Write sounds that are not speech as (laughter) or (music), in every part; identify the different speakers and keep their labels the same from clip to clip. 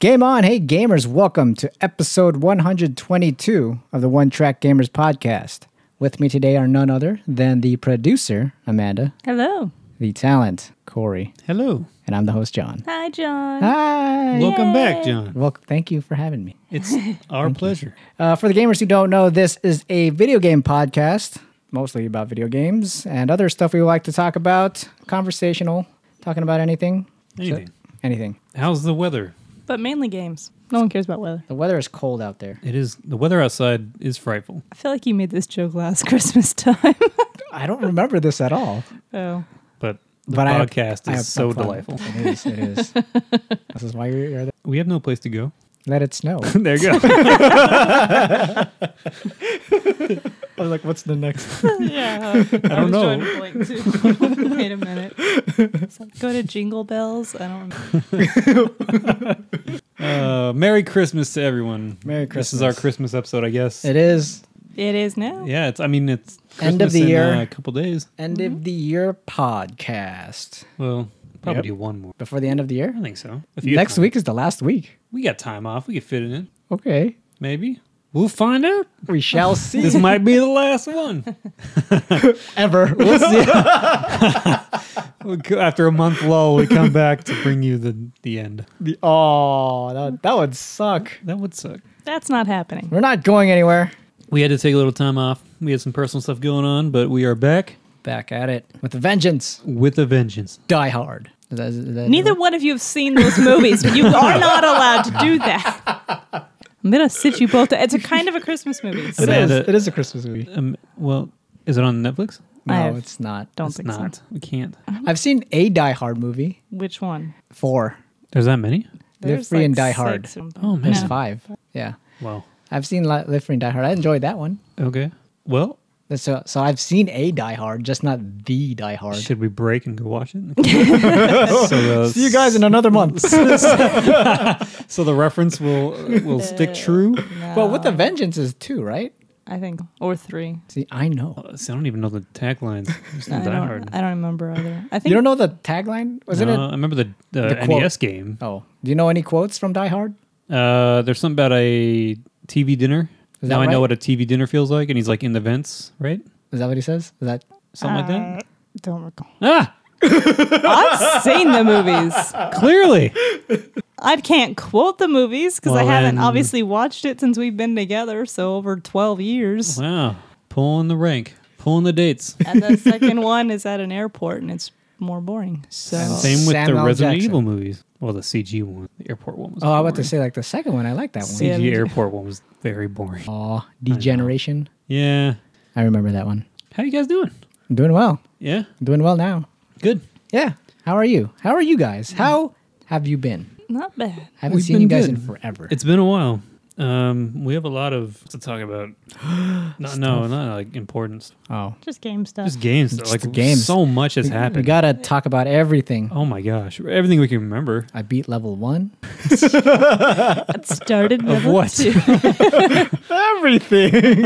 Speaker 1: Game on. Hey, gamers, welcome to episode 122 of the One Track Gamers podcast. With me today are none other than the producer, Amanda,
Speaker 2: Hello.
Speaker 1: the talent, Corey,
Speaker 3: Hello.
Speaker 1: and I'm the host, John.
Speaker 2: Hi, John.
Speaker 1: Hi.
Speaker 3: Welcome back, John.
Speaker 1: Well, thank you for having me. (laughs)
Speaker 3: It's our pleasure.
Speaker 1: Uh, for the gamers who don't know, this is a video game podcast, mostly about video games and other stuff we like to talk about, conversational, talking about anything.
Speaker 3: Anything.
Speaker 1: Anything.
Speaker 3: How's the weather?
Speaker 2: But mainly games. No one cares about weather.
Speaker 1: The weather is cold out there.
Speaker 3: It is the weather outside is frightful.
Speaker 2: I feel like you made this joke last (laughs) Christmas time.
Speaker 1: I don't remember this at all.
Speaker 2: oh.
Speaker 3: But the
Speaker 1: But I have-
Speaker 3: podcast
Speaker 1: I have
Speaker 3: is so
Speaker 1: fun.
Speaker 3: delightful.
Speaker 1: It is. It
Speaker 3: (laughs)
Speaker 1: is. this is why you're, you're there.
Speaker 3: We have no place to go. (laughs)
Speaker 1: Let it snow. I
Speaker 3: there you
Speaker 1: (laughs)
Speaker 3: go.
Speaker 1: was like, what's the next?
Speaker 2: yeah. I,
Speaker 3: don't
Speaker 2: was
Speaker 3: know.
Speaker 2: trying to blink, too. (laughs) Wait a minute. It's like, go to Jingle Bells. I don't remember.
Speaker 3: uh, Merry Christmas to everyone.
Speaker 1: Merry
Speaker 3: This is our
Speaker 1: Christmas.
Speaker 3: Christmas episode, I guess.
Speaker 1: It is
Speaker 2: It is now.
Speaker 3: Yeah, it's. I mean, it's
Speaker 1: End of
Speaker 3: Christmas
Speaker 1: the
Speaker 3: in,
Speaker 1: year.
Speaker 3: uh, a couple days.
Speaker 1: end of the year podcast.
Speaker 3: Well, probably
Speaker 1: Yep.
Speaker 3: do one more.
Speaker 1: Before the end of the
Speaker 3: I
Speaker 1: year?
Speaker 3: think so. If you-
Speaker 1: Next week is the last week.
Speaker 3: we got time off. We could fit it in.
Speaker 1: Okay.
Speaker 3: Maybe we'll find
Speaker 1: (laughs)
Speaker 3: out.
Speaker 1: We
Speaker 3: (laughs)
Speaker 1: shall see.
Speaker 3: This might be the last one.
Speaker 1: ever. We'll see.
Speaker 3: We'll go- After a month lull, we come back to bring you the the end.
Speaker 1: The- (laughs) oh, that would, that would suck.
Speaker 3: That would suck.
Speaker 2: That's not happening.
Speaker 1: We're not going anywhere.
Speaker 3: We had to take a little time off. We had some personal stuff going on, but we are back
Speaker 1: Back at it with a vengeance.
Speaker 3: with a vengeance.
Speaker 1: Die Hard. Is that- is that-
Speaker 2: Neither one of you have seen those movies. but You are not allowed to do that. I'm going to sit you both. It's a kind of a Christmas movie.
Speaker 1: It
Speaker 2: So
Speaker 1: is.
Speaker 3: Amanda-
Speaker 1: It is a Christmas movie.
Speaker 3: Um, well, is it on Netflix?
Speaker 1: No,
Speaker 2: I've-
Speaker 1: it's not.
Speaker 2: don't
Speaker 3: It's
Speaker 2: think
Speaker 3: not.
Speaker 2: so.
Speaker 3: We can't.
Speaker 1: I've seen a Die Hard movie.
Speaker 2: Which one?
Speaker 1: Four.
Speaker 3: There's that many?
Speaker 1: Live Free and Die Hard.
Speaker 2: Oh,
Speaker 3: man.
Speaker 1: There's
Speaker 3: Yeah.
Speaker 1: five. Yeah.
Speaker 3: Wow.
Speaker 1: I've seen Li- Live Free and Die Hard. I enjoyed that one.
Speaker 3: Okay. Well,
Speaker 1: So, so I've seen a Die Hard, just not the Die Hard.
Speaker 3: should we break and go watch it? so, uh,
Speaker 1: See you guys in another month.
Speaker 3: (laughs) so the reference will will stick true.
Speaker 1: well, With the Vengeance is two, right?
Speaker 2: I think. Or three.
Speaker 1: See, I know.
Speaker 3: Uh, See, I don't even know the taglines. It's not
Speaker 2: I
Speaker 3: Die
Speaker 2: don't,
Speaker 3: Hard.
Speaker 2: I don't remember either. I think
Speaker 1: You don't know the tagline? Was
Speaker 3: No,
Speaker 1: it?
Speaker 3: I remember the, uh, the,
Speaker 1: the quote.
Speaker 3: NES game.
Speaker 1: A, oh, do you know any quotes from Die Hard?
Speaker 3: Uh, there's something about a TV dinner.
Speaker 1: Is that
Speaker 3: Now I
Speaker 1: right?
Speaker 3: know what a TV dinner feels like, and he's like in the vents, right?
Speaker 1: Is that what he says? Is that
Speaker 3: Something like that.
Speaker 2: Uh, Don't recall.
Speaker 3: Ah,
Speaker 2: (laughs) I've seen the movies.
Speaker 1: (laughs)
Speaker 3: clearly.
Speaker 2: I can't quote the movies because I
Speaker 3: Well,
Speaker 2: haven't
Speaker 3: then-
Speaker 2: obviously watched it since we've been together, so over 12 years.
Speaker 3: Wow. Pulling the rank, pulling the dates.
Speaker 2: And the second one is at an airport and it's more boring. So
Speaker 3: Same with
Speaker 1: Samuel
Speaker 3: the Resident
Speaker 1: Jackson.
Speaker 3: Evil movies. Well, the CG one, the airport one was.
Speaker 1: Oh, I was about to
Speaker 3: boring.
Speaker 1: say like the second one. I like that one.
Speaker 2: See-
Speaker 3: CG
Speaker 2: Yeah.
Speaker 3: airport one was
Speaker 1: (laughs)
Speaker 3: very boring.
Speaker 1: Aw, Degeneration.
Speaker 3: Yeah.
Speaker 1: I remember that one.
Speaker 3: How you guys doing?
Speaker 1: I'm doing well.
Speaker 3: Yeah.
Speaker 1: I'm doing well now.
Speaker 3: Good.
Speaker 1: Yeah. How are you? How are you guys? How have you been?
Speaker 2: not bad.
Speaker 1: I haven't
Speaker 3: We've
Speaker 1: seen
Speaker 3: been
Speaker 1: you guys
Speaker 3: good.
Speaker 1: in forever.
Speaker 3: It's been a while. Um, we have a lot of to
Speaker 1: (gasps)
Speaker 3: talk about. no, no, not like importance.
Speaker 1: oh.
Speaker 2: Just game stuff.
Speaker 3: Just games.
Speaker 1: Just
Speaker 3: like
Speaker 1: the games.
Speaker 3: So much has
Speaker 1: We
Speaker 3: happened.
Speaker 1: gotta talk about everything.
Speaker 3: oh my gosh, everything we can remember.
Speaker 1: I beat level one.
Speaker 2: It
Speaker 3: (laughs)
Speaker 2: started with
Speaker 3: what?
Speaker 1: Everything.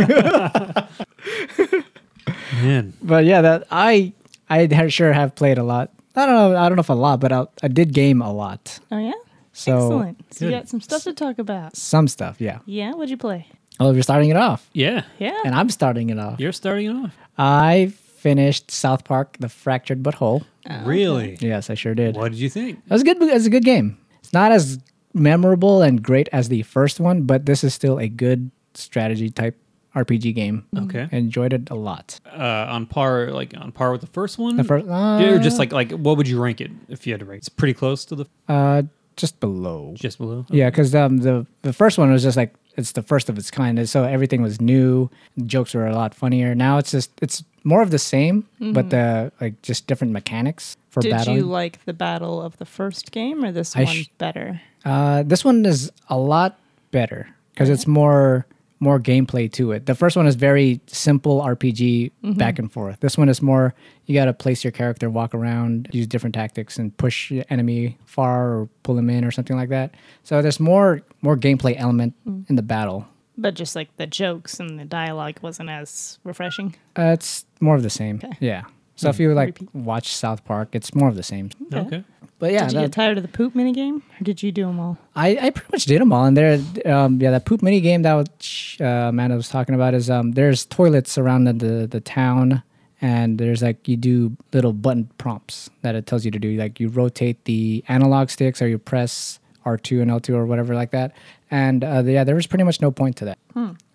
Speaker 3: Man,
Speaker 1: (laughs) but yeah, that I I ha- sure have played a lot. I don't know. I don't know if a lot, but I, I did game a lot.
Speaker 2: Oh, yeah?
Speaker 1: So
Speaker 2: Excellent. So you
Speaker 3: Good.
Speaker 2: got some stuff to talk about.
Speaker 1: some stuff. Yeah.
Speaker 2: Yeah, what'd you play?
Speaker 1: Oh, you're starting it off,
Speaker 3: yeah,
Speaker 2: Yeah.
Speaker 1: and I'm starting it off.
Speaker 3: you're starting off.
Speaker 1: I finished South Park: The Fractured But Whole.
Speaker 3: really?
Speaker 1: Yes, I sure did.
Speaker 3: What did you think?
Speaker 1: It was a good. It was a good game. It's not as memorable and great as the first one, but this is still a good strategy type RPG game.
Speaker 3: Okay.
Speaker 1: I enjoyed it a lot.
Speaker 3: Uh, on par, like on par with the first one. The
Speaker 1: first-
Speaker 3: or just like like what would you rank it if you had to rank? It's pretty close to the
Speaker 1: Uh, just below.
Speaker 3: just below.
Speaker 1: Yeah, because um, the the first one was just like it's the first of its kind, and so everything was new. Jokes were a lot funnier. Now it's just it's more of the same, but the like just different mechanics for
Speaker 2: Mm-hmm. Did
Speaker 1: battling.
Speaker 2: you like the battle of the first game or this
Speaker 1: I
Speaker 2: one
Speaker 1: sh-
Speaker 2: better?
Speaker 1: Uh, this one is a lot better because it's more more gameplay to it. The first one is very simple RPG
Speaker 2: Mm-hmm.
Speaker 1: back and forth. This one is more you got to place your character, walk around, use different tactics, and push your enemy
Speaker 2: Mm.
Speaker 1: far or pull them in or something like that. So there's more more gameplay element in the battle
Speaker 2: But just like the jokes and the dialogue wasn't as refreshing.
Speaker 1: Uh, it's more of the same.
Speaker 2: Okay.
Speaker 1: Yeah. So
Speaker 2: Hmm.
Speaker 1: if you like
Speaker 2: Repeat.
Speaker 1: watch South Park, it's more of the same.
Speaker 2: Okay.
Speaker 3: Oh, Okay.
Speaker 1: But yeah,
Speaker 2: did you
Speaker 1: that-
Speaker 2: get tired of the poop minigame, or did you do them all?
Speaker 1: I, I pretty much did them all. And there, um, yeah, that poop mini game that was- uh, Amanda was talking about is um, there's toilets around the, the the town, and there's like you do little button prompts that it tells you to do. Like you rotate the analog sticks, or you press R two and L two or whatever like that. And uh, yeah, there was pretty much no point to that.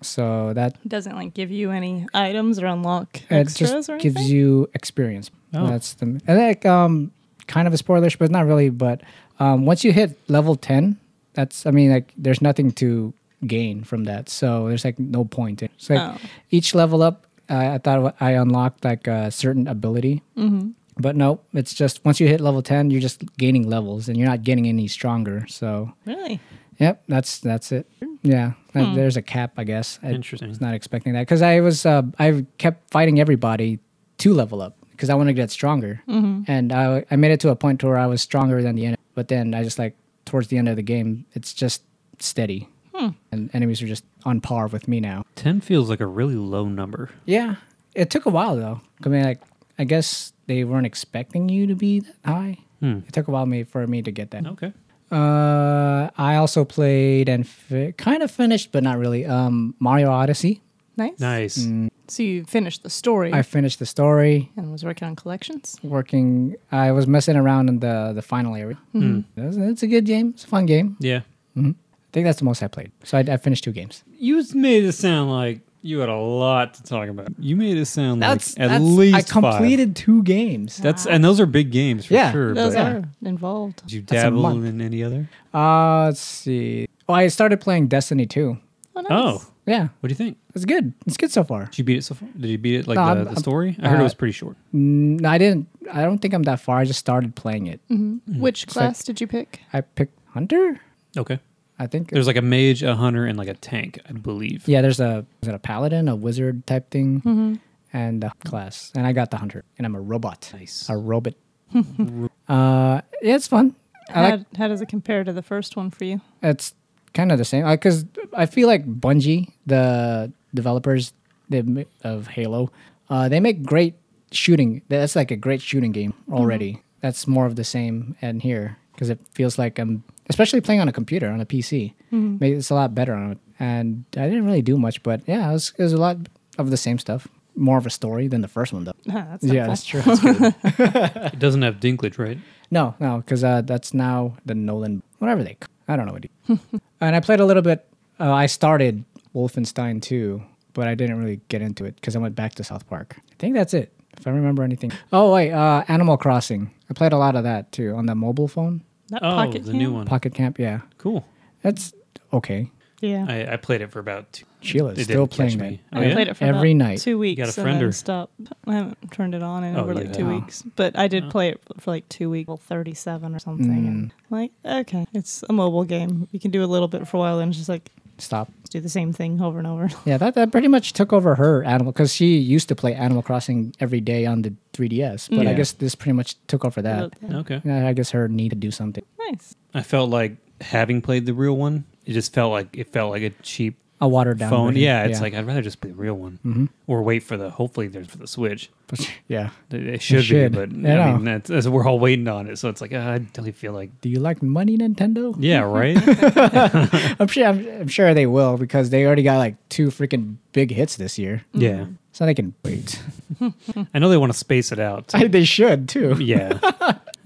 Speaker 1: So that
Speaker 2: Doesn't like give you any items or unlock
Speaker 1: it
Speaker 2: extras
Speaker 1: just
Speaker 2: or anything.
Speaker 1: gives you experience.
Speaker 3: Oh.
Speaker 1: That's the and like um kind of a spoilish, but not really. But um, once you hit level ten, that's I mean like there's nothing to gain from that. So there's like no point. It's like
Speaker 2: Oh.
Speaker 1: each level up, I I thought I unlocked like a certain ability.
Speaker 2: Mm-hmm.
Speaker 1: But no, it's just once you hit level ten, you're just gaining levels, and you're not getting any stronger. So,
Speaker 2: really?
Speaker 1: yep, that's that's it. Yeah, Like, there's a cap, I guess. I-
Speaker 3: Interesting.
Speaker 1: was not expecting that because I was uh, I kept fighting everybody to level up because I wanted to get stronger, and I I made it to a point to where I was stronger than the enemy. But then I just like towards the end of the game, it's just steady, and enemies are just on par with me now.
Speaker 3: Ten feels like a really low number.
Speaker 1: Yeah, it took a while though. I mean, like I guess they weren't expecting you to be that high.
Speaker 3: Hmm.
Speaker 1: It took a while me for me to get that.
Speaker 3: Okay.
Speaker 1: Uh, I also played and fi- kind of finished, but not really. Um, Mario Odyssey.
Speaker 2: Nice.
Speaker 3: Nice.
Speaker 1: Mm.
Speaker 2: So you finished the story
Speaker 1: I finished the story.
Speaker 2: and was working on collections.
Speaker 1: working. I was messing around in the the final area.
Speaker 3: Hmm.
Speaker 1: It's, it's a good game. It's a fun game.
Speaker 3: Yeah.
Speaker 1: I think that's the most I played. So I, I finished two games.
Speaker 3: You just made it sound like you had a lot to talk about. You made it sound like at
Speaker 1: that's-
Speaker 3: least
Speaker 1: I
Speaker 3: five.
Speaker 1: completed two games.
Speaker 3: That's and those are big games for
Speaker 1: Yeah.
Speaker 3: sure.
Speaker 2: Those
Speaker 3: but
Speaker 1: Yeah.
Speaker 2: are involved.
Speaker 3: did you
Speaker 1: That's a
Speaker 3: dabble
Speaker 1: month.
Speaker 3: in any other?
Speaker 1: Uh, let's see. Oh, I started playing Destiny two.
Speaker 2: Oh, nice.
Speaker 3: Oh,
Speaker 1: Yeah,
Speaker 3: what do you think?
Speaker 1: it's good. It's good so far.
Speaker 3: Did you beat it so far? Did you beat it like
Speaker 1: No,
Speaker 3: the,
Speaker 1: I'm-
Speaker 3: the
Speaker 1: I'm-
Speaker 3: story? I heard it
Speaker 1: uh,
Speaker 3: was pretty short.
Speaker 1: Mm, I didn't. I don't think I'm that far. I just started playing it.
Speaker 2: Which class did you pick?
Speaker 1: I picked hunter.
Speaker 3: Okay.
Speaker 1: I think.
Speaker 3: There's like a mage, a hunter, and like a tank, I believe.
Speaker 1: yeah, there's a is it a paladin, a wizard type thing, and a class. And I got the hunter, and I'm a robot.
Speaker 3: Nice.
Speaker 1: A robot. uh, yeah, it's fun. I
Speaker 2: how,
Speaker 1: like
Speaker 2: how does it compare to the first one for you? (laughs)
Speaker 1: it's kind of the same because I feel like Bungie, the developers they ma- of Halo, uh, they make great shooting. That's like a great shooting game already. That's more of the same and here because it feels like I'm especially playing on a computer on a PC. Maybe it's a lot better on it. And I didn't really do much, but yeah, it was, it was a lot of the same stuff. More of a story than the first one, though.
Speaker 2: Ah, that's
Speaker 1: Yeah,
Speaker 2: helpful.
Speaker 1: that's true.
Speaker 3: It doesn't have Dinklage, right?
Speaker 1: No, no, because uh, that's now the Nolan, whatever they. c- I don't know what. He, (laughs) and I played a little bit. Uh, I started Wolfenstein 2, but I didn't really get into it because I went back to South Park. I think that's it, if I remember anything. Oh wait, uh, Animal Crossing. I played a lot of that too on the mobile phone,
Speaker 2: That
Speaker 3: Oh,
Speaker 2: pocket
Speaker 3: the
Speaker 2: cam?
Speaker 3: new one.
Speaker 1: Pocket Camp. Yeah,
Speaker 3: Cool.
Speaker 1: that's okay.
Speaker 2: Yeah. I,
Speaker 3: I, I played it for about two.
Speaker 1: Sheila's
Speaker 3: It
Speaker 1: still
Speaker 3: didn't catch
Speaker 1: playing that.
Speaker 3: me. Oh, yeah?
Speaker 2: played it for
Speaker 1: Every
Speaker 2: about
Speaker 1: night.
Speaker 2: two weeks
Speaker 3: got a
Speaker 2: and then
Speaker 3: friender.
Speaker 2: stopped. I haven't turned it on in
Speaker 3: Oh,
Speaker 2: over
Speaker 3: yeah,
Speaker 2: like
Speaker 3: yeah.
Speaker 2: two
Speaker 1: Oh.
Speaker 2: weeks, but I did play it for like two weeks, well, 37 or something. And
Speaker 1: Mm.
Speaker 2: like, okay, it's a mobile game. You can do a little bit for a while and it's just like
Speaker 1: Stop.
Speaker 2: just do the same thing over and over. (laughs)
Speaker 1: Yeah, that, that pretty much took over her animal because she used to play Animal Crossing every day on the 3DS, but I
Speaker 3: Yeah.
Speaker 1: guess this pretty much took over that.
Speaker 3: Okay.
Speaker 1: Yeah, I guess her need to do something.
Speaker 2: Nice.
Speaker 3: I felt like having played the real one, it just felt like it felt like a cheap
Speaker 1: a watered down
Speaker 3: phone.
Speaker 1: version.
Speaker 3: Yeah, it's like I'd rather just play the real one
Speaker 1: Mm-hmm.
Speaker 3: or wait for the hopefully there's for the Switch. (laughs)
Speaker 1: yeah.
Speaker 3: They, they should,
Speaker 1: should.
Speaker 3: be, but
Speaker 1: Yeah,
Speaker 3: I
Speaker 1: no.
Speaker 3: mean that's, that's- we're all waiting on it, so it's like uh, I don't really feel like.
Speaker 1: Do you like money, Nintendo?
Speaker 3: Yeah, right.
Speaker 1: (laughs) I'm sure. I'm, I'm sure they will because they already got like two freaking big hits this year,
Speaker 3: (laughs)
Speaker 1: (laughs)
Speaker 3: yeah,
Speaker 1: so they can wait.
Speaker 3: I know they want to space it out.
Speaker 1: (laughs) I, they should too.
Speaker 3: (laughs) yeah.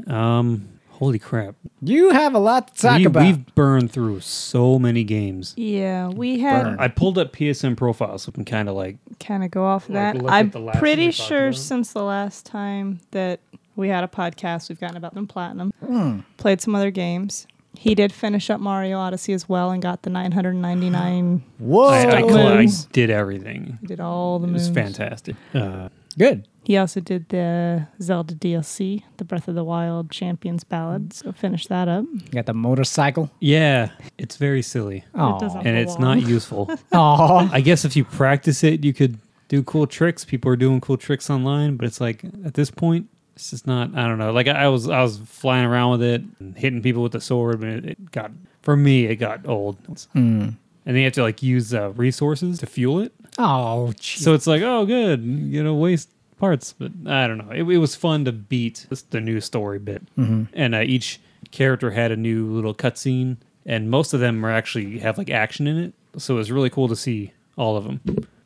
Speaker 3: Um. Holy crap.
Speaker 1: You have a lot to talk
Speaker 3: we,
Speaker 1: about.
Speaker 3: We've burned through so many games.
Speaker 2: Yeah, we
Speaker 1: Burn.
Speaker 2: had
Speaker 3: I pulled up PSN profiles, so we can kind of like
Speaker 2: kind of go off of
Speaker 3: Like,
Speaker 2: that.
Speaker 3: look at
Speaker 2: I'm
Speaker 3: the last one
Speaker 2: pretty
Speaker 3: we talked
Speaker 2: sure
Speaker 3: about.
Speaker 2: since the last time that we had a podcast, we've gotten about them platinum.
Speaker 1: Hmm.
Speaker 2: Played some other games. He did finish up Mario Odyssey as well and got the 999.
Speaker 1: Whoa,
Speaker 3: I, I,
Speaker 2: Oh.
Speaker 3: coll- I
Speaker 2: Moons.
Speaker 3: did everything.
Speaker 2: He did all the
Speaker 3: It was
Speaker 2: moves.
Speaker 3: fantastic. Uh,
Speaker 1: good.
Speaker 2: He also did the Zelda DLC, the Breath of the Wild Champions
Speaker 3: Mm.
Speaker 2: Ballad. So finished that up.
Speaker 1: You got the motorcycle.
Speaker 3: yeah, it's very silly.
Speaker 1: Oh,
Speaker 2: doesn't-
Speaker 3: and it's not useful. (laughs)
Speaker 1: oh,
Speaker 3: I guess if you practice it, you could do cool tricks. People are doing cool tricks online, but it's like at this point, it's just not. I don't know. Like I, I was, I was flying around with it, and hitting people with the sword, but it, it got for me, it got old. It's- and then you have to like use uh, resources to fuel it.
Speaker 1: Oh, jeez.
Speaker 3: So it's like, oh, good, you know, waste parts. But I don't know. It, it was fun to beat this- the new story bit, and uh, each character had a new little cutscene, and most of them are actually have like action in it. So it was really cool to see all of them.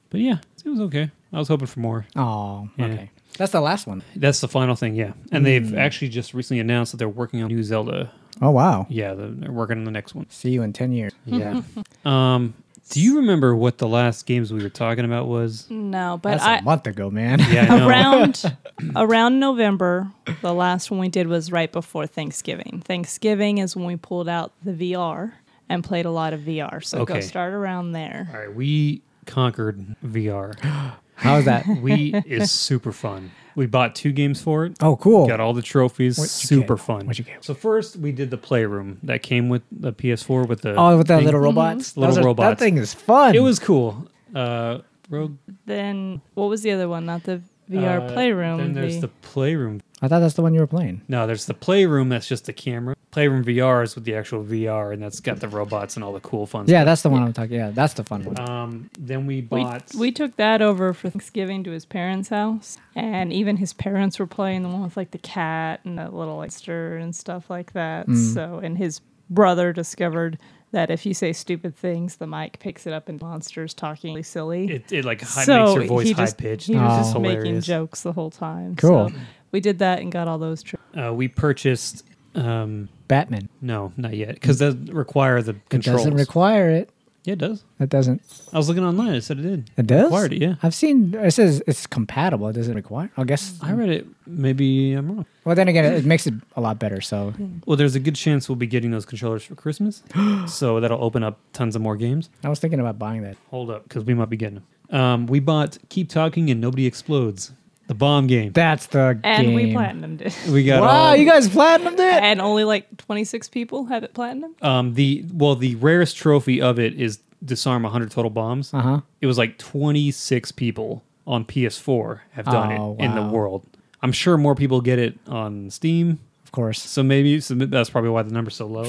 Speaker 3: But yeah, it was okay. I was hoping for more.
Speaker 1: oh,
Speaker 3: Yeah.
Speaker 1: okay. That's the last one.
Speaker 3: That's the final thing, yeah. And they've actually just recently announced that they're working on new Zelda.
Speaker 1: Oh wow.
Speaker 3: Yeah, the- they're working on the next one.
Speaker 1: See you in ten years.
Speaker 3: Hmm. Yeah. um, do you remember what the last games we were talking about was?
Speaker 2: No, but
Speaker 1: That's a
Speaker 2: I
Speaker 1: month ago, man.
Speaker 3: (laughs) Yeah, I know.
Speaker 2: Mm. (laughs) around around November, the last one we did was right before Thanksgiving. Thanksgiving is when we pulled out the VR and played a lot of VR. So go
Speaker 3: Okay.
Speaker 2: start around there.
Speaker 3: All right, we conquered VR.
Speaker 1: How is
Speaker 3: (laughs)
Speaker 1: that?
Speaker 3: We is super fun. We bought two games for it.
Speaker 1: Oh, cool.
Speaker 3: Got all the trophies.
Speaker 1: What you
Speaker 3: super
Speaker 1: get?
Speaker 3: fun.
Speaker 1: What you get?
Speaker 3: So first we did the playroom that came with the PS4 with the
Speaker 1: Oh, with that
Speaker 3: thing.
Speaker 2: Mm-hmm.
Speaker 1: little robots.
Speaker 3: Little
Speaker 1: Those are- That
Speaker 3: robots.
Speaker 1: thing is fun.
Speaker 3: It was cool. Uh, Rogue
Speaker 2: Then what was the other one? Not the VR
Speaker 3: uh,
Speaker 2: playroom.
Speaker 3: Then there's the playroom
Speaker 1: I thought that's the one you were playing.
Speaker 3: No, there's the playroom that's just the camera. Playroom VR is with the actual VR, and that's got the robots and all the cool fun
Speaker 1: Yeah, that's the one I'm talking. Yeah, that's the fun one.
Speaker 3: stuff. Um, then we
Speaker 2: we,
Speaker 3: bought.
Speaker 2: we took that over for Thanksgiving to his parents' house, and even his parents were playing the one with like the cat and the little like stir and stuff like that.
Speaker 1: Mm.
Speaker 2: So, and his brother discovered that if you say stupid things, the mic picks it up and monsters talking really silly.
Speaker 3: it, it like hi-
Speaker 2: so
Speaker 3: makes your voice
Speaker 2: he
Speaker 3: high
Speaker 2: just,
Speaker 3: pitched.
Speaker 2: He was
Speaker 1: Oh.
Speaker 2: just making
Speaker 3: Hilarious.
Speaker 2: jokes the whole time.
Speaker 1: Cool.
Speaker 2: So we did that and got all those trips.
Speaker 3: Uh, we purchased. Um,
Speaker 1: Batman.
Speaker 3: no, not yet, because that require the
Speaker 1: It
Speaker 3: controls.
Speaker 1: doesn't require it.
Speaker 3: yeah, it does.
Speaker 1: It doesn't.
Speaker 3: I was looking online. It said it did.
Speaker 1: It does.
Speaker 3: Required it, yeah.
Speaker 1: I've seen. It says it's compatible. It doesn't require. I guess.
Speaker 3: I read it. Maybe I'm wrong.
Speaker 1: Well, then again, it makes it a lot better. So
Speaker 3: Well, there's a good chance we'll be getting those controllers
Speaker 1: (gasps)
Speaker 3: for Christmas, so that'll open up tons of more games.
Speaker 1: I was thinking about buying that.
Speaker 3: Hold up, because we might be getting them. Um, we bought Keep Talking and Nobody Explodes, the bomb game.
Speaker 1: That's the
Speaker 2: And
Speaker 1: game.
Speaker 2: we platinumed it. (laughs)
Speaker 3: We got
Speaker 1: Wow,
Speaker 3: all-
Speaker 1: you guys platinumed it.
Speaker 2: and only like 26 people have it platinum.
Speaker 3: Um, the well, the rarest trophy of it is disarm 100 total bombs.
Speaker 1: Uh huh.
Speaker 3: It was like 26 people on PS4 have done
Speaker 1: Oh,
Speaker 3: it in the
Speaker 1: wow.
Speaker 3: world. I'm sure more people get it on Steam,
Speaker 1: Of course.
Speaker 3: so maybe so that's probably why the number's so low.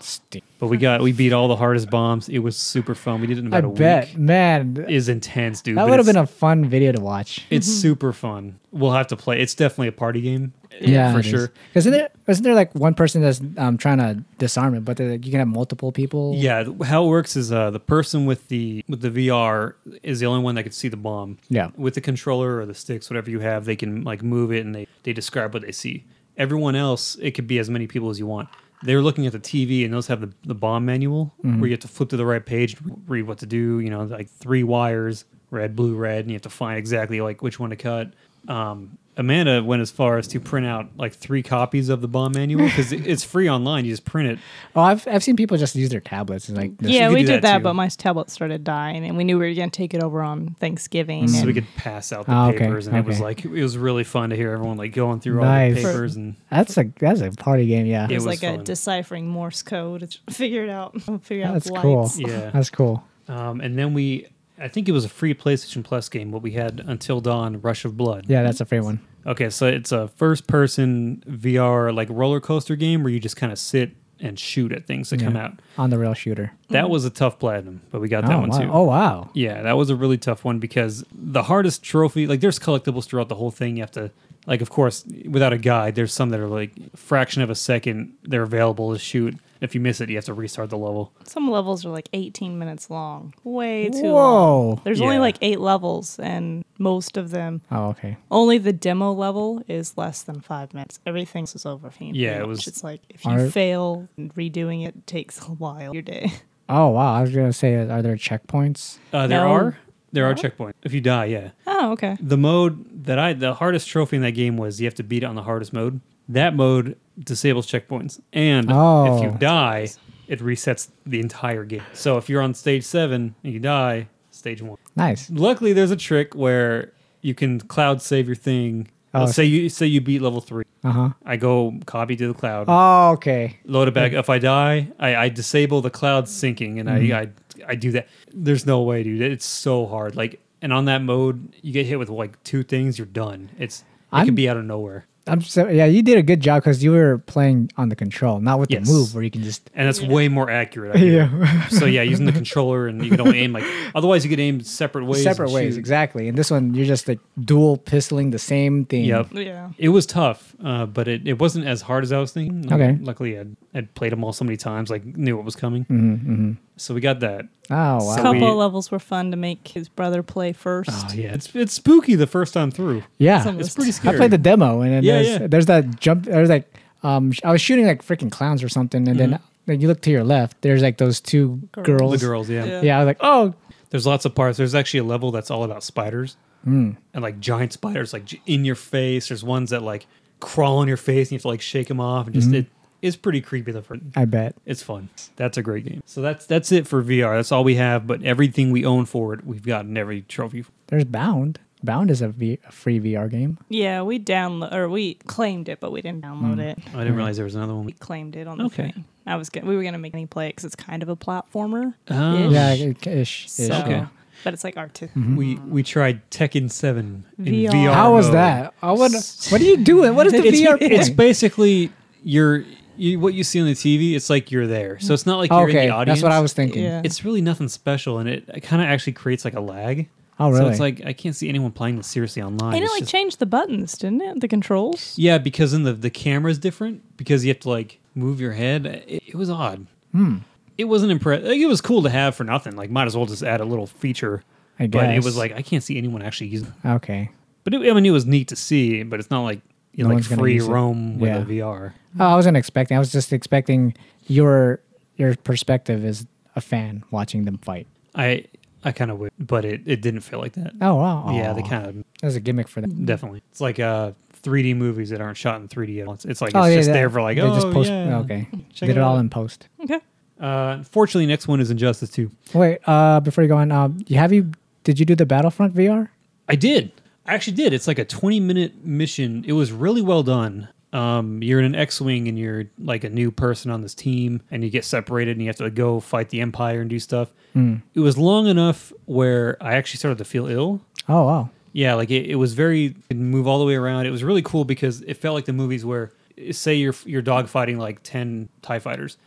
Speaker 1: Stink.
Speaker 3: But we got we beat all the hardest bombs. It was super fun. We did it in
Speaker 1: I
Speaker 3: about a
Speaker 1: bet,
Speaker 3: week.
Speaker 1: man.
Speaker 3: It is intense, dude.
Speaker 1: that would have been a Mhm. fun video to watch.
Speaker 3: It's super fun. We'll have to play. It's definitely a party game. for sure.
Speaker 1: Because there isn't there like one person that's um, trying to disarm it, but they're like, you can have multiple people.
Speaker 3: Yeah, th- how it works is uh, the person with the with the VR is the only one that can see the bomb.
Speaker 1: Yeah.
Speaker 3: With the controller or the sticks, whatever you have, they can like move it and they they describe what they see. Everyone else, it could be as many people as you want. They're looking at the TV and those have the, the bomb manual where you have to flip to the right page, read what to do. You know, like three wires, red, blue, red, and you have to find exactly like which one to cut. Um, Amanda went as far as to print out like three copies of the bomb manual because it's free online. You just print it.
Speaker 1: Oh, I've I've seen people just use their tablets and like. just-
Speaker 2: yeah,
Speaker 3: could
Speaker 2: we
Speaker 3: do
Speaker 2: did
Speaker 3: that
Speaker 2: that,
Speaker 3: too.
Speaker 2: but my tablet started dying, and we knew we were going to take it over on Thanksgiving.
Speaker 3: Mm. so
Speaker 2: and
Speaker 3: we could pass out the
Speaker 1: Oh, okay,
Speaker 3: papers and it was
Speaker 1: okay.
Speaker 3: like it was really fun to hear everyone like going through
Speaker 1: Nice.
Speaker 3: all the papers and
Speaker 1: That's a that's a party game. Yeah.
Speaker 2: it
Speaker 3: It
Speaker 2: was,
Speaker 3: was
Speaker 2: like a
Speaker 3: fun.
Speaker 2: deciphering Morse code to (laughs) figure it out. Figure out
Speaker 1: That's
Speaker 2: the
Speaker 1: cool.
Speaker 2: lights.
Speaker 3: yeah
Speaker 1: That's cool.
Speaker 3: um, and then we i think it was a free playstation plus game what we had until dawn rush of blood
Speaker 1: Yeah, that's a free one.
Speaker 3: okay so it's a first person vr like roller coaster game where you just kind of sit and shoot at things that come
Speaker 1: Yeah.
Speaker 3: out
Speaker 1: On the rail shooter.
Speaker 3: that was a tough platinum but we got that
Speaker 1: oh,
Speaker 3: one
Speaker 1: wow.
Speaker 3: too
Speaker 1: oh wow.
Speaker 3: Yeah, that was a really tough one because the hardest trophy, like there's collectibles throughout the whole thing. You have to, like, of course, without a guide, there's some that are like fraction of a second they're available to shoot. If you miss it, you have to restart the level.
Speaker 2: Some levels are like 18 minutes long. Way too long.
Speaker 1: Whoa.
Speaker 2: There's only
Speaker 3: Yeah.
Speaker 2: like eight levels, and most of them,
Speaker 1: Oh okay.
Speaker 2: only the demo level is less than five minutes. Everything else is over. pretty
Speaker 3: Yeah, it
Speaker 2: much.
Speaker 3: was-
Speaker 2: It's like if you
Speaker 1: Are-
Speaker 2: fail, redoing it takes a while. Your day. (laughs)
Speaker 1: Oh wow. I was gonna say, are there checkpoints?
Speaker 3: Uh, there
Speaker 2: No.
Speaker 3: are there are checkpoints. If you die, yeah.
Speaker 2: Oh, okay.
Speaker 3: The mode that I the hardest trophy in that game was you have to beat it on the hardest mode. That mode disables checkpoints, and if
Speaker 1: Oh.
Speaker 3: you die, it resets the entire game. So if you're on stage seven and you die, stage one.
Speaker 1: Nice.
Speaker 3: Luckily, there's a trick where you can cloud save your thing.
Speaker 1: Oh,
Speaker 3: Uh,
Speaker 1: so-
Speaker 3: say you say you beat level three.
Speaker 1: Uh huh.
Speaker 3: I go copy to the cloud,
Speaker 1: Oh okay.
Speaker 3: load it back. If I die, I, I disable the cloud syncing, and I,
Speaker 1: Mm-hmm.
Speaker 3: I I do that. There's no way, dude. It's so hard. Like, and on that mode, you get hit with like two things, you're done. It's it
Speaker 1: I'm-
Speaker 3: could be out of nowhere.
Speaker 1: I'm so yeah. You did a good job because you were playing on the control, not with
Speaker 3: Yes.
Speaker 1: the move where you can just
Speaker 3: and that's way more accurate.
Speaker 1: (laughs)
Speaker 3: I hear. so yeah, using the controller and you can only aim like otherwise you could aim separate ways. and
Speaker 1: separate ways
Speaker 3: shoot.
Speaker 1: exactly. And this one, you're just like dual pistoling the same thing.
Speaker 3: Yep.
Speaker 2: Yeah.
Speaker 3: It was tough, uh, but it, it wasn't as hard as I was thinking. Like,
Speaker 1: Okay.
Speaker 3: Luckily, I'd, I'd played them all so many times, like knew what was coming.
Speaker 1: Mm-hmm.
Speaker 3: So we got that.
Speaker 1: Oh wow.
Speaker 3: So
Speaker 2: couple
Speaker 3: we-
Speaker 2: levels were fun to make his brother play first.
Speaker 3: Oh yeah, it's it's spooky the first time through.
Speaker 1: yeah.
Speaker 2: some of
Speaker 3: It's
Speaker 2: those
Speaker 3: pretty
Speaker 2: times.
Speaker 3: scary.
Speaker 1: Ah, I played the demo, and then
Speaker 3: Yeah,
Speaker 1: there's,
Speaker 3: yeah.
Speaker 1: there's that jump. There's like, um, sh- I was shooting like freaking clowns or something, and then then you look to your left. There's like those two
Speaker 2: Girls.
Speaker 1: girls.
Speaker 3: Mm-hmm. the girls, yeah.
Speaker 2: Yeah.
Speaker 1: Yeah, I was like, oh,
Speaker 3: There's lots of parts. There's actually a level that's all about spiders
Speaker 1: Mm.
Speaker 3: and like giant spiders, like j- in your face. There's ones that like crawl on your face and you have to like shake them off. And just it is pretty creepy. The first.
Speaker 1: Mm-hmm. I bet.
Speaker 3: It's fun. That's a great game. So that's that's it for VR. That's all we have. But everything we own for it, we've gotten every trophy.
Speaker 1: There's Bound. Bound is a, v- a free VR game.
Speaker 2: Yeah, we download or we claimed it, but we didn't download it.
Speaker 3: I didn't realize there was another one.
Speaker 2: We claimed it on the
Speaker 3: Hmm. Okay.
Speaker 2: thing. I was gonna, we were gonna make any play because it's kind of a platformer.
Speaker 3: Oh.
Speaker 2: Ish.
Speaker 3: Mm-hmm.
Speaker 1: Yeah, ish. ish,
Speaker 2: So,
Speaker 1: yeah.
Speaker 2: but it's like art.
Speaker 3: We we tried Tekken Seven in VR.
Speaker 2: VR.
Speaker 1: Mm-hmm. How was
Speaker 3: mode.
Speaker 1: that? I would, what are you doing? What is the VR? Thing?
Speaker 3: Oh, (laughs) It's basically your you, what you see on the TV. It's like you're there. So it's not like you're
Speaker 1: okay,
Speaker 3: in the audience.
Speaker 1: that's what I was thinking.
Speaker 2: Yeah.
Speaker 3: It's really nothing special, and it, kind of actually creates like a lag.
Speaker 1: Oh,
Speaker 3: So
Speaker 1: really?
Speaker 3: it's like I can't see anyone playing this seriously online.
Speaker 2: And it
Speaker 3: It's
Speaker 2: like
Speaker 3: just-
Speaker 2: changed the buttons, didn't it? The controls.
Speaker 3: yeah, because then the the camera's different because you have to like move your head. It, it was odd. Hmm. It wasn't impressive. Like, it was cool to have for nothing. Like might as well just add a little feature.
Speaker 1: I
Speaker 3: But it
Speaker 1: guess.
Speaker 3: was like I can't see anyone actually using.
Speaker 1: Okay.
Speaker 3: But it, I mean, it was neat to see, but it's not like you
Speaker 1: No
Speaker 3: like
Speaker 1: one's gonna
Speaker 3: free
Speaker 1: use it.
Speaker 3: roam with
Speaker 1: Yeah.
Speaker 3: a VR.
Speaker 1: Oh, I wasn't expecting. I was just expecting your your perspective as a fan watching them fight.
Speaker 3: I I kind of would, but it, it didn't feel like that.
Speaker 1: Oh wow.
Speaker 3: Yeah, they
Speaker 1: Aw.
Speaker 3: kind of
Speaker 1: That was a gimmick for them.
Speaker 3: definitely. It's like uh 3D movies that aren't shot in 3D. at all. It's, it's like it's
Speaker 1: yeah,
Speaker 3: just
Speaker 1: that-
Speaker 3: there for like
Speaker 1: they
Speaker 3: oh
Speaker 1: just post.
Speaker 3: yeah.
Speaker 1: Okay,
Speaker 3: Check
Speaker 1: did
Speaker 3: it
Speaker 1: it all
Speaker 3: out.
Speaker 1: in post.
Speaker 2: Okay.
Speaker 3: Uh, unfortunately, next one is Injustice 2.
Speaker 1: Wait, uh, before you go on, um, you have you did you do the Battlefront VR?
Speaker 3: I did. I actually did. It's like a 20 minute mission. It was really well done. Um, you're in an X-wing and you're like a new person on this team, and you get separated and you have to go fight the Empire and do stuff. It was long enough where I actually started to feel ill.
Speaker 1: Oh wow,
Speaker 3: Yeah, like it, it was very you could move all the way around. It was really cool because it felt like the movies where say you're you're dog fighting like ten Tie fighters.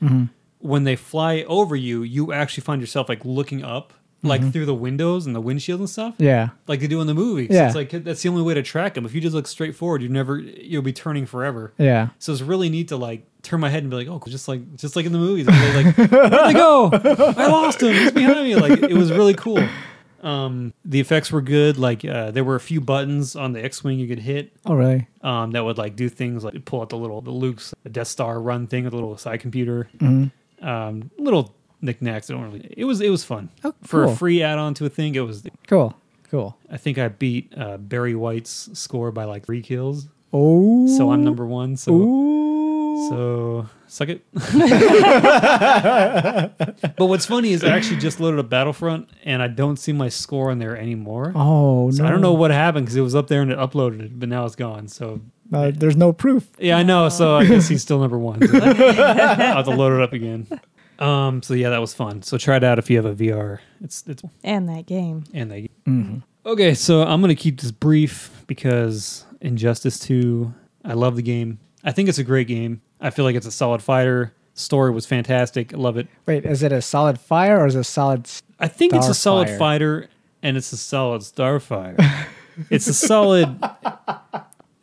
Speaker 3: When they fly over you, you actually find yourself like looking up, like through the windows and the windshield and stuff.
Speaker 1: yeah,
Speaker 3: Like they do in the movies.
Speaker 1: Yeah.
Speaker 3: It's like that's the only way to track them. If you just look straight forward, you never you'll be turning forever.
Speaker 1: yeah.
Speaker 3: So it's really neat to like turn my head and be like, oh, just like just like in the movies, And
Speaker 1: (laughs)
Speaker 3: they're like where'd they go? I lost him. He's behind me. Like it was really cool. Um, the effects were good. Like uh, there were a few buttons on the X-wing you could hit
Speaker 1: Oh really?
Speaker 3: um, that would like do things like pull out the little the Luke's the Death Star run thing with a little side computer.
Speaker 1: Mm-hmm.
Speaker 3: Um, little knickknacks. I don't really. It was it was fun
Speaker 1: Oh,
Speaker 3: for
Speaker 1: cool.
Speaker 3: a free add-on to a thing. It was.
Speaker 1: Cool, cool.
Speaker 3: I think I beat uh, Barry White's score by like three kills.
Speaker 1: Oh,
Speaker 3: So I'm number one. So.
Speaker 1: Ooh.
Speaker 3: So suck
Speaker 1: (laughs)
Speaker 3: it. but what's funny is I actually just loaded up Battlefront and I don't see my score on there anymore.
Speaker 1: Oh no!
Speaker 3: So I don't know what happened because it was up there and it uploaded it, but now it's gone. So
Speaker 1: Uh, there's no proof.
Speaker 3: yeah, I know. So I guess he's still
Speaker 1: (laughs)
Speaker 3: number one. So I'll have to load it up again. Um. So yeah, that was fun. So try it out if you have a VR. It's it's
Speaker 2: And that game.
Speaker 3: and they. Okay, so I'm gonna keep this brief because Injustice 2. I love the game. I think it's a great game. I feel like it's a solid fighter. Story was fantastic. I love it.
Speaker 1: Wait, is it a solid fire or is it a solid? s-
Speaker 3: I think it's a solid
Speaker 1: Starfire.
Speaker 3: fighter and it's a solid Starfire. (laughs) it's a solid.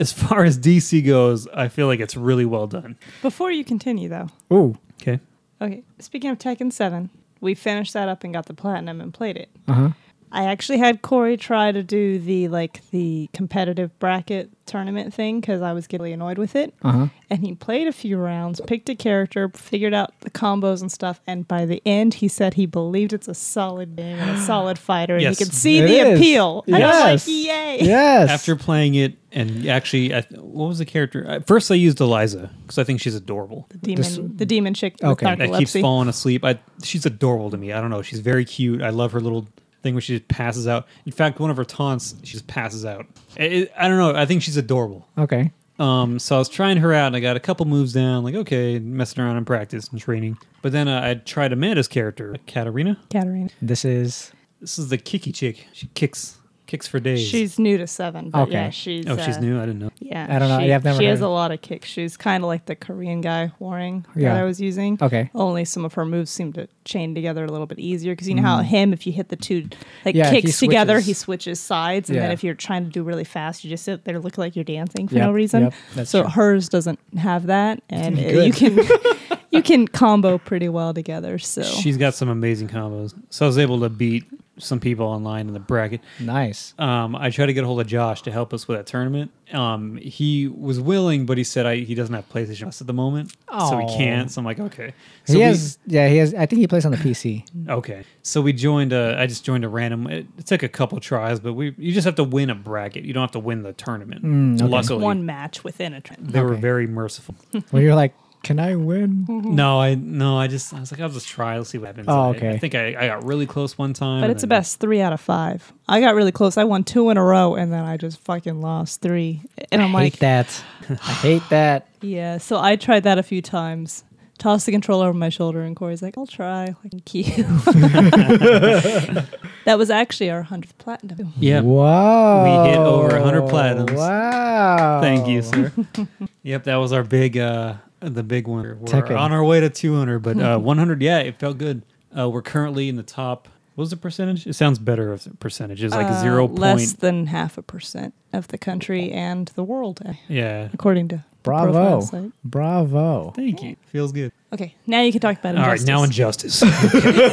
Speaker 3: As far as DC goes, I feel like it's really well done.
Speaker 2: Before you continue though,
Speaker 1: Ooh,
Speaker 3: Okay.
Speaker 2: okay. Speaking of Tekken Seven, we finished that up and got the platinum and played it.
Speaker 1: uh huh.
Speaker 2: I actually had Corey try to do the like the competitive bracket tournament thing because I was getting annoyed with it.
Speaker 1: Uh-huh.
Speaker 2: And he played a few rounds, picked a character, figured out the combos and stuff. And by the end, he said he believed it's a solid game
Speaker 1: (gasps)
Speaker 2: and a solid fighter, and
Speaker 3: Yes.
Speaker 2: he could see
Speaker 1: It
Speaker 2: the
Speaker 1: is.
Speaker 2: appeal. And I
Speaker 1: Yes.
Speaker 2: was like, yay!
Speaker 1: Yes.
Speaker 3: After playing it, and actually, I, what was the character? At First, I used Eliza because I think she's adorable.
Speaker 2: Demon,
Speaker 1: This-
Speaker 2: the demon chick
Speaker 1: Okay.
Speaker 2: with
Speaker 1: That
Speaker 3: that keeps
Speaker 2: narcolepsy.
Speaker 3: falling asleep. I she's adorable to me. I don't know. She's very cute. I love her little thing where she just passes out. In fact, one of her taunts, she just passes out. It- it- I don't know. I think she's adorable.
Speaker 1: okay.
Speaker 3: Um, so I was trying her out, and I got a couple moves down. Like okay, messing around in practice and training. But then uh, I tried Amanda's character, Katarina.
Speaker 2: Katarina.
Speaker 1: This is
Speaker 3: This is the kicky chick. She kicks. Kicks for days.
Speaker 2: She's new to seven, but
Speaker 1: Okay.
Speaker 2: yeah, she's
Speaker 3: oh, she's
Speaker 2: uh,
Speaker 3: new. I didn't know.
Speaker 2: Yeah,
Speaker 1: I don't know.
Speaker 2: She,
Speaker 1: Yeah, I've never
Speaker 2: she has
Speaker 1: heard
Speaker 2: a
Speaker 1: of-
Speaker 2: lot of kicks. She's kind of like the Korean guy Waring
Speaker 1: Yeah.
Speaker 2: that I was using.
Speaker 1: Okay.
Speaker 2: Only some of her moves seem to chain together a little bit easier because you know how him, if you hit the two like
Speaker 1: Mm. Yeah, he
Speaker 2: kicks together,
Speaker 1: switches.
Speaker 2: he switches sides, and then
Speaker 1: Yeah.
Speaker 2: if you're trying to do really fast, you just sit there look like you're dancing for
Speaker 1: Yep,
Speaker 2: no reason.
Speaker 1: yep, that's
Speaker 2: so
Speaker 1: true.
Speaker 2: hers doesn't have that, and uh,
Speaker 1: Good. (laughs)
Speaker 2: you can you can combo pretty well together. So
Speaker 3: She's got some amazing combos. So I was able to beat some people online in the bracket.
Speaker 1: Nice.
Speaker 3: Um, I tried to get a hold of Josh to help us with that tournament. Um, he was willing, but he said I, he doesn't have PlayStation Plus at the moment, so
Speaker 1: Aw.
Speaker 3: he can't. So I'm like, okay. So
Speaker 1: he
Speaker 3: we-
Speaker 1: has. Yeah, he has. I think he plays on the
Speaker 3: (laughs)
Speaker 1: PC.
Speaker 3: Okay, so we joined. A, I just joined a random. It, it took a couple tries, but we you just have to win a bracket. You don't have to win the tournament.
Speaker 1: Mm,
Speaker 3: So Luckily,
Speaker 2: one match within a trend.
Speaker 3: they were
Speaker 1: Okay.
Speaker 3: very merciful.
Speaker 1: where you're like, can I win?
Speaker 3: no, I no, I just I was like, I'll just try. Let's see what happens.
Speaker 1: Oh,
Speaker 3: I- I,
Speaker 1: okay.
Speaker 3: think I, I got really close one time,
Speaker 2: But
Speaker 3: and
Speaker 2: it's the
Speaker 3: then-
Speaker 2: best three out of five. I got really close. I won two in a row, and then I just fucking lost three. And I'm
Speaker 1: I hate
Speaker 2: like,
Speaker 1: that. I hate
Speaker 3: (sighs)
Speaker 1: that.
Speaker 2: yeah. So I tried that a few times. Toss the controller over my shoulder, and Corey's like, "I'll try." (laughs) Like, you. that was actually our hundredth platinum.
Speaker 3: Yeah.
Speaker 1: Wow.
Speaker 3: We hit over 100 platinums.
Speaker 1: Wow.
Speaker 3: Thank you, (laughs) sir. yep, that was our big uh the big one. We're
Speaker 1: Tekken.
Speaker 3: on our way to 200, but (laughs) uh 100 yeah, it felt good. Uh we're currently in the top. What was the percentage? It sounds better if the percentage is like
Speaker 2: Uh,
Speaker 3: 0.
Speaker 2: less
Speaker 3: Point,
Speaker 2: than half a percent of the country and the world, eh,
Speaker 3: yeah.
Speaker 2: according to the profile
Speaker 1: Bravo.
Speaker 2: site.
Speaker 1: Bravo.
Speaker 3: Thank you. Feels good.
Speaker 2: Okay, now you can talk about
Speaker 3: All
Speaker 2: injustice.
Speaker 3: right, now injustice.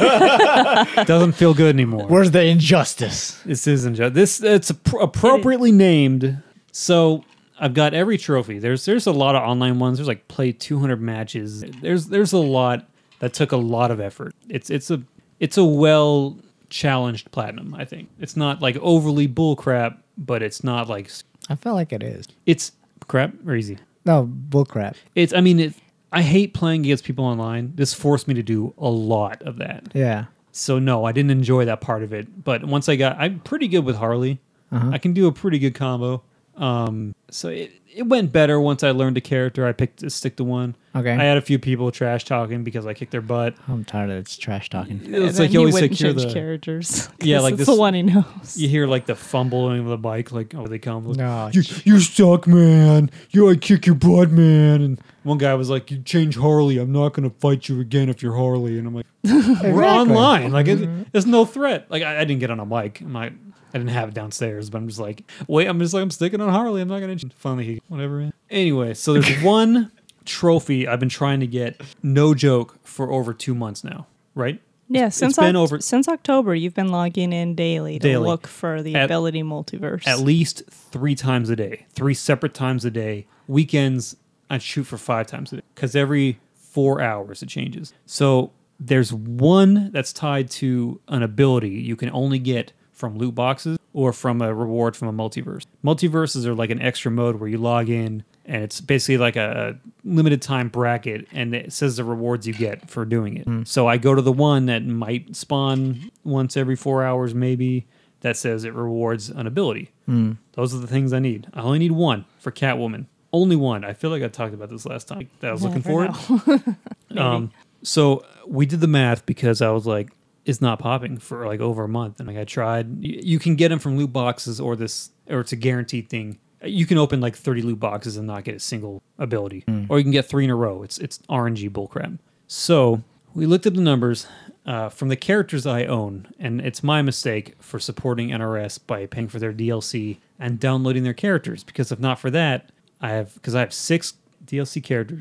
Speaker 3: (laughs) Doesn't feel good anymore.
Speaker 1: Where's the injustice?
Speaker 3: This isn't ju- this. It's appro- appropriately named. So I've got every trophy. There's there's a lot of online ones. There's like play 200 matches. There's there's a lot that took a lot of effort. It's it's a it's a well challenged platinum. I think it's not like overly bull crap, but it's not like s-
Speaker 1: I feel like it is.
Speaker 3: it's crap or easy.
Speaker 1: No bullcrap.
Speaker 3: It's I mean it. I hate playing against people online. This forced me to do a lot of that.
Speaker 1: Yeah.
Speaker 3: So no, I didn't enjoy that part of it. But once I got, I'm pretty good with Harley.
Speaker 1: Uh-huh.
Speaker 3: I can do a pretty good combo. Um, so it, it went better once I learned a character. I picked stick to one.
Speaker 1: Okay.
Speaker 3: I had a few people trash talking because I kicked their butt.
Speaker 1: I'm tired of this trash talking.
Speaker 2: And
Speaker 3: It's
Speaker 2: then
Speaker 3: like you
Speaker 2: he
Speaker 3: always
Speaker 2: wouldn't
Speaker 3: secure
Speaker 2: change
Speaker 3: the.
Speaker 2: characters. (laughs)
Speaker 3: Yeah,
Speaker 2: 'cause
Speaker 3: like
Speaker 2: it's
Speaker 3: this-
Speaker 2: the one he knows.
Speaker 3: You hear like the fumbling of the bike, like oh they come. Like,
Speaker 1: No,
Speaker 3: you, you suck, man. You I kick your butt, man. And one guy was like, "You change Harley. I'm not gonna fight you again if you're Harley." And I'm like, we're online. Like, it, there's no threat. Like, I, I didn't get on a mic. I'm like, I didn't have it downstairs, but I'm just like, wait, I'm just like, I'm sticking on Harley. I'm not gonna finally he- whatever. Man. Anyway, so there's one trophy I've been trying to get. No joke, for over two months now. Right?
Speaker 2: Yeah,
Speaker 3: It's-
Speaker 2: since
Speaker 3: it's been
Speaker 2: Oct-
Speaker 3: over-
Speaker 2: since October, you've been logging in daily to
Speaker 3: Daily.
Speaker 2: look for the
Speaker 3: At-
Speaker 2: ability multiverse.
Speaker 3: At least three times a day, three separate times a day. Weekends, I shoot for five times a day because every four hours it changes. So there's one that's tied to an ability you can only get from loot boxes or from a reward from a multiverse. Multiverses are like an extra mode where you log in and it's basically like a limited time bracket and it says the rewards you get for doing it. So I go to the one that might spawn once every four hours, maybe that says it rewards an ability. Those are the things I need. I only need one for Catwoman. Only one. I feel like I talked about this last time that I was looking for
Speaker 2: Never
Speaker 3: it. Um, so we did the math because I was like, it's not popping for like over a month, and like I tried. Y- You can get them from loot boxes or this, or it's a guaranteed thing. You can open like thirty loot boxes and not get a single ability, or you can get three in a row. It's it's RNG bullcrap. So we looked up the numbers uh, from the characters I own, and it's my mistake for supporting NRS by paying for their DLC and downloading their characters. Because if not for that, I have because I have six DLC characters,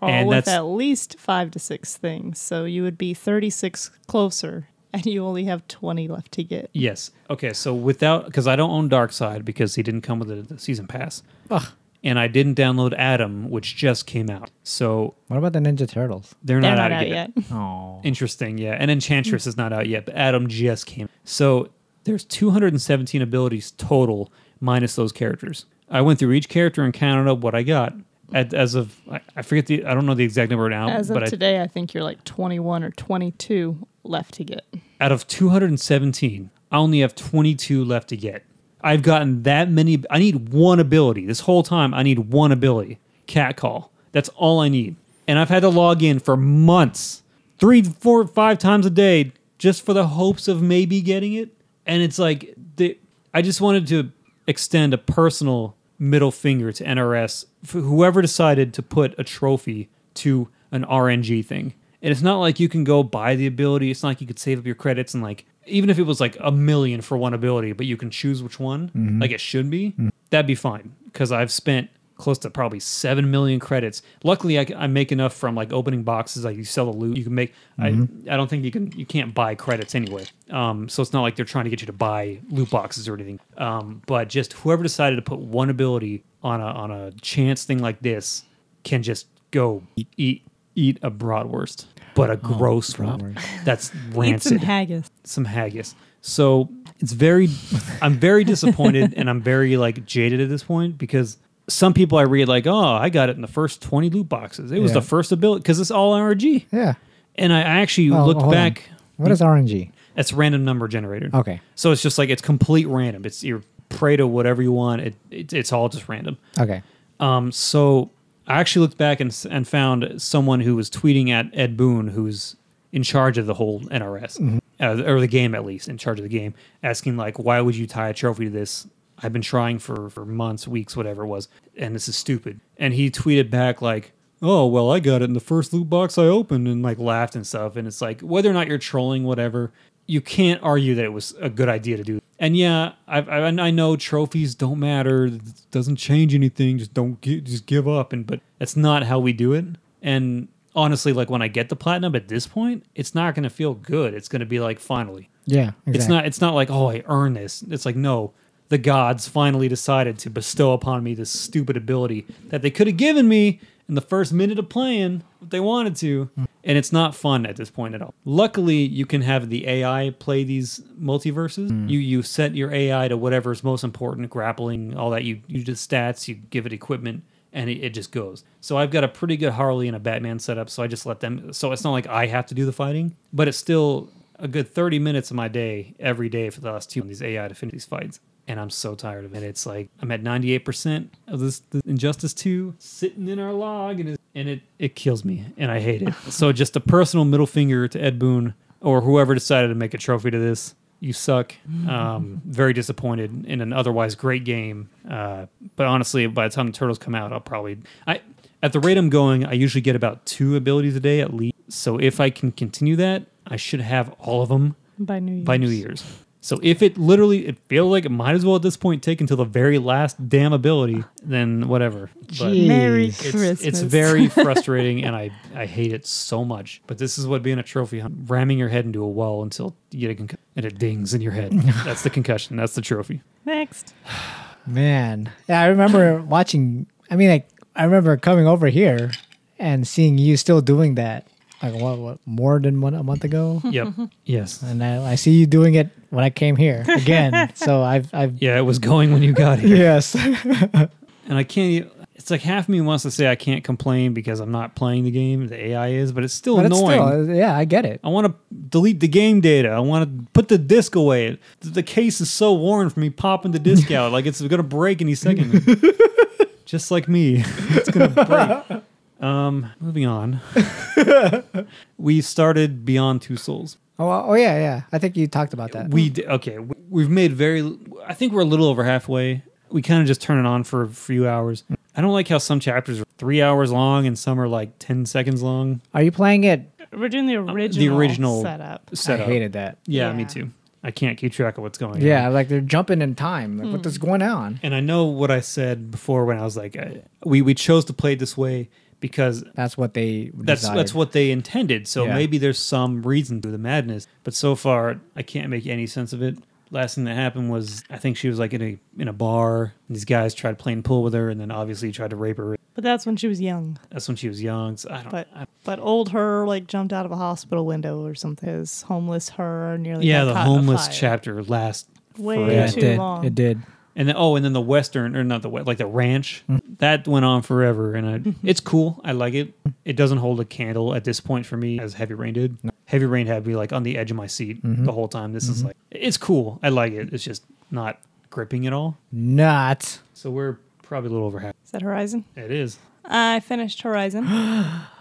Speaker 2: All with at least five to six things. So you would be 36 closer, and you only have 20 left to get.
Speaker 3: Yes. Okay. So without, because I don't own Dark Side because he didn't come with the, the season pass, and I didn't download Adam, which just came out. So
Speaker 1: What about the Ninja Turtles?
Speaker 3: they're,
Speaker 2: They're
Speaker 3: not,
Speaker 2: not
Speaker 3: out,
Speaker 2: out
Speaker 3: yet.
Speaker 2: yet.
Speaker 1: Oh.
Speaker 3: Interesting. Yeah. And Enchantress is not out yet, but Adam just came. So there's 217 abilities total minus those characters. I went through each character and counted up what I got. At, as of I, I forget the I don't know the exact number now,
Speaker 2: As
Speaker 3: but
Speaker 2: of
Speaker 3: I,
Speaker 2: today, I think you're like 21 or 22 left to get.
Speaker 3: out of 217, I only have 22 left to get. I've gotten that many. I need one ability. This whole time, I need one ability. Cat call. That's all I need. And I've had to log in for months, three, four, five times a day, just for the hopes of maybe getting it. And it's like the I just wanted to extend a personal middle finger to NRS for whoever decided to put a trophy to an RNG thing. And it's not like you can go buy the ability. It's not like you could save up your credits and like even if it was like a million for one ability, but you can choose which one, like it should be, that'd be fine. Because I've spent close to probably seven million credits. Luckily, I, c- I make enough from like opening boxes. Like you sell the loot, you can make.
Speaker 2: Mm-hmm.
Speaker 3: I I don't think you can you can't buy credits anyway. Um, so it's not like they're trying to get you to buy loot boxes or anything. Um, but just whoever decided to put one ability on a on a chance thing like this can just go eat eat, eat a broadwurst, but a gross one
Speaker 1: broadwurst.
Speaker 3: that's
Speaker 2: Oh, Eat some
Speaker 3: rancid
Speaker 2: haggis.
Speaker 3: some haggis. So it's very, I'm very disappointed and I'm very like jaded at this point because some people I read like, oh, I got it in the first 20 loot boxes. It was
Speaker 1: Yeah.
Speaker 3: the first ability because it's all RNG.
Speaker 1: Yeah.
Speaker 3: And I I actually
Speaker 1: Oh,
Speaker 3: looked
Speaker 1: hold on.
Speaker 3: back.
Speaker 1: What is RNG?
Speaker 3: It's random number generator.
Speaker 1: Okay.
Speaker 3: So it's just like, it's complete random. It's your prey to whatever you want. It, it It's all just random.
Speaker 1: Okay.
Speaker 3: Um, so I actually looked back and, s- and found someone who was tweeting at Ed Boone, who's in charge of the whole NRS uh, or the game at least, in charge of the game, asking like, "Why would you tie a trophy to this? I've been trying for for months, weeks, whatever it was, and this is stupid." And he tweeted back like. Oh well, I got it in the first loot box I opened, and like laughed and stuff. And it's like whether or not you're trolling, whatever, you can't argue that it was a good idea to do. And yeah, I, I and I know trophies don't matter. It doesn't change anything. Just don't gi- just give up. And but that's not how we do it. And honestly, like when I get the platinum at this point, it's not going to feel good. It's going to be like finally.
Speaker 1: Yeah. Exactly.
Speaker 3: It's not. It's not like oh, I earned this. It's like no, the gods finally decided to bestow upon me this stupid ability that they could have given me in the first minute of playing if they wanted to, and it's not fun at this point at all. Luckily, you can have the AI play these multiverses. You you set your AI to whatever's most important, grappling, all that. You you just stats. You give it equipment. And it, it just goes. So I've got a pretty good Harley and a Batman setup. So I just let them. So it's not like I have to do the fighting, but it's still a good 30 minutes of my day every day for the last two on these AI to finish these fights. And I'm so tired of it. It's like I'm at 98% of this, this Injustice 2 sitting in our log and, it- and it, it kills me and I hate it. so just a personal middle finger to Ed Boone or whoever decided to make a trophy to this. You suck. Um, very disappointed in an otherwise great game. Uh, but honestly, by the time the turtles come out, I'll probably I at the rate I'm going, I usually get about two abilities a day at least. So if I can continue that, I should have all of them
Speaker 2: By New Year's.
Speaker 3: by New Year's. So if it literally, it feels like it might as well at this point take until the very last damn ability, then whatever. But
Speaker 1: Gee.
Speaker 2: Merry
Speaker 1: It's-
Speaker 3: it's,
Speaker 2: Christmas. (laughs)
Speaker 3: it's very frustrating and I, I hate it so much. But this is what being a trophy hunt, ramming your head into a wall until you get a concussion and it dings in
Speaker 2: (laughs)
Speaker 3: your head. That's the concussion. That's the trophy.
Speaker 2: Next.
Speaker 1: Man, yeah, I
Speaker 3: (clears throat)
Speaker 1: remember watching. I mean, like I remember coming over here and seeing you still doing that, like what, what more than one a month
Speaker 3: (laughs)
Speaker 1: ago.
Speaker 2: (laughs)
Speaker 3: Yep. yes.
Speaker 1: And I, I see you doing it when I came here
Speaker 3: (laughs)
Speaker 1: again. so I've, I've
Speaker 3: Yeah, it was going when you got
Speaker 2: (laughs)
Speaker 3: here.
Speaker 1: yes, (laughs)
Speaker 3: and I can't. e- It's like half me wants to say I can't complain because I'm not playing the game. The AI is, but it's still
Speaker 1: but it's
Speaker 3: annoying.
Speaker 1: still, uh, yeah, I get it.
Speaker 3: I want to delete the game data. I want to put the disc away. The- The case is so worn from me popping
Speaker 1: (laughs)
Speaker 3: the disc out, like it's gonna break any second. Just like me, (laughs) it's gonna break. Um,
Speaker 1: (laughs)
Speaker 3: moving on. we started Beyond Two Souls.
Speaker 1: Oh, well, oh yeah, yeah. I think you talked about that.
Speaker 3: We d- okay. w- We've made very. I think we're a little over halfway. We kind of just turn it on for a few hours. I don't like how some chapters are three hours long and some are like ten seconds long.
Speaker 1: Are you playing it?
Speaker 2: We're doing the original,
Speaker 3: Uh, original
Speaker 2: setup.
Speaker 3: Set
Speaker 1: I
Speaker 3: up.
Speaker 1: hated that.
Speaker 3: Yeah, me
Speaker 2: Yeah.
Speaker 3: too. I can't keep track of what's going on.
Speaker 1: Yeah, like they're jumping in time. Like
Speaker 3: Hmm.
Speaker 1: what is going on?
Speaker 3: And I know what I said before when I was like, I, we we chose to play it this way because
Speaker 1: That's what they.
Speaker 3: that's
Speaker 1: desired.
Speaker 3: that's what they intended. So
Speaker 1: Yeah.
Speaker 3: maybe there's some reason to the madness, but so far I can't make any sense of it. Last thing that happened was I think she was like in a in a bar. And these guys tried playing pool with her, and then obviously tried to rape her.
Speaker 2: But that's when she was young.
Speaker 3: That's when she was young. So I don't.
Speaker 2: But but old her like jumped out of a hospital window or something. Is homeless her nearly
Speaker 3: yeah,
Speaker 2: got
Speaker 3: the
Speaker 2: caught in a
Speaker 3: homeless
Speaker 2: fire.
Speaker 3: chapter last.
Speaker 2: Way
Speaker 3: forever.
Speaker 1: it
Speaker 2: too
Speaker 1: did.
Speaker 2: long.
Speaker 1: It did.
Speaker 3: And then oh, and then the western or not the we- like the ranch
Speaker 1: Mm-hmm.
Speaker 3: that went on forever, and I, it's cool. I like it. It doesn't hold a candle at this point for me as heavy rain did. Heavy rain had me like on the edge of my seat
Speaker 1: Mm-hmm.
Speaker 3: the whole time. This is like it's cool. I like it. It's just not gripping at all.
Speaker 1: Not.
Speaker 3: So we're probably a little over half.
Speaker 2: Is that Horizon?
Speaker 3: It is
Speaker 2: I finished
Speaker 1: (gasps)
Speaker 2: Horizon.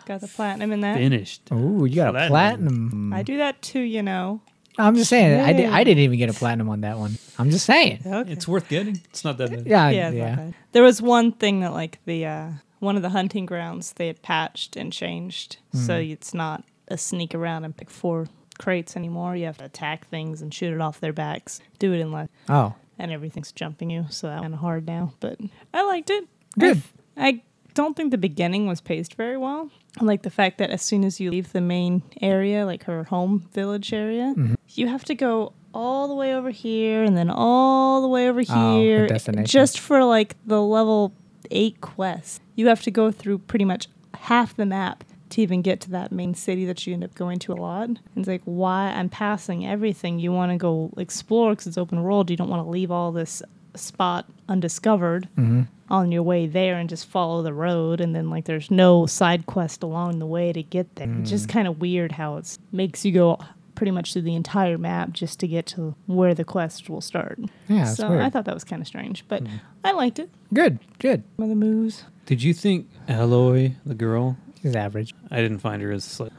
Speaker 2: Got the platinum in that.
Speaker 3: finished.
Speaker 1: Oh. Ooh, you got a
Speaker 3: Platinum.
Speaker 1: platinum.
Speaker 2: I do that too, you know.
Speaker 1: I'm just saying. I, did, I
Speaker 2: Yay.
Speaker 1: didn't even get a platinum on that one. I'm just saying.
Speaker 2: Okay.
Speaker 3: It's worth getting. It's not that bad.
Speaker 1: Yeah, yeah.
Speaker 2: yeah, it's not bad. There was one thing that like the uh, one of the hunting grounds they had patched and changed, so
Speaker 1: Mm.
Speaker 2: it's not a sneak around and pick four crates anymore. You have to attack things and shoot it off their backs, do it in less,
Speaker 1: Oh,
Speaker 2: and everything's jumping you. So that's kind of hard now, but I liked it.
Speaker 1: Good.
Speaker 2: I, I don't think the beginning was paced very well. I like the fact that as soon as you leave the main area, like her home village area,
Speaker 1: Mm-hmm.
Speaker 2: you have to go all the way over here and then all the way over
Speaker 1: Oh, the
Speaker 2: here
Speaker 1: destination.
Speaker 2: just for like the level 8 quest. You have to go through pretty much half the map to even get to that main city that you end up going to a lot. And it's like why I'm passing everything you want to go explore cuz it's open world. You don't want to leave all this spot undiscovered
Speaker 1: Mm-hmm.
Speaker 2: on your way there and just follow the road and then like there's no side quest along the way to get there. It's
Speaker 3: Mm.
Speaker 2: just kind of weird how it makes you go pretty much through the entire map just to get to where the quest will start.
Speaker 1: Yeah, it's
Speaker 2: so
Speaker 1: weird.
Speaker 2: I thought that was kind of strange, but
Speaker 3: Hmm.
Speaker 2: I liked it.
Speaker 1: good, good.
Speaker 2: Some of the moves.
Speaker 3: Did you think Aloy, the girl?
Speaker 1: She's average. (laughs)
Speaker 3: I didn't find her as like,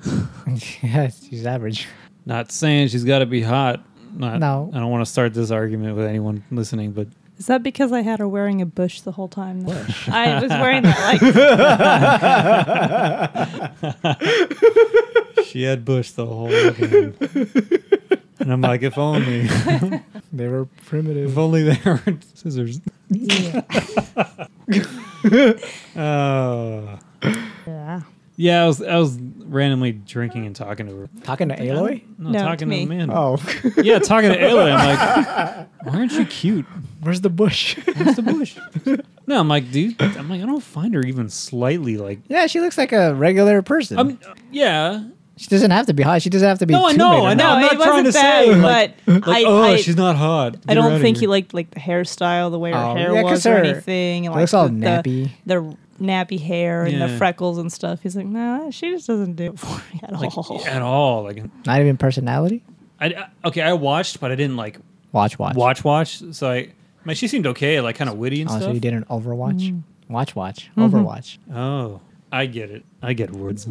Speaker 1: yeah, she's average.
Speaker 3: not saying she's got to be hot. Not,
Speaker 1: No.
Speaker 3: I don't want to start this argument with anyone listening, but
Speaker 2: Is that because I had her wearing a bush the whole time? I was wearing that
Speaker 3: (laughs)
Speaker 2: like
Speaker 3: she had Bush the whole (laughs) game. and I'm like, if only, (laughs)
Speaker 1: They were
Speaker 3: if
Speaker 1: primitive.
Speaker 3: only they weren't scissors. Oh.
Speaker 2: yeah.
Speaker 3: Yeah, I was I was randomly drinking and talking to her.
Speaker 1: Talking to Aloy?
Speaker 3: No,
Speaker 2: No, to
Speaker 3: talking
Speaker 2: me.
Speaker 3: to the man.
Speaker 1: Oh, (laughs)
Speaker 3: Yeah, talking to Aloy. I'm like, (laughs) why aren't you cute?
Speaker 1: (laughs) where's the bush?
Speaker 3: Where's the bush? No, I'm like, dude. I'm like, I don't find her even slightly like.
Speaker 1: yeah, she looks like a regular person.
Speaker 3: I'm, yeah.
Speaker 1: she doesn't have to be hot. She doesn't have to be.
Speaker 3: Um, No, I
Speaker 1: too made or
Speaker 3: know, I know.
Speaker 1: not.
Speaker 2: No,
Speaker 3: I'm
Speaker 2: it
Speaker 3: not trying
Speaker 2: wasn't
Speaker 3: to
Speaker 2: that,
Speaker 3: say,
Speaker 2: but I,
Speaker 3: Like, oh,
Speaker 2: I,
Speaker 3: she's not hot.
Speaker 2: I
Speaker 3: Get her out
Speaker 2: don't
Speaker 3: of
Speaker 2: think
Speaker 3: here.
Speaker 2: he liked like the hairstyle, the way her
Speaker 1: Oh,
Speaker 2: hair
Speaker 1: yeah, 'cause
Speaker 2: was or
Speaker 1: her-
Speaker 2: anything. and,
Speaker 1: it
Speaker 2: like,
Speaker 1: looks all
Speaker 2: the-
Speaker 1: nappy.
Speaker 2: The, nappy hair and
Speaker 3: Yeah.
Speaker 2: the freckles and stuff. He's like, nah, she just doesn't do it for me at
Speaker 3: Like,
Speaker 2: all.
Speaker 3: at all. Like,
Speaker 1: Not even personality.
Speaker 3: I, I- okay, I watched, but I didn't like
Speaker 1: Watch, watch.
Speaker 3: watch watch. So I, I mean, she seemed okay, like kind of witty and
Speaker 1: Oh,
Speaker 3: stuff. Mm-hmm.
Speaker 1: so you did an Overwatch. Watch, watch. Overwatch.
Speaker 3: Oh, I get it. I
Speaker 1: (laughs)
Speaker 3: get words.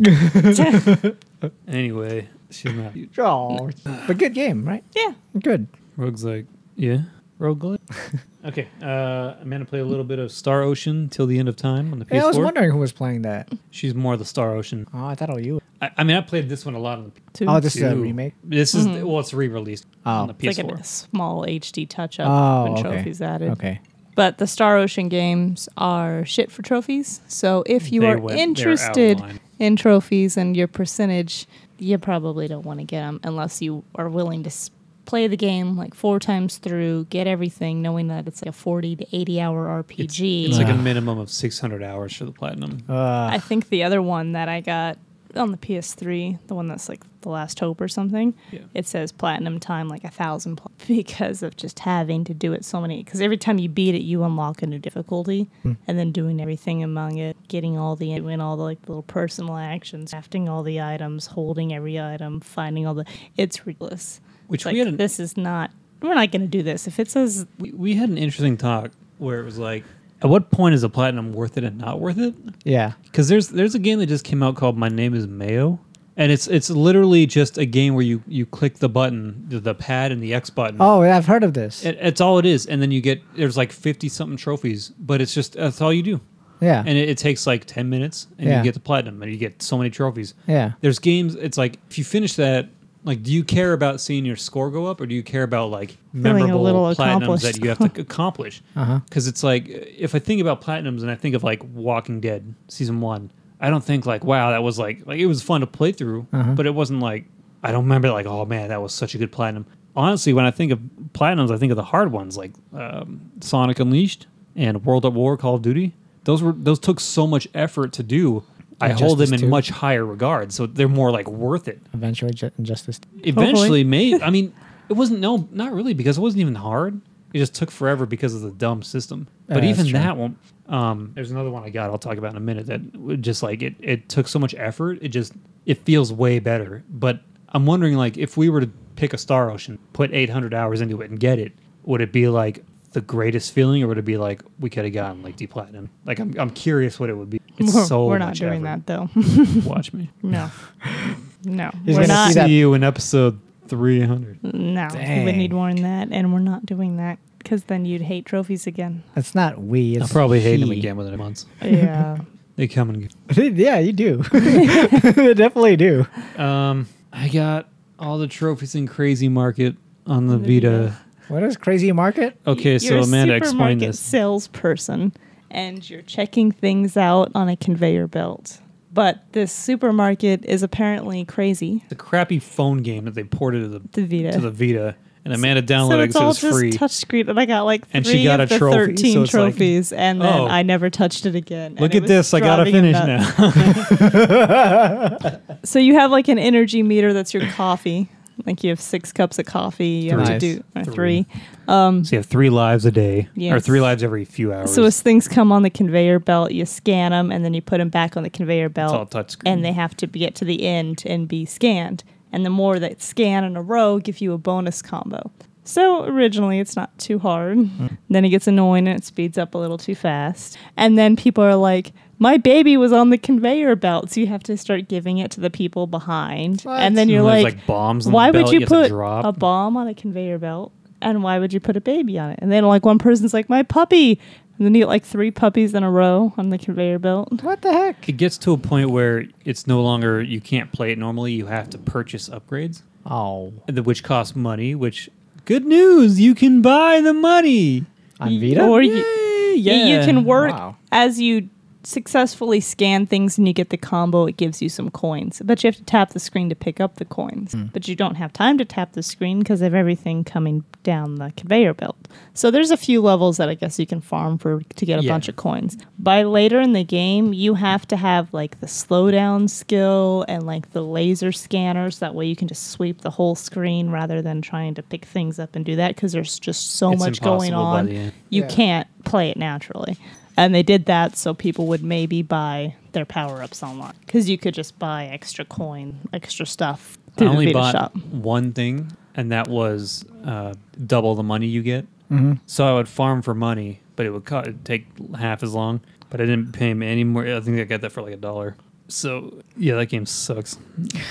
Speaker 3: anyway, she's not. cute.
Speaker 1: Oh, but good game, right?
Speaker 2: (laughs) yeah.
Speaker 1: Good.
Speaker 3: Rogue's like, yeah. Roguelike. (laughs) okay, uh, I'm gonna play a little bit of Star Ocean till the end of time on the PS4.
Speaker 1: Yeah, I was wondering who was playing that.
Speaker 3: She's more the Star Ocean.
Speaker 1: Oh, I thought it was you.
Speaker 3: I, I mean, I played this one a lot on the. P-
Speaker 2: Two.
Speaker 1: Oh, this is a
Speaker 3: two.
Speaker 1: remake. Mm-hmm.
Speaker 3: This is well, it's re-released on the
Speaker 2: it's
Speaker 3: PS4.
Speaker 2: like a small HD touch up
Speaker 1: Oh,
Speaker 2: when
Speaker 1: okay.
Speaker 2: trophies added.
Speaker 1: Okay.
Speaker 2: But the Star Ocean games are shit for trophies. So if you
Speaker 3: They
Speaker 2: are
Speaker 3: went- they're out of
Speaker 2: interested
Speaker 3: line.
Speaker 2: in trophies and your percentage, you probably don't want to get them unless you are willing to s- play the game like four times through, get everything, knowing that it's like a 40 to 80 hour
Speaker 3: It's,
Speaker 2: RPG.
Speaker 3: it's like a
Speaker 1: Ugh.
Speaker 3: minimum of 600 hours for the platinum.
Speaker 1: Uh,
Speaker 2: I think the other one that I got on the PS3, the one that's like The Last Hope or something,
Speaker 3: Yeah.
Speaker 2: it says platinum time like a thousand pl- (laughs) because of just having to do it so many. Because every time you beat it, you unlock a new difficulty, and then doing everything among it, getting all the doing all the like little personal actions, crafting all the items, holding every item, finding all the. It's ridiculous.
Speaker 3: Which
Speaker 2: Like,
Speaker 3: we had an
Speaker 2: this is not. We're not going to do this. If it says
Speaker 3: we, we had an interesting talk where it was like, at what point is a platinum worth it and not worth it?
Speaker 1: yeah.
Speaker 3: Because there's there's a game that just came out called My Name Is Mayo, and it's it's literally just a game where you you click the button, the, the pad and the X button.
Speaker 1: Oh, yeah, I've heard of this.
Speaker 3: It, it's all it is, and then you get there's like fifty something trophies, but it's just that's all you do,
Speaker 1: yeah.
Speaker 3: and it, it takes like ten minutes, and
Speaker 1: Yeah.
Speaker 3: you get the platinum, and you get so many trophies.
Speaker 1: yeah.
Speaker 3: There's games. It's like if you finish that, like, do you care about seeing your score go up, or do you care about like
Speaker 2: a
Speaker 3: memorable
Speaker 2: little
Speaker 3: platinums
Speaker 2: accomplished.
Speaker 3: that you have to accomplish?
Speaker 1: Uh-huh.
Speaker 3: Because it's like if I think about platinums and I think of like Walking Dead season one, I don't think like wow that was like like it was fun to play through,
Speaker 1: Uh-huh.
Speaker 3: but it wasn't like I don't remember like oh man that was such a good platinum. Honestly, when I think of platinums, I think of the hard ones like um, Sonic Unleashed and World at War, Call of Duty. Those were those took so much effort to do. I hold them in
Speaker 1: Injustice 2.
Speaker 3: much higher regard, so they're more like worth it.
Speaker 1: Eventually, ju- Justice.
Speaker 3: Eventually, maybe. I mean, it wasn't no, not really, because it wasn't even hard. It just took forever because of the dumb system. But
Speaker 1: that's
Speaker 3: even
Speaker 1: true.
Speaker 3: that one, um, there's another one I got. I'll talk about in a minute. That would just like it, it took so much effort. It just it feels way better. But I'm wondering, like, if we were to pick a Star Ocean, put 800 hours into it, and get it, would it be like the greatest feeling, or would it be like we could have gotten like D platinum? Like, I'm I'm curious what it
Speaker 2: (laughs)
Speaker 3: would be. It's
Speaker 2: we're,
Speaker 3: so
Speaker 2: we're not
Speaker 3: much
Speaker 2: doing
Speaker 3: effort.
Speaker 2: that though. (laughs)
Speaker 3: Watch me.
Speaker 2: no, no,
Speaker 1: He's
Speaker 2: we're
Speaker 1: gonna
Speaker 2: not.
Speaker 1: see that-
Speaker 3: you in episode Three hundred.
Speaker 2: No, we would
Speaker 1: Dang.
Speaker 2: need more than that, and we're not doing that because then you'd hate trophies again.
Speaker 1: That's not we.
Speaker 3: I'll
Speaker 1: It's
Speaker 3: probably hate him
Speaker 1: he.
Speaker 3: again within a month.
Speaker 2: (laughs) Yeah.
Speaker 3: They come and
Speaker 1: (laughs)
Speaker 3: go.
Speaker 1: yeah, you do. (laughs) they definitely do.
Speaker 3: Um, I got all the trophies in Crazy Market on the
Speaker 2: On the Vita.
Speaker 3: Vita.
Speaker 1: What is crazy market?
Speaker 3: Okay,
Speaker 2: You're
Speaker 3: so
Speaker 2: a
Speaker 3: Amanda, explain
Speaker 2: supermarket
Speaker 3: this.
Speaker 2: Salesperson, and you're checking things out on a conveyor belt. But this supermarket is apparently crazy.
Speaker 3: The crappy phone game that they ported to the
Speaker 2: The Vita.
Speaker 3: to the Vita, and Amanda downloaded
Speaker 2: so
Speaker 3: it
Speaker 2: it's all
Speaker 3: because it
Speaker 2: just
Speaker 3: was free.
Speaker 2: touchscreen, and I got like three
Speaker 3: And she got
Speaker 2: of
Speaker 3: a
Speaker 2: the
Speaker 3: trophy,
Speaker 2: thirteen
Speaker 3: so it's like,
Speaker 2: trophies, and then
Speaker 3: oh.
Speaker 2: I never touched it again. and
Speaker 3: Look
Speaker 2: it
Speaker 3: at
Speaker 2: was
Speaker 3: this! I gotta
Speaker 2: driving me
Speaker 3: finish
Speaker 2: nuts.
Speaker 3: now.
Speaker 2: So you have like an energy meter that's your coffee. Like you have six cups of coffee. You have
Speaker 1: Three.
Speaker 2: to do or
Speaker 3: Three.
Speaker 2: three.
Speaker 3: so you have three lives a day, or
Speaker 2: Yes.
Speaker 3: three lives every few hours.
Speaker 2: So as things come on the conveyor belt, you scan them and then you put them back on the conveyor
Speaker 3: it's all
Speaker 2: belt,
Speaker 3: touchscreen.
Speaker 2: and they have to be, get to the end and be scanned. And the more that scan in a row, give you a bonus combo. So originally, it's not too hard.
Speaker 3: Hmm.
Speaker 2: Then it gets annoying and it speeds up a little too fast. And then people are like. My baby was on the conveyor belt, so you have to start giving it to the people behind. And then you're
Speaker 3: And there's,
Speaker 2: like,
Speaker 3: like bombs. On
Speaker 2: why
Speaker 3: the
Speaker 2: would
Speaker 3: belt
Speaker 2: you,
Speaker 3: have to
Speaker 2: put
Speaker 3: drop.
Speaker 2: a bomb on a conveyor belt and why would you put a baby on it and then like one person's like my puppy and then you get like three puppies in a row on the conveyor belt
Speaker 1: What the heck?
Speaker 3: It gets to a point where it's no longer you can't play it normally. You have to purchase upgrades,
Speaker 1: Oh,
Speaker 3: th- which costs money. Which good news, you can buy the money.
Speaker 1: on Vita.
Speaker 2: or
Speaker 3: Yay,
Speaker 2: you,
Speaker 3: yeah,
Speaker 2: you can work
Speaker 1: Wow.
Speaker 2: as you successfully scan things and you get the combo it gives you some coins but you have to tap the screen to pick up the coins
Speaker 3: Hmm.
Speaker 2: but you don't have time to tap the screen because of everything coming down the conveyor belt so there's a few levels that i guess you can farm for to get a
Speaker 3: Yeah.
Speaker 2: bunch of coins by later in the game you have to have like the slowdown skill and like the laser scanners that way you can just sweep the whole screen rather than trying to pick things up and do that because there's just so
Speaker 3: It's
Speaker 2: much going
Speaker 3: impossible by
Speaker 2: on
Speaker 3: the end.
Speaker 2: you
Speaker 1: Yeah.
Speaker 2: can't play it naturally. And they did that so people would maybe buy their power ups online because you could just buy extra coin, extra stuff
Speaker 3: I
Speaker 2: through the
Speaker 3: only
Speaker 2: Vita
Speaker 3: bought
Speaker 2: shop.
Speaker 3: one thing, and that was uh, double the money you get. So I would farm for money, but it would co- it'd take half as long. But I didn't pay him any more. I think I got that for like a dollar. So yeah, that game sucks.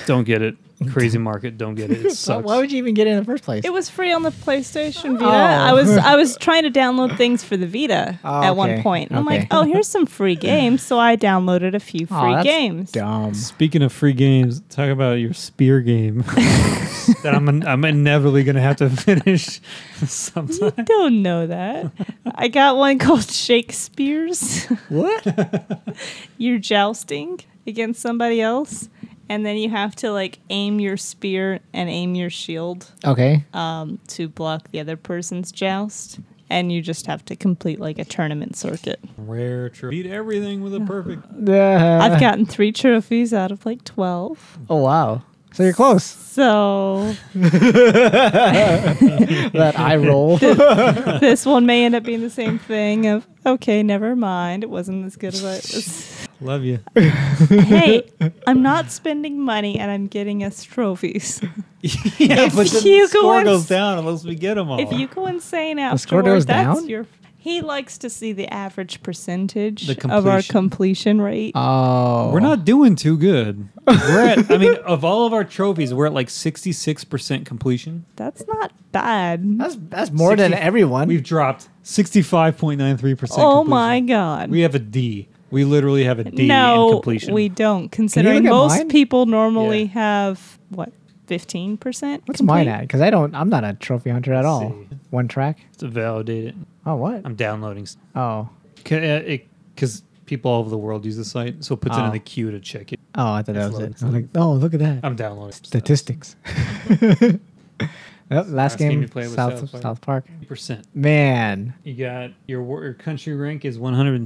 Speaker 3: Don't get it. Crazy market. Don't
Speaker 2: (laughs)
Speaker 3: get it. It
Speaker 1: So
Speaker 3: sucks.
Speaker 1: why would you even get it in the first place?
Speaker 2: It was free on the PlayStation Vita.
Speaker 1: Oh.
Speaker 2: I
Speaker 1: (laughs)
Speaker 2: was I was trying to download things for the Vita
Speaker 1: Oh,
Speaker 2: at one
Speaker 1: okay.
Speaker 2: point. And I'm
Speaker 1: Okay.
Speaker 2: like, oh, here's some free games. So I downloaded a few free
Speaker 1: Aw, that's
Speaker 2: games.
Speaker 1: Dumb.
Speaker 3: Speaking of free games, talk about your spear
Speaker 2: (laughs)
Speaker 3: game that I'm I'm inevitably gonna have to (laughs) finish
Speaker 2: (laughs)
Speaker 3: sometime.
Speaker 2: I (laughs) don't know that. I got one called Shakespeare's.
Speaker 1: What?
Speaker 2: you're jousting against somebody else and then you have to like aim your spear and aim your shield
Speaker 1: (laughs) okay.
Speaker 2: um, to block the other person's joust and you just have to complete like a tournament circuit
Speaker 3: Rare trophy. Beat everything with a perfect.
Speaker 2: i've gotten three trophies out of like 12
Speaker 1: Uh, Oh wow. So you're
Speaker 3: (laughs)
Speaker 1: close.
Speaker 2: so
Speaker 1: That eye
Speaker 2: (laughs)
Speaker 1: roll.
Speaker 2: this one may end up being the same thing of okay never mind it wasn't as good as i was (laughs)
Speaker 3: Love (laughs) you.
Speaker 2: hey i'm not spending money and i'm getting us trophies
Speaker 3: yeah,
Speaker 2: If you go ins-
Speaker 3: down unless we get them all.
Speaker 2: If you go insane
Speaker 1: score
Speaker 2: afterward,
Speaker 1: goes
Speaker 2: that's
Speaker 1: down?
Speaker 2: your. He likes to see the average percentage
Speaker 3: The
Speaker 2: of our
Speaker 3: completion. Uh,
Speaker 2: completion rate.
Speaker 1: Oh.
Speaker 3: we're not doing too good. We're at,
Speaker 2: (laughs)
Speaker 3: I mean, of all of our trophies, we're at like 66% completion.
Speaker 2: that's not bad.
Speaker 1: That's that's more than
Speaker 3: 60
Speaker 1: everyone.
Speaker 3: We've dropped 65.93%.
Speaker 2: Oh
Speaker 3: completion.
Speaker 2: my god.
Speaker 3: We have a D. We literally have a D in
Speaker 2: no,
Speaker 3: completion.
Speaker 2: we don't. Considering
Speaker 1: at
Speaker 2: most
Speaker 1: mine?
Speaker 2: people normally
Speaker 3: Yeah.
Speaker 2: have what fifteen percent.
Speaker 1: What's mine at? Because I don't. I'm not a trophy hunter at all.
Speaker 3: see.
Speaker 1: One track.
Speaker 3: to validate it.
Speaker 1: Oh what?
Speaker 3: I'm downloading
Speaker 1: Oh.
Speaker 3: because uh, people all over the world use the site, so it puts it in
Speaker 1: Oh.
Speaker 3: the queue to check it.
Speaker 1: Oh, I thought that
Speaker 3: It's
Speaker 1: was
Speaker 3: loaded.
Speaker 1: it. I'm like, oh, look at that.
Speaker 3: I'm downloading (laughs)
Speaker 1: Statistics. Yep, last,
Speaker 3: game
Speaker 1: game,
Speaker 3: you played was
Speaker 1: South
Speaker 3: South
Speaker 1: South
Speaker 3: Park.
Speaker 1: Park.
Speaker 3: percent.
Speaker 1: Man,
Speaker 3: You got your, wor- your country rank is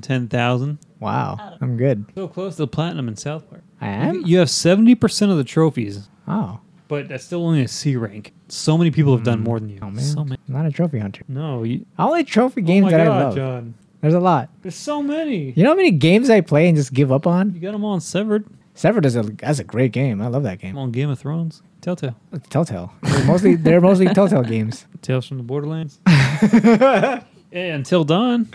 Speaker 3: 110,000.
Speaker 1: wow, I'm good.
Speaker 3: So close to platinum in South Park.
Speaker 1: I am.
Speaker 3: You have 70% of the trophies,
Speaker 1: Oh,
Speaker 3: but that's still only a C rank. So many people have done more than you.
Speaker 1: oh man,
Speaker 3: So many.
Speaker 1: I'm not a trophy hunter.
Speaker 3: No, you,
Speaker 1: Only trophy
Speaker 3: oh
Speaker 1: games
Speaker 3: my
Speaker 1: that
Speaker 3: God,
Speaker 1: I love.
Speaker 3: John.
Speaker 1: There's a lot.
Speaker 3: There's so many.
Speaker 1: You know how many games I play and just give up
Speaker 3: You
Speaker 1: on?
Speaker 3: got them all in Severed.
Speaker 1: Severed is a that's a great game. I love that
Speaker 3: I'm
Speaker 1: game.
Speaker 3: on Game of Thrones. Telltale.
Speaker 1: It's Telltale. They're mostly they're
Speaker 3: (laughs)
Speaker 1: mostly Telltale games.
Speaker 3: Tales from
Speaker 1: (laughs)
Speaker 3: the Borderlands. yeah, Until Dawn.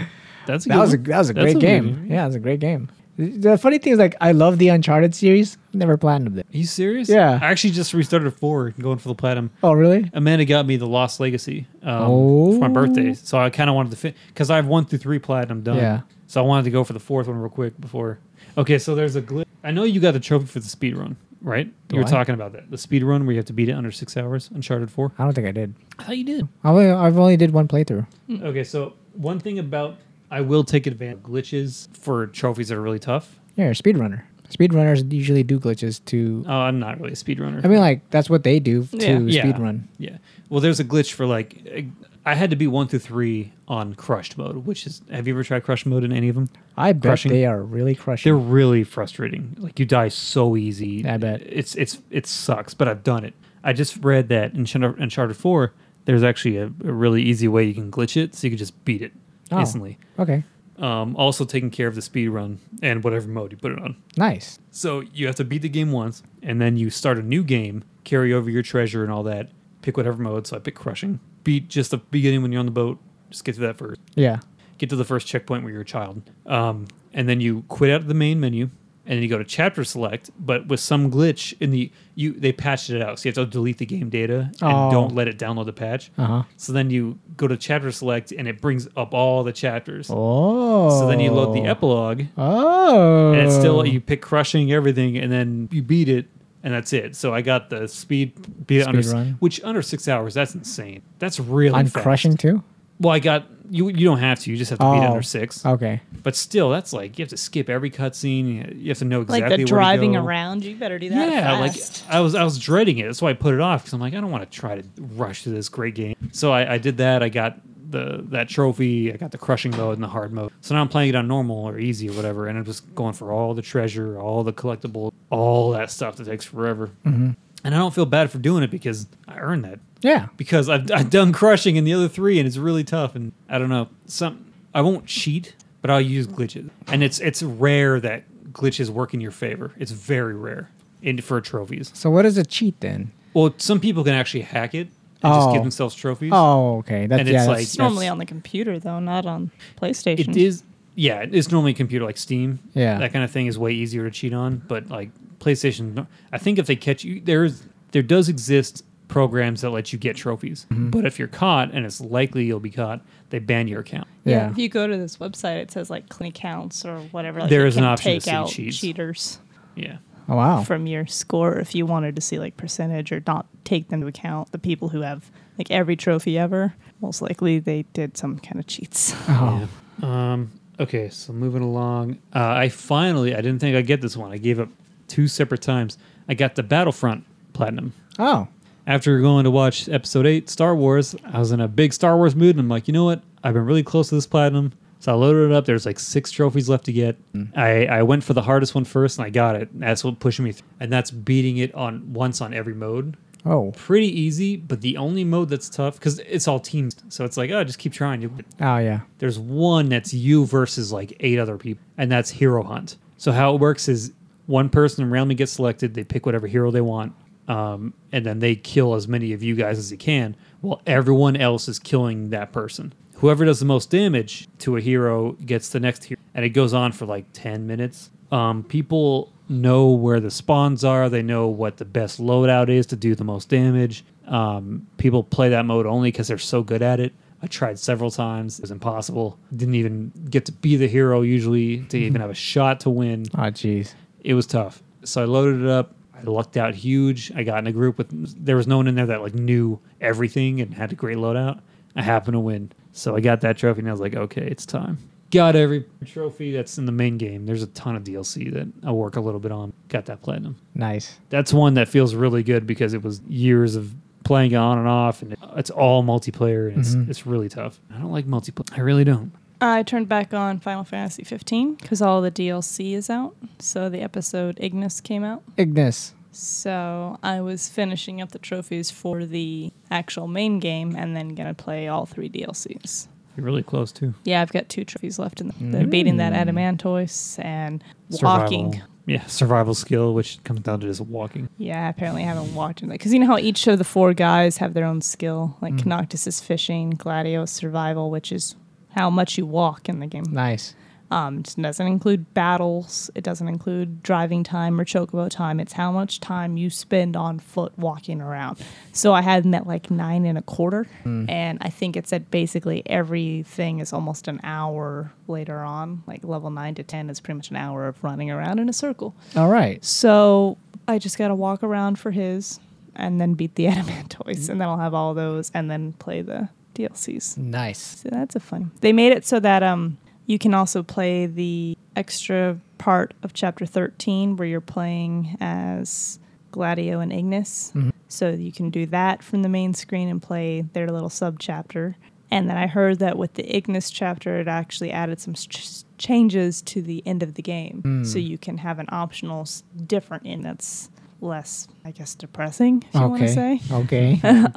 Speaker 3: That's a good
Speaker 1: That was a
Speaker 3: one.
Speaker 1: that was a
Speaker 3: That's
Speaker 1: great
Speaker 3: a good
Speaker 1: game.
Speaker 3: one.
Speaker 1: Yeah, it was a great game. The funny thing is, like, I love the Uncharted series. Never platinumed it.
Speaker 3: you serious?
Speaker 1: Yeah.
Speaker 3: I actually just restarted four, going for the platinum.
Speaker 1: Oh, really?
Speaker 3: Amanda got me the Lost Legacy um, for my
Speaker 1: Oh.
Speaker 3: birthday, so I kind of wanted to fit because I've one through three platinum done.
Speaker 1: Yeah.
Speaker 3: So I wanted to go for the fourth one real quick before. Okay, so there's a glitch. I know you got the trophy for the speed run, right?
Speaker 1: Do
Speaker 3: you were
Speaker 1: I?
Speaker 3: talking about that, the speed run where you have to beat it under six hours. Uncharted Four.
Speaker 1: I don't think I did.
Speaker 3: I thought you did.
Speaker 1: I only, I've only did one playthrough.
Speaker 3: Okay, so one thing about I will take advantage of glitches for trophies that are really tough.
Speaker 1: Yeah, you're a speedrunner. Speedrunners usually do glitches to.
Speaker 3: Oh, I'm not really a speedrunner.
Speaker 1: I mean, like that's what they do to
Speaker 2: Yeah.
Speaker 3: Yeah.
Speaker 1: speedrun.
Speaker 3: Yeah. Well, there's a glitch for like I had to be one through three on crushed mode, which is have you ever tried crushed mode in any of them?
Speaker 1: I bet
Speaker 3: Crushing.
Speaker 1: they are really
Speaker 3: They're
Speaker 1: crushing.
Speaker 3: really frustrating. Like you die so easy.
Speaker 1: I bet.
Speaker 3: it's it's it sucks, but I've done it. I just read that in Shun- Uncharted Four, there's actually a, a really easy way you can glitch it, so you can just beat it
Speaker 1: Oh.
Speaker 3: instantly.
Speaker 1: okay,
Speaker 3: Um, also taking care of the speed run and whatever mode you put it on.
Speaker 1: nice.
Speaker 3: So you have to beat the game once, and then you start a new game, carry over your treasure and all that, pick whatever mode. So I pick crushing. Beat just the beginning when you're on the boat. Just get to that first.
Speaker 1: Yeah.
Speaker 3: Get to the first checkpoint where you're a child, um, and then you quit out of the main menu, and then you go to chapter select. But with some glitch in the you, they patched it out, so you have to delete the game data and
Speaker 1: Oh.
Speaker 3: don't let it download the patch.
Speaker 1: Uh huh.
Speaker 3: So then you go to chapter select, and it brings up all the chapters.
Speaker 1: Oh.
Speaker 3: So then you load the epilogue,
Speaker 1: Oh.
Speaker 3: and it's still you pick crushing everything and then you beat it and that's it so i got the speed beat it under
Speaker 1: Speed run.
Speaker 3: which under six hours that's insane that's really
Speaker 1: on
Speaker 3: fast.
Speaker 1: crushing too.
Speaker 3: well i got you you don't have to you just have to beat it
Speaker 1: Oh.
Speaker 3: under six
Speaker 1: Okay.
Speaker 3: but still that's like you have to skip every cutscene you have to know exactly
Speaker 2: Like the
Speaker 3: where to
Speaker 2: driving
Speaker 3: go.
Speaker 2: around, you better do that
Speaker 3: yeah
Speaker 2: fast.
Speaker 3: like uh, i was i was dreading it that's why i put it off because i'm like i don't want to try to rush to this great game so i i did that i got the that trophy i got the crushing mode and the hard mode so now i'm playing it on normal or easy or whatever and i'm just going for all the treasure all the collectible all that stuff that takes forever mm-hmm. and i don't feel bad for doing it because i earned that
Speaker 1: Yeah.
Speaker 3: because I've, I've done crushing in the other three and it's really tough and i don't know some i won't cheat but i'll use glitches and it's it's rare that glitches work in your favor it's very rare and for trophies
Speaker 1: So what is a cheat then?
Speaker 3: well some people can actually hack it and just give
Speaker 1: Oh.
Speaker 3: themselves trophies
Speaker 1: Oh, okay. That's
Speaker 3: And
Speaker 1: yeah.
Speaker 3: it's
Speaker 1: that's-
Speaker 3: like-
Speaker 2: It's normally
Speaker 3: Yes.
Speaker 2: on the computer though, not on PlayStation.
Speaker 3: it is yeah it's normally computer like steam
Speaker 1: Yeah.
Speaker 3: that kind of thing is way easier to cheat on but like playstation i think if they catch you there is there does exist programs that let you get trophies
Speaker 1: Mm-hmm.
Speaker 3: but if you're caught and it's likely you'll be caught they ban your account
Speaker 1: yeah.
Speaker 2: If you go to this website, it says like clean accounts or whatever. Like
Speaker 3: There
Speaker 2: you
Speaker 3: is an
Speaker 2: can
Speaker 3: option to
Speaker 2: take
Speaker 3: see
Speaker 2: out
Speaker 3: cheats.
Speaker 2: cheaters
Speaker 3: yeah
Speaker 1: oh wow.
Speaker 2: from your score if you wanted to see like percentage or not take them into account. The people who have like every trophy ever, most likely they did some kind of cheats.
Speaker 1: oh.
Speaker 3: Um. Okay. So moving along, uh, I finally I didn't think I'd get this one. I gave up two separate times. I got the Battlefront Platinum.
Speaker 1: Oh.
Speaker 3: After going to watch Episode Eight, Star Wars, I was in a big Star Wars mood, and I'm like, you know what? I've been really close to this platinum, so I loaded it up. There's like six trophies left to get. I I went for the hardest one first, and I got it. That's what pushing me, th- and that's beating it on once on every mode
Speaker 1: Oh.
Speaker 3: pretty easy but the only mode that's tough because it's all teams so it's like oh just keep trying you
Speaker 1: Oh yeah.
Speaker 3: there's one that's you versus like eight other people, and that's hero hunt. So how it works is one person randomly gets selected, they pick whatever hero they want, um, and then they kill as many of you guys as they can, while everyone else is killing that person. Whoever does the most damage to a hero gets the next hero, and it goes on for like ten minutes. Um, people know where the spawns are. They know what the best loadout is to do the most damage. Um, people play that mode only because they're so good at it. I tried several times. It was impossible. Didn't even get to be the hero usually to even have a shot to win.
Speaker 1: Oh jeez.
Speaker 3: It was tough. So I loaded it up. I lucked out huge. I got in a group with there was no one in there that like knew everything and had a great loadout. I happened to win. So I got that trophy and I was like, okay, it's time. Got every trophy that's in the main game. There's a ton of DLC that I work a little bit on. Got that platinum
Speaker 1: Nice.
Speaker 3: that's one that feels really good because it was years of playing it on and off, and it's all multiplayer, and it's, it's really tough. I don't like multiplayer. I really don't.
Speaker 2: (laughs) I turned back on Final Fantasy 15 because all the DLC is out. So the episode Ignis came out.
Speaker 1: Ignis.
Speaker 2: So I was finishing up the trophies for the actual main game and then gonna play all three DLCs.
Speaker 3: You're really close too.
Speaker 2: Yeah, I've got two trophies left in the, the beating that Adamantois and walking.
Speaker 3: Yeah, survival skill, which comes down to just walking.
Speaker 2: Yeah, I apparently haven't walked in because you know how each of the four guys have their own skill. Like Noctis is fishing, Gladio is survival, which is how much you walk in the game.
Speaker 1: Nice.
Speaker 2: Um, it doesn't include battles. It doesn't include driving time or chocobo time. It's how much time you spend on foot walking around. So I had them at like nine and a quarter, and I think it said basically everything is almost an hour later on. Like level nine to ten is pretty much an hour of running around in a circle.
Speaker 1: All right.
Speaker 2: So I just got to walk around for his, and then beat the (laughs) Adamantoys, and then I'll have all those, and then play the DLCs.
Speaker 1: Nice.
Speaker 2: So that's a fun. They made it so that um you can also play the extra part of chapter 13 where you're playing as Gladio and Ignis. So you can do that from the main screen and play their little sub chapter. And then I heard that with the Ignis chapter, it actually added some ch- changes to the end of the game. So you can have an optional s- different end that's less, I guess, depressing, if you want to say.
Speaker 1: Okay.
Speaker 2: (laughs)
Speaker 1: Okay.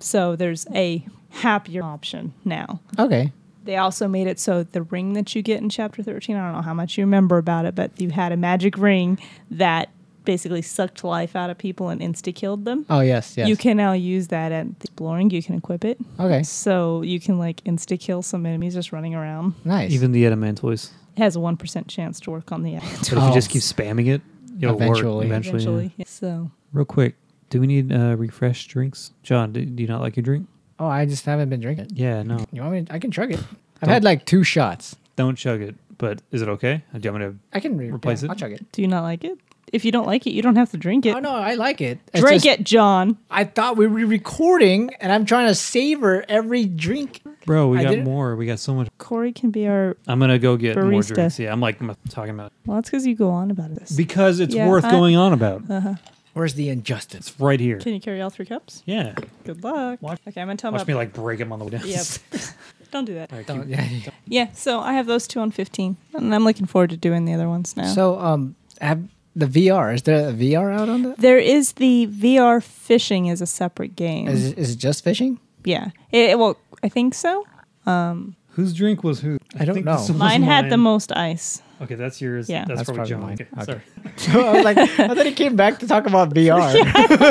Speaker 2: So there's a happier option now.
Speaker 1: okay.
Speaker 2: They also made it so the ring that you get in chapter 13, I don't know how much you remember about it, but you had a magic ring that basically sucked life out of people and insta killed them.
Speaker 1: Oh yes. Yes.
Speaker 2: You can now use that at exploring. You can equip it.
Speaker 1: Okay.
Speaker 2: So you can like insta kill some enemies just running around.
Speaker 1: Nice.
Speaker 3: Even the Adamantoys.
Speaker 2: It has a 1% chance to work on the end
Speaker 3: But if
Speaker 1: Oh.
Speaker 3: you just keep spamming it, it'll work
Speaker 1: Eventually.
Speaker 3: eventually. yeah.
Speaker 2: eventually. So
Speaker 3: Real quick, do we need uh, refresh drinks? John, do, do you not like your drink?
Speaker 1: oh, I just haven't been drinking.
Speaker 3: Yeah, no.
Speaker 1: You want me? I can chug it. I've
Speaker 3: Don't-
Speaker 1: had like two shots.
Speaker 3: Don't chug it. But is it okay? Do you want me to?
Speaker 1: I can re-
Speaker 3: Replace
Speaker 1: yeah,
Speaker 3: it?
Speaker 1: I'll chug it.
Speaker 2: do you not like it? If you don't like it, you don't have to drink it.
Speaker 1: Oh no, I like it. It's
Speaker 2: drink
Speaker 1: just-
Speaker 2: it, John.
Speaker 1: I thought we were recording, and I'm trying to savor every drink.
Speaker 3: Bro, we
Speaker 1: I
Speaker 3: got
Speaker 1: did it.
Speaker 3: more. We got so much.
Speaker 2: Corey can be our.
Speaker 3: I'm gonna go get more
Speaker 2: Barista.
Speaker 3: drinks. Yeah, I'm like I'm talking about
Speaker 2: Well, that's because you go on about this.
Speaker 3: because it's
Speaker 2: Yeah,
Speaker 3: worth
Speaker 2: I- Uh-huh.
Speaker 3: going on about.
Speaker 1: Where's the injustice?
Speaker 3: It's right here.
Speaker 2: can you carry all three cups?
Speaker 3: Yeah,
Speaker 2: Good luck.
Speaker 3: Watch-
Speaker 2: okay, I'm gonna tell
Speaker 3: watch
Speaker 2: about.
Speaker 3: me like break him on the way down. (laughs)
Speaker 2: Yep. (laughs) Don't do that.
Speaker 3: All right,
Speaker 1: Don't,
Speaker 3: keep-
Speaker 1: yeah.
Speaker 2: Yeah, so I have those two on 15, and I'm looking forward to doing the other ones now.
Speaker 1: So, um, have the VR? Is there a VR out on that?
Speaker 2: there is the VR fishing is a separate game.
Speaker 1: Is it- is it just fishing? (laughs)
Speaker 2: yeah, it, it- well, I think so.
Speaker 3: Whose drink was who?
Speaker 1: I don't
Speaker 3: think
Speaker 1: know.
Speaker 3: this was
Speaker 2: Mine had the most ice.
Speaker 3: Okay, that's yours.
Speaker 2: Yeah.
Speaker 3: that's,
Speaker 1: That's
Speaker 3: probably,
Speaker 1: probably
Speaker 3: John.
Speaker 1: mine.
Speaker 3: Okay,
Speaker 1: Okay. I was like, I thought he came back to talk about
Speaker 2: (laughs)
Speaker 1: VR.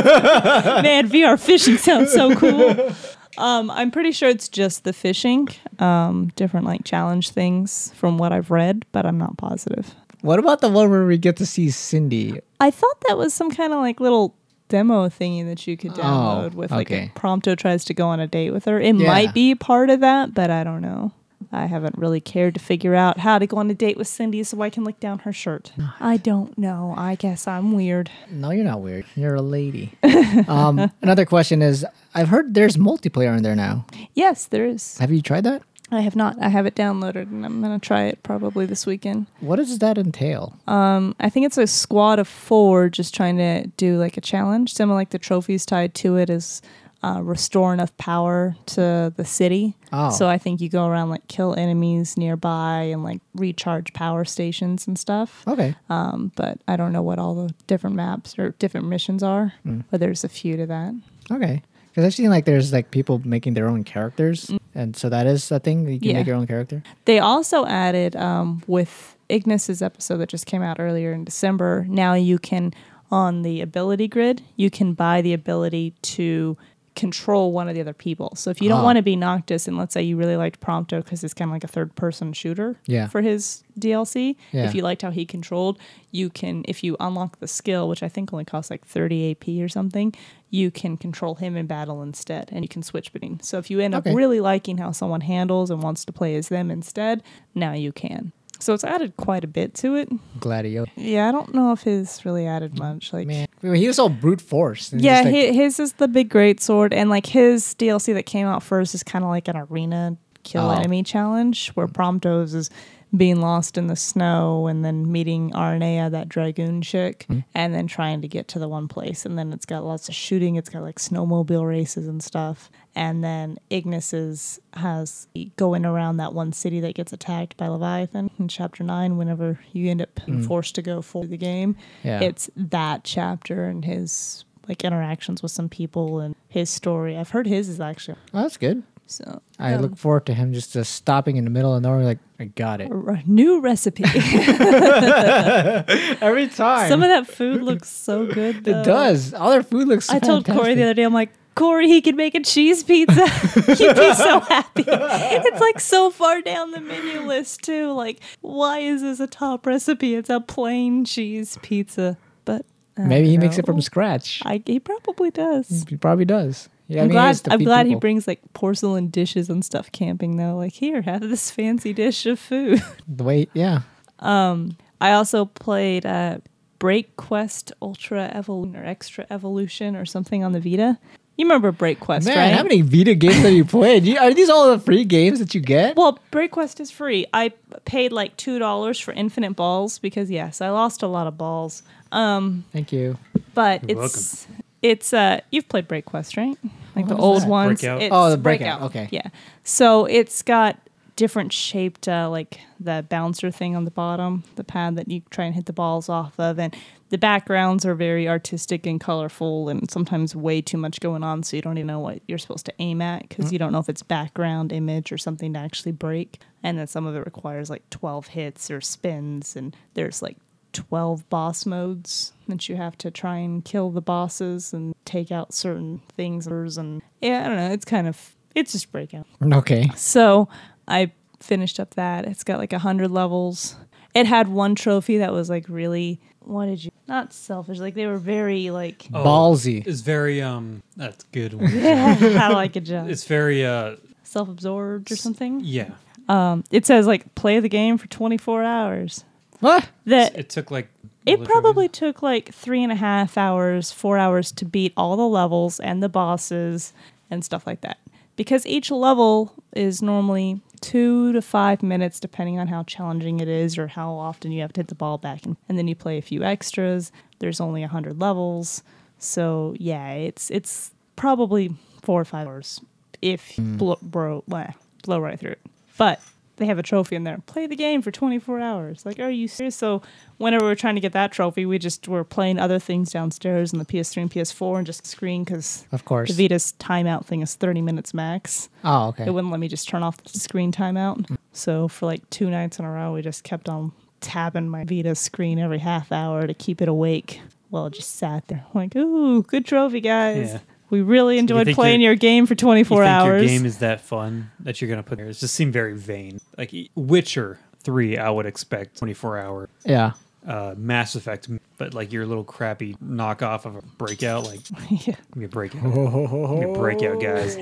Speaker 2: Man, VR fishing sounds so cool. Um, I'm pretty sure it's just the fishing, um, different like challenge things from what I've read, but I'm not positive.
Speaker 1: What about the one where we get to see Cindy?
Speaker 2: I thought that was some kind of like little demo thingy that you could download with like
Speaker 1: Oh, okay.
Speaker 2: if Prompto tries to go on a date with her. It
Speaker 1: Yeah.
Speaker 2: might be part of that, but I don't know. I haven't really cared to figure out how to go on a date with Cindy so I can lick down her shirt. I don't know. I guess I'm weird.
Speaker 1: No, you're not weird. You're a lady. (laughs) um, another question is, I've heard there's multiplayer in there now.
Speaker 2: Yes, there is.
Speaker 1: Have you tried that?
Speaker 2: I have not. I have it downloaded and I'm going to try it probably this weekend.
Speaker 1: What does that entail?
Speaker 2: I think it's a squad of four just trying to do like a challenge. Some of like the trophies tied to it is uh, restore enough power to the city.
Speaker 1: Oh.
Speaker 2: So I think you go around like kill enemies nearby and like recharge power stations and stuff.
Speaker 1: okay.
Speaker 2: Um, but I don't know what all the different maps or different missions are, but there's a few to that.
Speaker 1: Okay. Because I've seen like there's like people making their own characters, and so that is a thing that you can
Speaker 2: Yeah.
Speaker 1: make your own character.
Speaker 2: They also added um, with Ignis's episode that just came out earlier in December. Now you can on the ability grid, you can buy the ability to control one of the other people. So if you don't
Speaker 1: Ah.
Speaker 2: want to be Noctis, and let's say you really liked Prompto because it's kind of like a third-person shooter
Speaker 1: Yeah.
Speaker 2: for his DLC.
Speaker 1: Yeah.
Speaker 2: If you liked how he controlled, you can if you unlock the skill, which I think only costs like 30 AP or something, you can control him in battle instead, and you can switch between. So if you end
Speaker 1: Okay.
Speaker 2: up really liking how someone handles and wants to play as them instead, now you can. So it's added quite a bit to it.
Speaker 1: Gladio.
Speaker 2: Yeah, I don't know if his really added much. Like,
Speaker 1: Man, I mean, he was all brute force. and
Speaker 2: yeah,
Speaker 1: just, like-
Speaker 2: hi his is the big great sword, and like his DLC that came out first is kind of like an arena kill
Speaker 1: Oh.
Speaker 2: enemy challenge where Promptos is being lost in the snow and then meeting Arnea, that dragoon chick,
Speaker 1: Hmm.
Speaker 2: and then trying to get to the one place. And then it's got lots of shooting. It's got like snowmobile races and stuff. And then Ignis's has e, going around that one city that gets attacked by Leviathan in chapter nine. Whenever you end up
Speaker 1: Hmm.
Speaker 2: being forced to go for the game,
Speaker 1: Yeah.
Speaker 2: it's that chapter and his like interactions with some people and his story. I've heard his is actually
Speaker 1: Oh, that's good.
Speaker 2: so
Speaker 1: I
Speaker 2: um,
Speaker 1: look forward to him just, just stopping in the middle of nowhere, like I got it
Speaker 2: r- new recipe.
Speaker 1: (laughs) every time.
Speaker 2: some of that food looks so good.
Speaker 1: it
Speaker 2: though.
Speaker 1: does. All their food looks.
Speaker 2: I told Corey the other day, I'm like, Corey he could make a cheese pizza, (laughs) you'd be so happy. It's like so far down the menu list too. Like, why is this a top recipe? It's a plain cheese pizza. But I
Speaker 1: Maybe he
Speaker 2: don't
Speaker 1: makes it
Speaker 2: know.
Speaker 1: from scratch.
Speaker 2: I, he probably does.
Speaker 1: He probably does. Yeah, I
Speaker 2: I'm
Speaker 1: mean,
Speaker 2: glad.
Speaker 1: it's to
Speaker 2: I'm
Speaker 1: feed
Speaker 2: glad he
Speaker 1: people.
Speaker 2: brings like porcelain dishes and stuff camping though. Like here, have this fancy dish of food. (laughs)
Speaker 1: the way. Yeah,
Speaker 2: I also played uh, Break Quest Ultra Evolution or Extra Evolution or something on the Vita. You remember Break Quest,
Speaker 1: man,
Speaker 2: right?
Speaker 1: how many Vita games have you played? You, are these all the free games that you get?
Speaker 2: well, Break Quest is free. I paid like two dollars for infinite balls because yes, I lost a lot of balls.
Speaker 1: Thank you.
Speaker 2: But
Speaker 3: You're
Speaker 2: it's it's uh you've played Break Quest, right? Like the
Speaker 1: What is
Speaker 2: old
Speaker 1: that?
Speaker 2: ones.
Speaker 3: Breakout?
Speaker 2: It's
Speaker 1: Oh, the Breakout, okay.
Speaker 2: Yeah. So it's got different shaped uh, like the bouncer thing on the bottom, the pad that you try and hit the balls off of and the backgrounds are very artistic and colorful and sometimes way too much going on so you don't even know what you're supposed to aim at because
Speaker 3: Mm.
Speaker 2: you don't know if it's background image or something to actually break and then some of it requires like 12 hits or spins and there's like 12 boss modes that you have to try and kill the bosses and take out certain things and yeah i don't know it's kind of it's just breakout
Speaker 1: Okay.
Speaker 2: so i finished up that it's got like 100 levels it had one trophy that was like really what did you not selfish like they were very like (laughs)
Speaker 3: Oh,
Speaker 1: Ballsy.
Speaker 3: It's very um. That's good. One.
Speaker 2: yeah how do i good job
Speaker 3: it's very uh.
Speaker 2: self-absorbed or something
Speaker 3: Yeah.
Speaker 2: it says like play the game for 24 hours
Speaker 1: What?
Speaker 2: that
Speaker 3: It took like.
Speaker 2: It
Speaker 3: literally-
Speaker 2: probably took like three and a half hours, four hours to beat all the levels and the bosses and stuff like that. Because each level is normally two to five minutes, depending on how challenging it is or how often you have to hit the ball back. And, and then you play a few extras. There's only 100 levels. So, yeah, it's it's probably four or five hours if
Speaker 1: Mm.
Speaker 2: you blow, bro, bleh, blow right through it. But they have a trophy in there. Play the game for 24 hours. Like, are you serious? So, whenever we were trying to get that trophy, we just were playing other things downstairs on the PS3 and PS4 and just screen because
Speaker 1: Of course.
Speaker 2: the Vita's timeout thing is 30 minutes max.
Speaker 1: Oh, okay.
Speaker 2: It wouldn't let me just turn off the screen timeout.
Speaker 3: Mm.
Speaker 2: So, for like two nights in a row, we just kept on tapping my Vita screen every half hour to keep it awake. Well, it just sat there. like, ooh, good trophy, guys.
Speaker 3: Yeah.
Speaker 2: We really enjoyed
Speaker 3: think
Speaker 2: playing
Speaker 3: your-
Speaker 2: your game for 24
Speaker 3: you think
Speaker 2: hours.
Speaker 3: Your game is that fun that you're gonna put there. It just seemed very vain. Like e- Witcher three, I would expect 24 hour.
Speaker 1: yeah.
Speaker 3: Uh, Mass Effect, but like your little crappy knockoff of a breakout, like
Speaker 2: (laughs) yeah.
Speaker 3: give me a breakout, give me a
Speaker 1: (laughs)
Speaker 3: breakout, guys.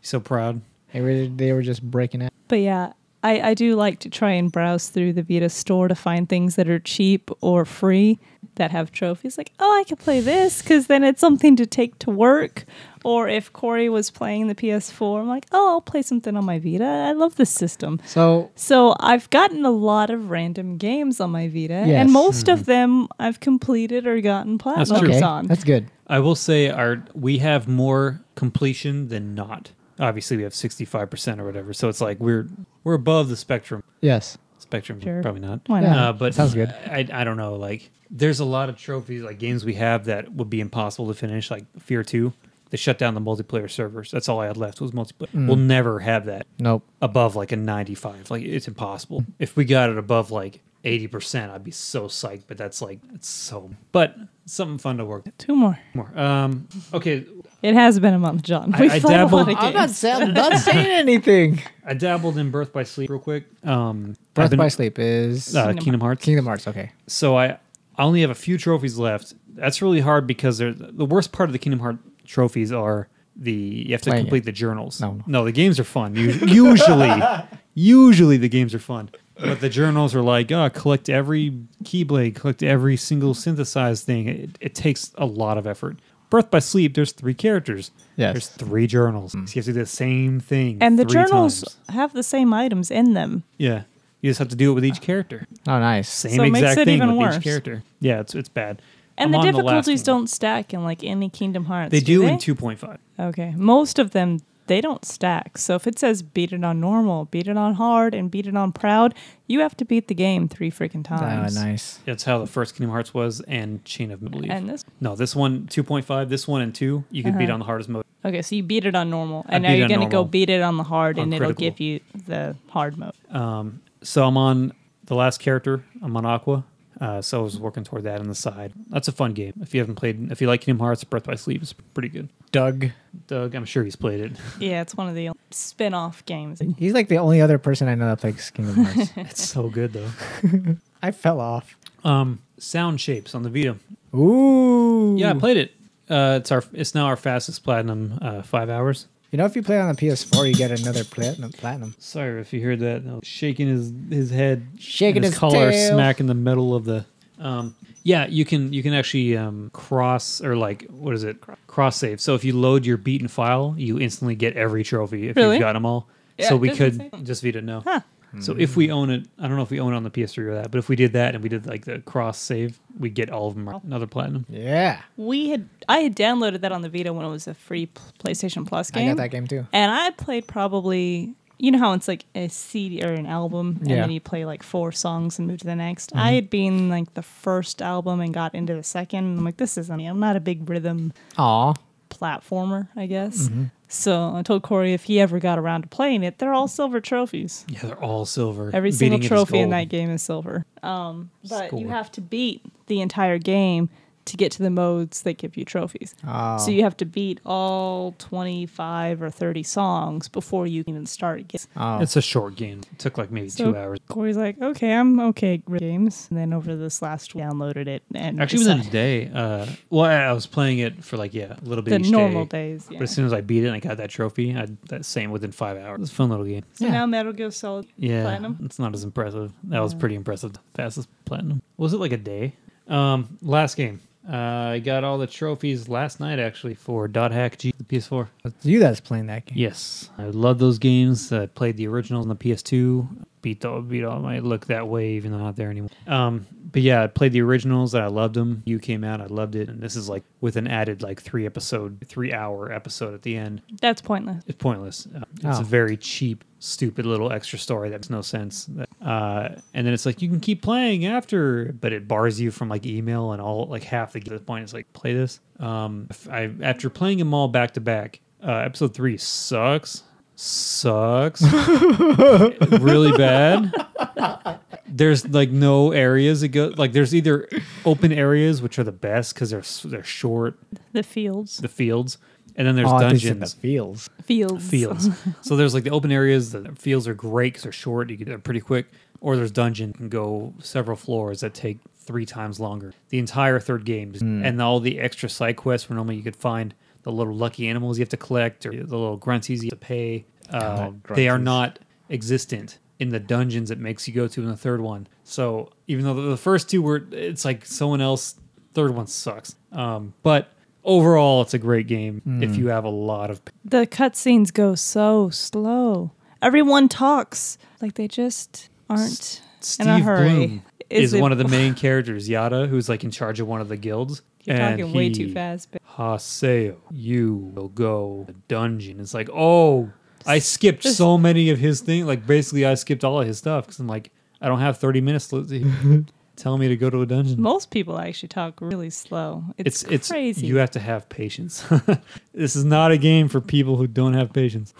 Speaker 3: so proud.
Speaker 1: They were, they were just breaking it.
Speaker 2: But yeah, I, I do like to try and browse through the Vita store to find things that are cheap or free that have trophies. Like, oh, I could play this because then it's something to take to work. Or if Corey was playing the PS4, I'm like, oh, I'll play something on my Vita. I love this system.
Speaker 1: So
Speaker 2: So I've gotten a lot of random games on my Vita,
Speaker 1: Yes. Mm-hmm.
Speaker 2: and most of them I've completed or gotten platinums
Speaker 3: true.
Speaker 1: okay,
Speaker 2: on.
Speaker 1: that's good.
Speaker 3: I will say our we have more completion than not. Obviously, we have 65% or whatever. So it's like we're we're above the spectrum.
Speaker 1: Yes.
Speaker 3: Spectrum,
Speaker 2: Sure.
Speaker 3: probably not.
Speaker 1: (laughs)
Speaker 2: Why
Speaker 1: Yeah.
Speaker 2: not?
Speaker 3: Uh, but
Speaker 1: Sounds good.
Speaker 3: I, I don't know. Like, there's a lot of trophies, like games we have that would be impossible to finish, like Fear 2. They shut down the multiplayer servers. That's all I had left was multiplayer.
Speaker 1: Mm.
Speaker 3: We'll never have that
Speaker 1: Nope.
Speaker 3: above like a 95. Like, it's impossible. If we got it above like 80%, I'd be so psyched. But that's like, it's so, but something fun to work
Speaker 2: Two more.
Speaker 3: more. Um, okay.
Speaker 2: It has been a month, John.
Speaker 3: I-
Speaker 2: We've
Speaker 3: I
Speaker 2: played a lot
Speaker 3: dabbled-
Speaker 2: of
Speaker 1: I'm
Speaker 2: games.
Speaker 1: not, say,
Speaker 2: (laughs)
Speaker 1: I'm not saying anything.
Speaker 3: I dabbled in Birth by Sleep real quick. Um, I've
Speaker 1: Birth
Speaker 3: been-
Speaker 1: by Sleep is
Speaker 3: uh, Kingdom Hearts.
Speaker 1: Kingdom Hearts. Okay.
Speaker 3: so I I only have a few trophies left. That's really hard because they're the worst part of the Kingdom Heart trophies are the you have to
Speaker 1: Playing it.
Speaker 3: complete the journals.
Speaker 1: No, no.
Speaker 3: the games are fun. Us- Usually, (laughs) usually the games are fun, but the journals are like, oh, collect every keyblade, collect every single synthesized thing. It, it takes a lot of effort. Birth by Sleep, there's three characters.
Speaker 1: Yes. Mm.
Speaker 3: There's three journals. So you have to do the same thing.
Speaker 2: and the
Speaker 3: three
Speaker 2: journals
Speaker 3: times.
Speaker 2: have the same items in them.
Speaker 3: Yeah. You just have to do it with each character.
Speaker 1: Oh, nice.
Speaker 3: Same
Speaker 2: So it makes
Speaker 3: exact
Speaker 2: it
Speaker 3: thing
Speaker 2: even
Speaker 3: with
Speaker 2: worse.
Speaker 3: each character. Yeah, it's it's bad.
Speaker 2: And
Speaker 3: I'm
Speaker 2: the
Speaker 3: on last
Speaker 2: difficulties
Speaker 3: one.
Speaker 2: don't stack in like any Kingdom Hearts.
Speaker 3: They do
Speaker 2: they?
Speaker 3: in 2.5.
Speaker 2: Okay, most of them they don't stack. So if it says beat it on normal, beat it on hard, and beat it on proud, you have to beat the game three freaking
Speaker 1: Ah,
Speaker 2: times.
Speaker 1: nice.
Speaker 3: That's how the first Kingdom Hearts was and Chain of Belief.
Speaker 2: And Uh-huh. this
Speaker 3: no, this one 2.5, this one and 2, you could beat on the hardest mode.
Speaker 2: okay, so you beat it on normal, and
Speaker 3: beat
Speaker 2: now
Speaker 3: it
Speaker 2: you're
Speaker 3: on
Speaker 2: gonna go
Speaker 3: normal.
Speaker 2: beat it on the hard,
Speaker 3: On
Speaker 2: and
Speaker 3: critical.
Speaker 2: it'll give you the hard mode.
Speaker 3: So I'm on the last character, I'm on Aqua. Uh, so I was working toward that on the side. That's a fun game. If you haven't played, if you like Kingdom Hearts, Breath by Sleep is pretty good.
Speaker 1: Doug.
Speaker 3: Doug, I'm sure he's played (laughs) it.
Speaker 2: Yeah, it's one of the spin off games.
Speaker 1: He's like the only other person I know that plays Kingdom
Speaker 2: (laughs)
Speaker 1: Hearts.
Speaker 3: It's so good though.
Speaker 1: I fell off.
Speaker 3: Um, Sound Shapes on the Vita.
Speaker 1: Ooh.
Speaker 3: Yeah, I played it. Uh, it's our it's now our fastest platinum uh, five hours.
Speaker 1: You know, if you play on the PS4, you get another platinum. platinum.
Speaker 3: Sorry if you heard that. No, shaking his his head,
Speaker 1: Shaking
Speaker 3: and
Speaker 1: his
Speaker 3: collar,
Speaker 1: tail.
Speaker 3: smack in the middle of the. Um, yeah, you can you can actually um, cross or like what is it cross save. So if you load your beaten file, you instantly get every trophy if
Speaker 2: Really?
Speaker 3: you've got them all.
Speaker 2: Yeah,
Speaker 3: so
Speaker 2: it
Speaker 3: we
Speaker 2: doesn't
Speaker 3: could
Speaker 2: say-
Speaker 3: just Vita no.
Speaker 2: Huh.
Speaker 3: So if we own it, I don't know if we own it on the PS3 or that, but if we did that and we did like the cross save, we get all of them another platinum.
Speaker 1: Yeah.
Speaker 2: We had I had downloaded that on the Vita when it was a free p- PlayStation Plus game.
Speaker 1: I got that game too.
Speaker 2: And I played probably you know how it's like a CD or an album and
Speaker 1: Yeah.
Speaker 2: then you play like four songs and move to the next. I had been like the first album and got into the second. I'm like this isn't I'm not a big rhythm
Speaker 1: Aw.
Speaker 2: platformer, I guess. So I told Corey if he ever got around to playing it, they're all silver trophies.
Speaker 3: Yeah, they're all silver.
Speaker 2: Every single
Speaker 3: Beating it is
Speaker 2: trophy in
Speaker 3: gold.
Speaker 2: that game is silver. Um, but you
Speaker 3: Score.
Speaker 2: have to beat the entire game to get to the modes that give you trophies.
Speaker 3: Ah.
Speaker 2: So you have to beat all 25 or 30 songs before you can even start getting.
Speaker 1: Oh.
Speaker 3: It's a short game. It took like maybe
Speaker 2: So
Speaker 3: two hours.
Speaker 2: Corey's like, okay, I'm okay with games. And then over this last week, downloaded it and
Speaker 3: Actually, within a
Speaker 2: decided-
Speaker 3: day. Uh, well, I, I was playing it for like yeah, a little bit.
Speaker 2: the
Speaker 3: each
Speaker 2: normal
Speaker 3: day,
Speaker 2: days. Yeah.
Speaker 3: But as soon as I beat it and I got that trophy, I that same within five hours. It was a fun little game.
Speaker 2: so
Speaker 1: Yeah.
Speaker 2: now Metal Gear Solid
Speaker 3: Yeah,
Speaker 2: Platinum.
Speaker 3: it's not as impressive. That was pretty impressive. Fastest platinum. Was it like a day? Um, last game. Uh, I got all the trophies last night actually for Dot Hack G the PS4.
Speaker 1: It's you that's playing that game.
Speaker 3: Yes, I love those games. I played the originals on the PS2. Beat all, beat all my look that way, even though I'm not there anymore. Um, but yeah, I played the originals. and I loved them. You came out, I loved it, and this is like with an added like three episode, three hour episode at the end.
Speaker 2: That's pointless.
Speaker 3: It's pointless. Uh, It's
Speaker 1: Oh.
Speaker 3: a very cheap, stupid little extra story that makes no sense. Uh, and then it's like you can keep playing after, but it bars you from like email and all like half the, the point is like play this. Um, if I after playing them all back to back, uh, episode three sucks,
Speaker 1: (laughs)
Speaker 3: sucks really bad. There's like no areas it goes like there's either open areas which are the best because they're s- they're short
Speaker 2: The fields.
Speaker 3: the fields and then there's
Speaker 1: Aw, Oh, this is in the
Speaker 3: dungeons
Speaker 1: fields.
Speaker 2: Fields.
Speaker 3: fields. so there's like the open areas. The fields are great because they're short. You get there pretty quick. Or there's dungeon you can go several floors that take three times longer. The entire third game and all the extra side quests where normally you could find the little lucky animals you have to collect or the little grunties you have to pay. Uh,
Speaker 1: God,
Speaker 3: they are
Speaker 1: grunties.
Speaker 3: not existent in the dungeons it makes you go to in the third one. So even though the the first two were, it's like someone else. Third one sucks. Um, but overall, it's a great game if you have a lot of
Speaker 2: The cutscenes go so slow. Everyone talks like they just aren't
Speaker 3: Steve
Speaker 2: in a hurry.
Speaker 3: Bloom is,
Speaker 2: it-
Speaker 3: one
Speaker 2: (laughs)
Speaker 3: of the main characters, Yada, who's like in charge of one of the guilds.
Speaker 2: You're
Speaker 3: and
Speaker 2: talking way too
Speaker 3: he,
Speaker 2: fast. But
Speaker 3: Haseo, you will go to the dungeon. It's like, oh, I skipped so many of his things. Like basically, I skipped all of his stuff because I'm like, I don't have 30
Speaker 2: (laughs)
Speaker 3: minutes to tell me to go to a dungeon.
Speaker 2: most people actually talk really slow. It's,
Speaker 3: It's it's
Speaker 2: crazy.
Speaker 3: you have to have patience. (laughs) this is not a game for people who don't have patience.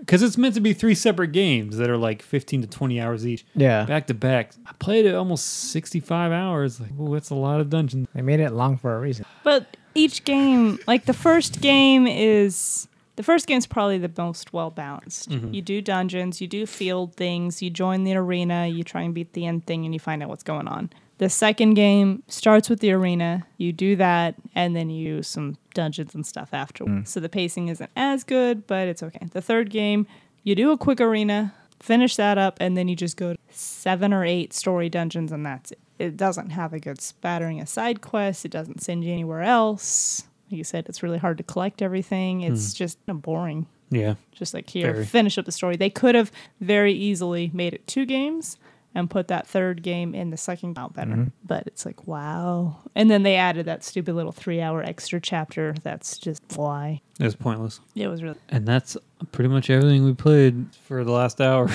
Speaker 3: Because it's meant to be three separate games that are like 15 to 20 hours each
Speaker 1: Yeah.
Speaker 3: (laughs) back to back. I played it almost 65 hours. Like, ooh, that's a lot of dungeons.
Speaker 1: They made it long for a reason.
Speaker 2: but each game, like the first game is the first game's probably the most well balanced. You do dungeons, you do field things, you join the arena, you try and beat the end thing and you find out what's going on. The second game starts with the arena, you do that, and then you do some dungeons and stuff afterwards. So the pacing isn't as good, but it's okay. The third game, you do a quick arena, finish that up, and then you just go to seven or eight story dungeons, and that's it. It doesn't have a good spattering of side quests, it doesn't send you anywhere else. Like you said, it's really hard to collect everything. It's just uh, boring.
Speaker 3: Yeah.
Speaker 2: Just like here,
Speaker 3: Very.
Speaker 2: finish up the story. They could have very easily made it two games and put that third game in the second out better. But it's like, wow. And then they added that stupid little three hour extra chapter. That's just why.
Speaker 3: It was pointless.
Speaker 2: It was really.
Speaker 3: And that's pretty much everything we played for the last (laughs) hour.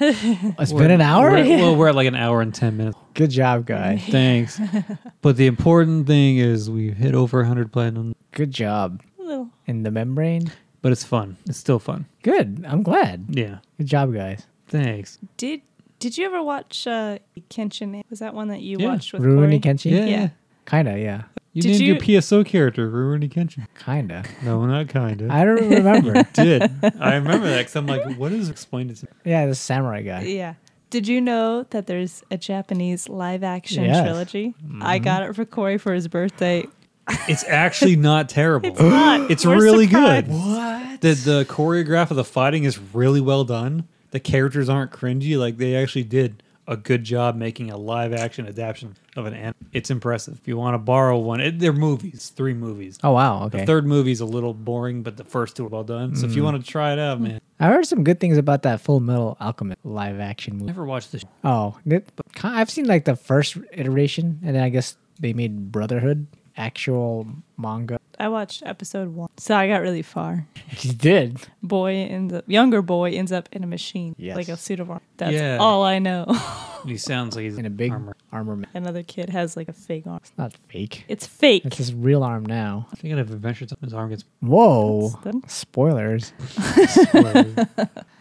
Speaker 1: It's been an hour?
Speaker 3: We're
Speaker 1: (laughs)
Speaker 3: at- well, we're at like an hour and 10 (laughs) minutes.
Speaker 1: Good job,
Speaker 3: (laughs)
Speaker 1: guy.
Speaker 3: Thanks. but the important thing is we hit over 100 platinum,
Speaker 1: Good job.
Speaker 2: Little.
Speaker 1: In the membrane.
Speaker 3: but it's fun. It's still fun.
Speaker 1: Good. I'm glad.
Speaker 3: Yeah.
Speaker 1: Good job, guys.
Speaker 3: Thanks.
Speaker 2: Did Did you ever watch uh, Kenshin? Was that one that you
Speaker 3: Yeah,
Speaker 2: watched with
Speaker 1: Rurouni
Speaker 2: Corey?
Speaker 1: Kenshin?
Speaker 3: Yeah.
Speaker 2: Yeah.
Speaker 1: Kinda, yeah.
Speaker 3: You
Speaker 2: Did
Speaker 3: named your
Speaker 2: you-
Speaker 3: PSO character Rurouni Kenshin. (laughs)
Speaker 1: Kinda.
Speaker 3: No, not kind of. I
Speaker 1: I don't
Speaker 3: (laughs)
Speaker 1: remember.
Speaker 3: did. I remember that because I'm like, what is explained to me?
Speaker 1: yeah, the samurai guy.
Speaker 2: Yeah. Did you know that there's a Japanese live action
Speaker 1: Yes.
Speaker 2: trilogy? I
Speaker 3: Mm-hmm.
Speaker 2: got it for Corey for his birthday.
Speaker 3: It's (laughs) actually not terrible. It's,
Speaker 2: not. We're
Speaker 3: really
Speaker 2: surprised.
Speaker 3: good. The the choreograph of the fighting is really well done. The characters aren't cringy. Like they actually did a good job making a live action adaptation of an anime. It's impressive. If you want to borrow one, it, they're movies. Three movies.
Speaker 1: Oh wow,
Speaker 3: The
Speaker 1: okay.
Speaker 3: third movie's a little boring, but the first two are well done. So if you want to try it out, man,
Speaker 1: I heard some good things about that Full Metal Alchemist live action movie.
Speaker 3: never watched this.
Speaker 1: Oh, it- ki- I've seen like the first iteration, and then I guess they made Brotherhood actual manga.
Speaker 2: I watched episode one, so I got really far.
Speaker 1: You did.
Speaker 2: Boy ends up, younger boy ends up in a machine,
Speaker 1: Yes.
Speaker 2: like a suit of armor. That's
Speaker 3: Yeah.
Speaker 2: all I know. (laughs)
Speaker 3: He sounds like he's
Speaker 1: in a big
Speaker 3: armor.
Speaker 1: armor. armor.
Speaker 2: Another kid has like a fake arm.
Speaker 1: It's not fake.
Speaker 2: It's fake.
Speaker 1: It's his real arm now.
Speaker 3: I think I'd have Adventure Time. His arm gets
Speaker 1: Whoa.
Speaker 2: That's the-
Speaker 1: Spoilers.
Speaker 3: squared.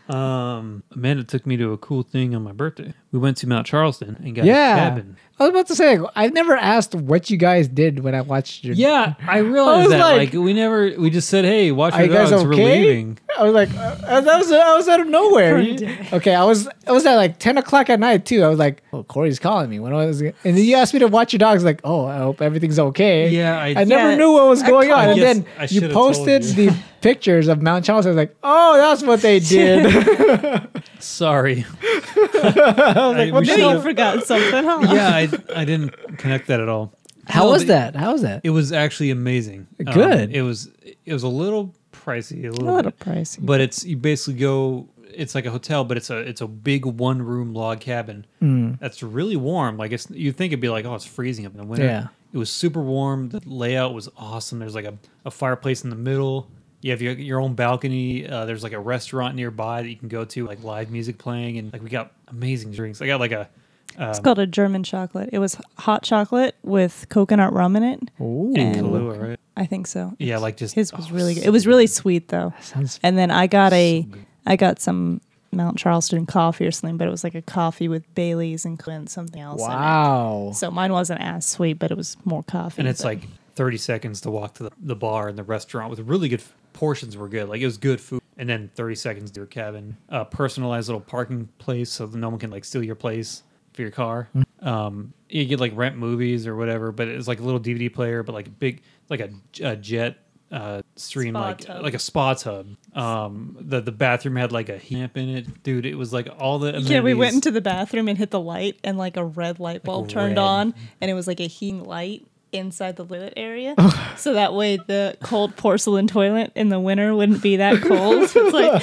Speaker 3: um, Amanda took me to a cool thing on my birthday. We went to Mount Charleston and got a
Speaker 1: Yeah.
Speaker 3: cabin.
Speaker 1: I was about to say, I never asked what you guys did when I watched your.
Speaker 3: Yeah,
Speaker 1: I
Speaker 3: I realized
Speaker 1: was
Speaker 3: that.
Speaker 1: like-
Speaker 3: Like, we never, we just said, "Hey, watch
Speaker 1: Are
Speaker 3: your
Speaker 1: you guys
Speaker 3: dogs." We're
Speaker 1: okay?
Speaker 3: leaving.
Speaker 1: I was like, uh, that was I was out of nowhere.
Speaker 2: For a day.
Speaker 1: okay, I was I was at like ten o'clock at night too. I was like, oh, Corey's calling me. When was it? and then you asked me to watch your dogs. Like, oh, I hope everything's okay.
Speaker 3: Yeah, I-
Speaker 1: I, never
Speaker 2: Yeah,
Speaker 1: knew what was going on.
Speaker 3: I
Speaker 1: And
Speaker 3: guess
Speaker 1: then
Speaker 3: I
Speaker 1: you
Speaker 3: should've told
Speaker 1: posted
Speaker 3: you.
Speaker 1: the pictures of Mount Charles. I was like, oh, that's what they did.
Speaker 3: Sorry.
Speaker 1: (laughs) I was like,
Speaker 3: I-
Speaker 1: what
Speaker 3: we
Speaker 1: the
Speaker 2: Maybe you
Speaker 3: should've-
Speaker 2: forgot something, huh?
Speaker 3: yeah, I, I didn't connect that at all.
Speaker 1: How
Speaker 3: No,
Speaker 1: was
Speaker 3: but
Speaker 1: that? How was that?
Speaker 3: It was actually amazing. Um,
Speaker 1: Good.
Speaker 3: it was. It was a little pricey.
Speaker 2: (laughs)
Speaker 3: A
Speaker 2: A
Speaker 3: little.
Speaker 2: little
Speaker 3: bit.
Speaker 2: pricey.
Speaker 3: but it's you basically go it's like a hotel but it's a it's a big one room log cabin
Speaker 1: Hmm.
Speaker 3: that's really warm like it's you think it'd be like oh it's freezing up in the winter
Speaker 1: Yeah.
Speaker 3: it was super warm the layout was awesome there's like a, a fireplace in the middle you have your, your own balcony uh, there's like a restaurant nearby that you can go to like live music playing and like we got amazing drinks i got like a
Speaker 2: It's called a German chocolate. It was hot chocolate with coconut rum in it.
Speaker 1: Ooh,
Speaker 3: in
Speaker 2: And-
Speaker 3: Kahlua, right?
Speaker 2: I think so.
Speaker 3: yeah like just
Speaker 2: His was
Speaker 3: oh,
Speaker 2: really good.
Speaker 3: so
Speaker 2: It was really sweet though.
Speaker 1: sounds
Speaker 2: And then I got a,
Speaker 3: good.
Speaker 2: I got some Mount Charleston coffee or something, but it was like a coffee with Bailey's and Clint something else. in it.
Speaker 1: wow.
Speaker 2: So mine wasn't as sweet, but it was more coffee.
Speaker 3: and it's
Speaker 2: but-
Speaker 3: like 30 seconds to walk to the, the bar and the restaurant with really good f- portions were good like it was good food and then 30 seconds to your cabin a personalized little parking place so that no one can like steal your place for your car um you get like rent movies or whatever but it's like a little dvd player but like a big like a, a jet uh stream
Speaker 2: Spa
Speaker 3: like
Speaker 2: tub.
Speaker 3: like a spa tub um the the bathroom had like a lamp in it dude it was like all the
Speaker 2: yeah, we went
Speaker 3: amenities.
Speaker 2: into the bathroom and hit the light, and like a red light bulb turned
Speaker 3: red.
Speaker 2: on, and it was like a heating light inside the toilet area. so that way, the cold porcelain toilet in the winter wouldn't be that cold. (laughs) it's like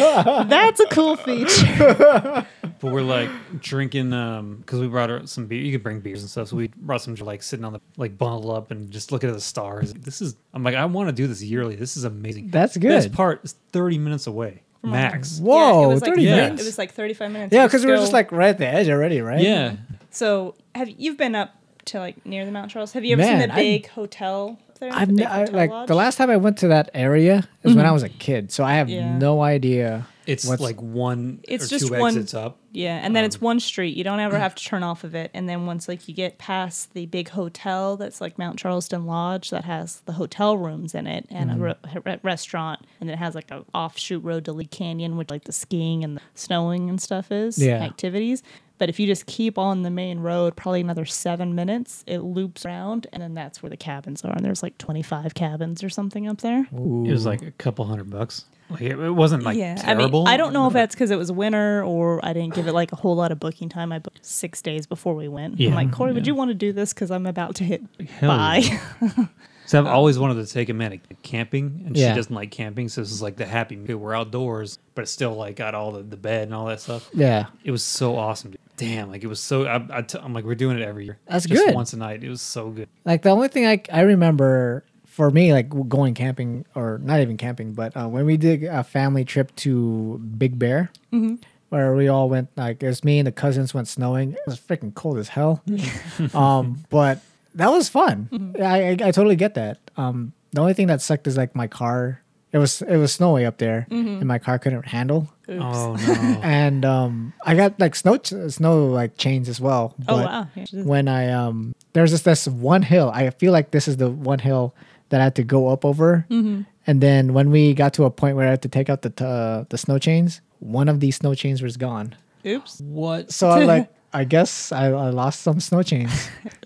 Speaker 2: that's a cool feature.
Speaker 3: But we're like drinking um because we brought our- some beer. You could bring beers and stuff. So we brought some like sitting on the like bundle up and just looking at the stars. This is I'm like I want to do this yearly. This is amazing.
Speaker 1: That's
Speaker 3: This
Speaker 1: good.
Speaker 3: part is 30 minutes away
Speaker 1: (laughs)
Speaker 3: max.
Speaker 1: Whoa,
Speaker 2: yeah, it was like,
Speaker 1: thirty
Speaker 3: Yeah.
Speaker 1: minutes.
Speaker 2: It was like thirty-five minutes.
Speaker 1: Yeah,
Speaker 2: You
Speaker 1: because we were
Speaker 2: go-
Speaker 1: just like right at the edge already, right?
Speaker 3: Yeah,
Speaker 2: So have you've been up to like near the Mount Charles? Have you ever
Speaker 1: Man,
Speaker 2: seen the
Speaker 1: I'm-
Speaker 2: big hotel up there?
Speaker 1: I've
Speaker 2: the big
Speaker 1: n- I,
Speaker 2: hotel
Speaker 1: like
Speaker 2: lodge?
Speaker 1: the last time I went to that area is when I was a kid, so I have
Speaker 2: Yeah.
Speaker 1: no idea.
Speaker 3: it's
Speaker 1: what's-
Speaker 3: like one.
Speaker 2: It's
Speaker 3: or
Speaker 2: just
Speaker 3: two
Speaker 2: one-
Speaker 3: exits up.
Speaker 2: Yeah, and then it's one street. You don't ever have to turn off of it. And then once like you get past the big hotel that's like Mount Charleston Lodge that has the hotel rooms in it and a re- re- restaurant, and then it has like an offshoot road to Lee Canyon, which like the skiing and the snowing and stuff is
Speaker 1: Yeah.
Speaker 2: activities. But if you just keep on the main road, probably another seven minutes, it loops around, and then that's where the cabins are. And there's like 25 cabins or something up there.
Speaker 3: It was like a couple hundred bucks. Like it, it wasn't like terrible.
Speaker 2: I, mean, I don't know if that's because it was winter or I didn't give it like a whole lot of booking time. I booked six days before we went.
Speaker 3: Yeah.
Speaker 2: I'm like, Corey, would you want to do this? Because I'm about to hit
Speaker 3: Hell
Speaker 2: buy.
Speaker 3: So I've always wanted to take Amanda camping, and
Speaker 1: Yeah.
Speaker 3: she doesn't like camping. So this is like the happy. meal. We're outdoors, but it's still like got all the, the bed and all that stuff.
Speaker 1: Yeah,
Speaker 3: It was so awesome. Dude. Damn, like it was so. I, I t- I'm like, we're doing it every year.
Speaker 1: That's
Speaker 3: Just
Speaker 1: good.
Speaker 3: Once a night, it was so good.
Speaker 1: like the only thing I, I remember for me like w- going camping or not even camping, but uh, when we did a family trip to Big Bear,
Speaker 2: Mm-hmm.
Speaker 1: where we all went like it was me and the cousins went snowing. It was freaking cold as
Speaker 2: (laughs)
Speaker 1: hell, um, but
Speaker 2: Mm-hmm.
Speaker 1: that was fun. I, I I totally get that. Um, the only thing that sucked is like my car It was it was snowy up there,
Speaker 2: Mm-hmm.
Speaker 1: and my car couldn't handle.
Speaker 2: Oops.
Speaker 3: Oh
Speaker 1: (laughs)
Speaker 3: no.
Speaker 1: And um, I got like snow ch- snow like chains as well.
Speaker 2: (laughs) Oh,
Speaker 1: but
Speaker 2: wow. Yeah.
Speaker 1: When I um, there's just this one hill. I feel like this is the one hill that I had to go up over. And then when we got to a point where I had to take out the t- uh, the snow chains, one of these snow chains was gone.
Speaker 2: Oops.
Speaker 3: What?
Speaker 1: So I'm like, I guess I, I lost some snow chains.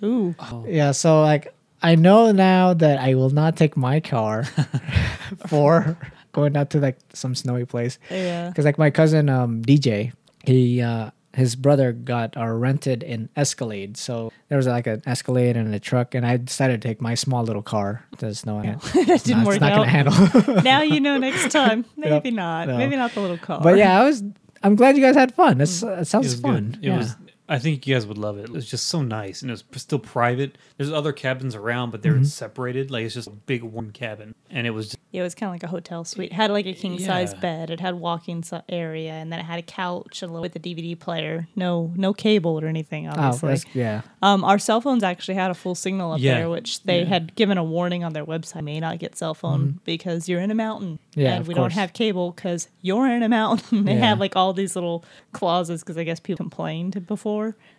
Speaker 2: Ooh.
Speaker 1: Yeah, so like I know now that I will not take my car (laughs) for going out to like some snowy place (laughs)
Speaker 2: Yeah.
Speaker 1: because like my cousin um, DJ, he uh, his brother got or rented an Escalade, so there was like an Escalade and a truck, and I decided to take my small little car to the snow. Yeah.
Speaker 2: (laughs) That (laughs) didn't work
Speaker 1: it's not
Speaker 2: out.
Speaker 1: gonna handle. (laughs)
Speaker 2: now you know next time. Maybe not.
Speaker 1: no.
Speaker 2: Maybe not the little car.
Speaker 1: but yeah, I was. I'm glad you guys had fun. It's, it sounds fun.
Speaker 3: It
Speaker 1: yeah.
Speaker 3: was. I think you guys would love it. It was just so nice, and it was p- still private. There's other cabins around, but they're separated. Like it's just a big one cabin, and it was just,
Speaker 2: Yeah, it was kind of like a hotel suite. It had like a king size
Speaker 3: Yeah.
Speaker 2: bed. It had walking so- area, and then it had a couch and a little with a DVD player. No, no cable or anything.
Speaker 1: oh,
Speaker 2: Obviously,
Speaker 1: that's, yeah.
Speaker 2: um, our cell phones actually had a full signal up
Speaker 3: Yeah. Mm-hmm.
Speaker 2: there, which they had given a warning on their website: may not get cell phone because you're in a mountain,
Speaker 1: Yeah,
Speaker 2: and
Speaker 1: of
Speaker 2: we
Speaker 1: course.
Speaker 2: don't have cable because you're in a mountain. (laughs) they
Speaker 1: Yeah.
Speaker 2: had like all these little clauses because I guess people complained before.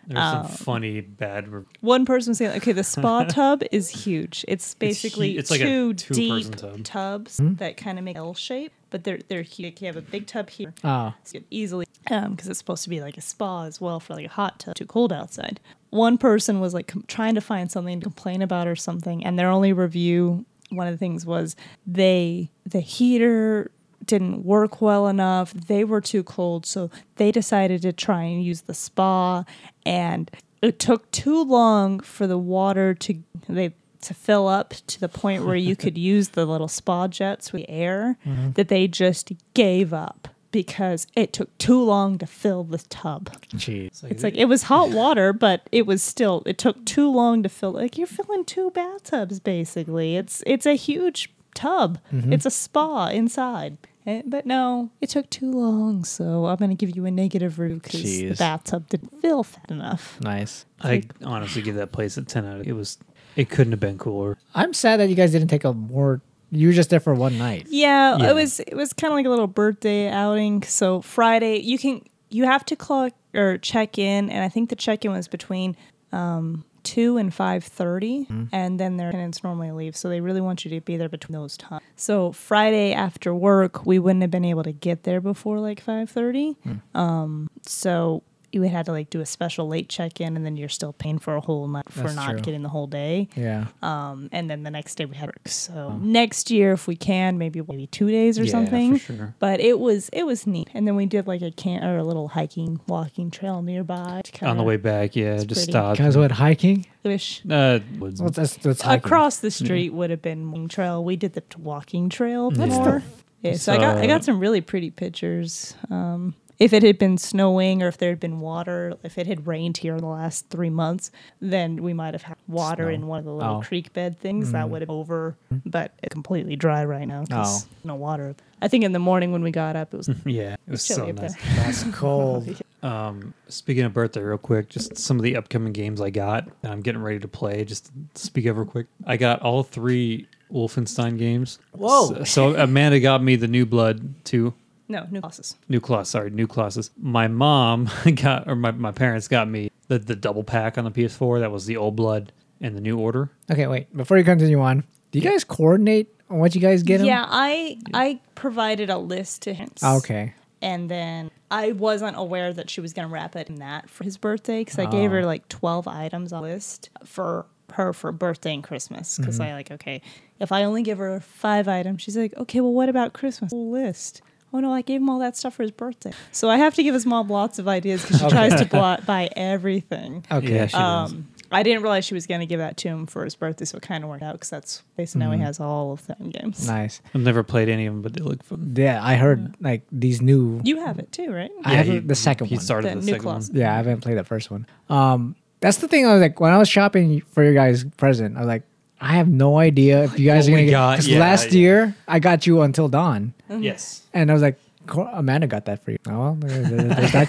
Speaker 3: there was some funny bad. re-
Speaker 2: One person was saying, okay, the spa
Speaker 3: (laughs)
Speaker 2: tub is huge. It's basically
Speaker 3: it's like a
Speaker 2: two,
Speaker 3: two-person
Speaker 2: deep
Speaker 3: tub. Hmm?
Speaker 2: tubs that kind of make L shape, but they're they're huge. You have a big tub here.
Speaker 1: Oh,
Speaker 2: So you could easily, because it's supposed to be like a spa as well for like a hot tub. Too cold outside. One person was like com- trying to find something to complain about or something, and their only review, one of the things was they the heater didn't work well enough. They were too cold, so they decided to try and use the spa, and it took too long for the water to they to fill up to the point where you could use the little spa jets with air that they just gave up because it took too long to fill the tub.
Speaker 1: jeez.
Speaker 2: It's like it was hot water, but it was still it took too long to fill. Like you're filling two bathtubs basically. It's it's a huge tub. It's a spa inside. Eh, But no, it took too long, so I'm gonna give you a negative review because the
Speaker 1: Jeez.
Speaker 2: bathtub didn't fill fat enough.
Speaker 1: Nice.
Speaker 3: I honestly give that place a ten out. of It was. It couldn't have been cooler.
Speaker 1: I'm sad that you guys didn't take a more. You were just there for one night.
Speaker 2: Yeah,
Speaker 3: Yeah.
Speaker 2: it was it was kind of like a little birthday outing. So Friday, you can you have to clock or check in, and I think the check in was between um, two and five
Speaker 1: Mm-hmm.
Speaker 2: and then their tenants normally leave. So they really want you to be there between those times. So Friday after work, we wouldn't have been able to get there before like five thirty. Um,
Speaker 1: Hmm.
Speaker 2: so. You would had to like do a special late check in, and then you're still paying for a whole night for
Speaker 1: That's
Speaker 2: not
Speaker 1: true.
Speaker 2: getting the whole day.
Speaker 1: Yeah.
Speaker 2: Um, and then the next day we had work. So next year, if we can, maybe maybe two days or
Speaker 3: Yeah,
Speaker 2: something.
Speaker 3: for sure.
Speaker 2: But it was it was neat. And then we did like a can or a little hiking walking trail nearby. to
Speaker 3: On the
Speaker 2: kinda
Speaker 3: way back, yeah, just
Speaker 2: pretty.
Speaker 3: stopped.
Speaker 1: guys went hiking.
Speaker 2: wish-
Speaker 3: Uh, woods.
Speaker 1: Well, that's that's hiking.
Speaker 2: Across the street would have been walking trail. We did the t- walking trail
Speaker 1: That's
Speaker 2: more. Yeah, so I got I got some really pretty pictures. Um, if it had been snowing or if there had been water, if it had rained here in the last three months, then we might have had water in one of the little
Speaker 1: Oh.
Speaker 2: creek bed things that would have over, but it's completely dry right now. 'cause
Speaker 1: Oh.
Speaker 2: No water. I think in the morning when we got up, it was
Speaker 3: yeah, it was so
Speaker 2: chilly up
Speaker 3: nice.
Speaker 2: there.
Speaker 1: That's cold.
Speaker 3: Um, speaking of birthday, real quick, just some of the upcoming games I got that I'm getting ready to play. Just to speak of real quick. I got all three Wolfenstein games.
Speaker 1: Whoa.
Speaker 3: So, so Amanda got me the New Blood too.
Speaker 2: No, new classes.
Speaker 3: New class, sorry, new classes. My mom (laughs) got, or my, my parents got me the, the double pack on the PS4. That was the Old Blood and the New Order.
Speaker 1: Okay, wait. Before you continue on, do you guys coordinate on what you guys get? 'em?
Speaker 2: Yeah, I I provided a list to him.
Speaker 1: Ah, okay.
Speaker 2: and then I wasn't aware that she was going to wrap it in that for his birthday because I gave her like 12 items on the list for her for birthday and Christmas because I like okay if I only give her five items she's like okay well what about Christmas Whole list oh no I gave him all that stuff for his birthday so I have to give his mom lots of ideas because she tries to blo- buy everything
Speaker 1: Okay.
Speaker 3: Yeah, she does.
Speaker 2: um, I didn't realize she was going to give that to him for his birthday so it kind of worked out because that's basically now he has all of them games
Speaker 1: nice.
Speaker 3: I've never played any of them, but they look fun.
Speaker 1: Yeah, I heard like these new.
Speaker 2: you have it too right
Speaker 1: I have the second
Speaker 3: he
Speaker 1: one.
Speaker 3: started
Speaker 2: The
Speaker 3: the,
Speaker 2: new
Speaker 3: second
Speaker 2: class.
Speaker 3: one.
Speaker 1: yeah, I haven't played the first one. Um, that's the thing. I was like, when I was shopping for your guys' present, I was like, I have no idea if you guys
Speaker 3: What
Speaker 1: are
Speaker 3: we
Speaker 1: gonna get.
Speaker 3: got,
Speaker 1: Because
Speaker 3: Oh yeah,
Speaker 1: last
Speaker 3: yeah.
Speaker 1: year I got you until dawn, (laughs)
Speaker 3: Yes.
Speaker 1: and I was like, "Co- Amanda got that for you. Oh well, there's there's that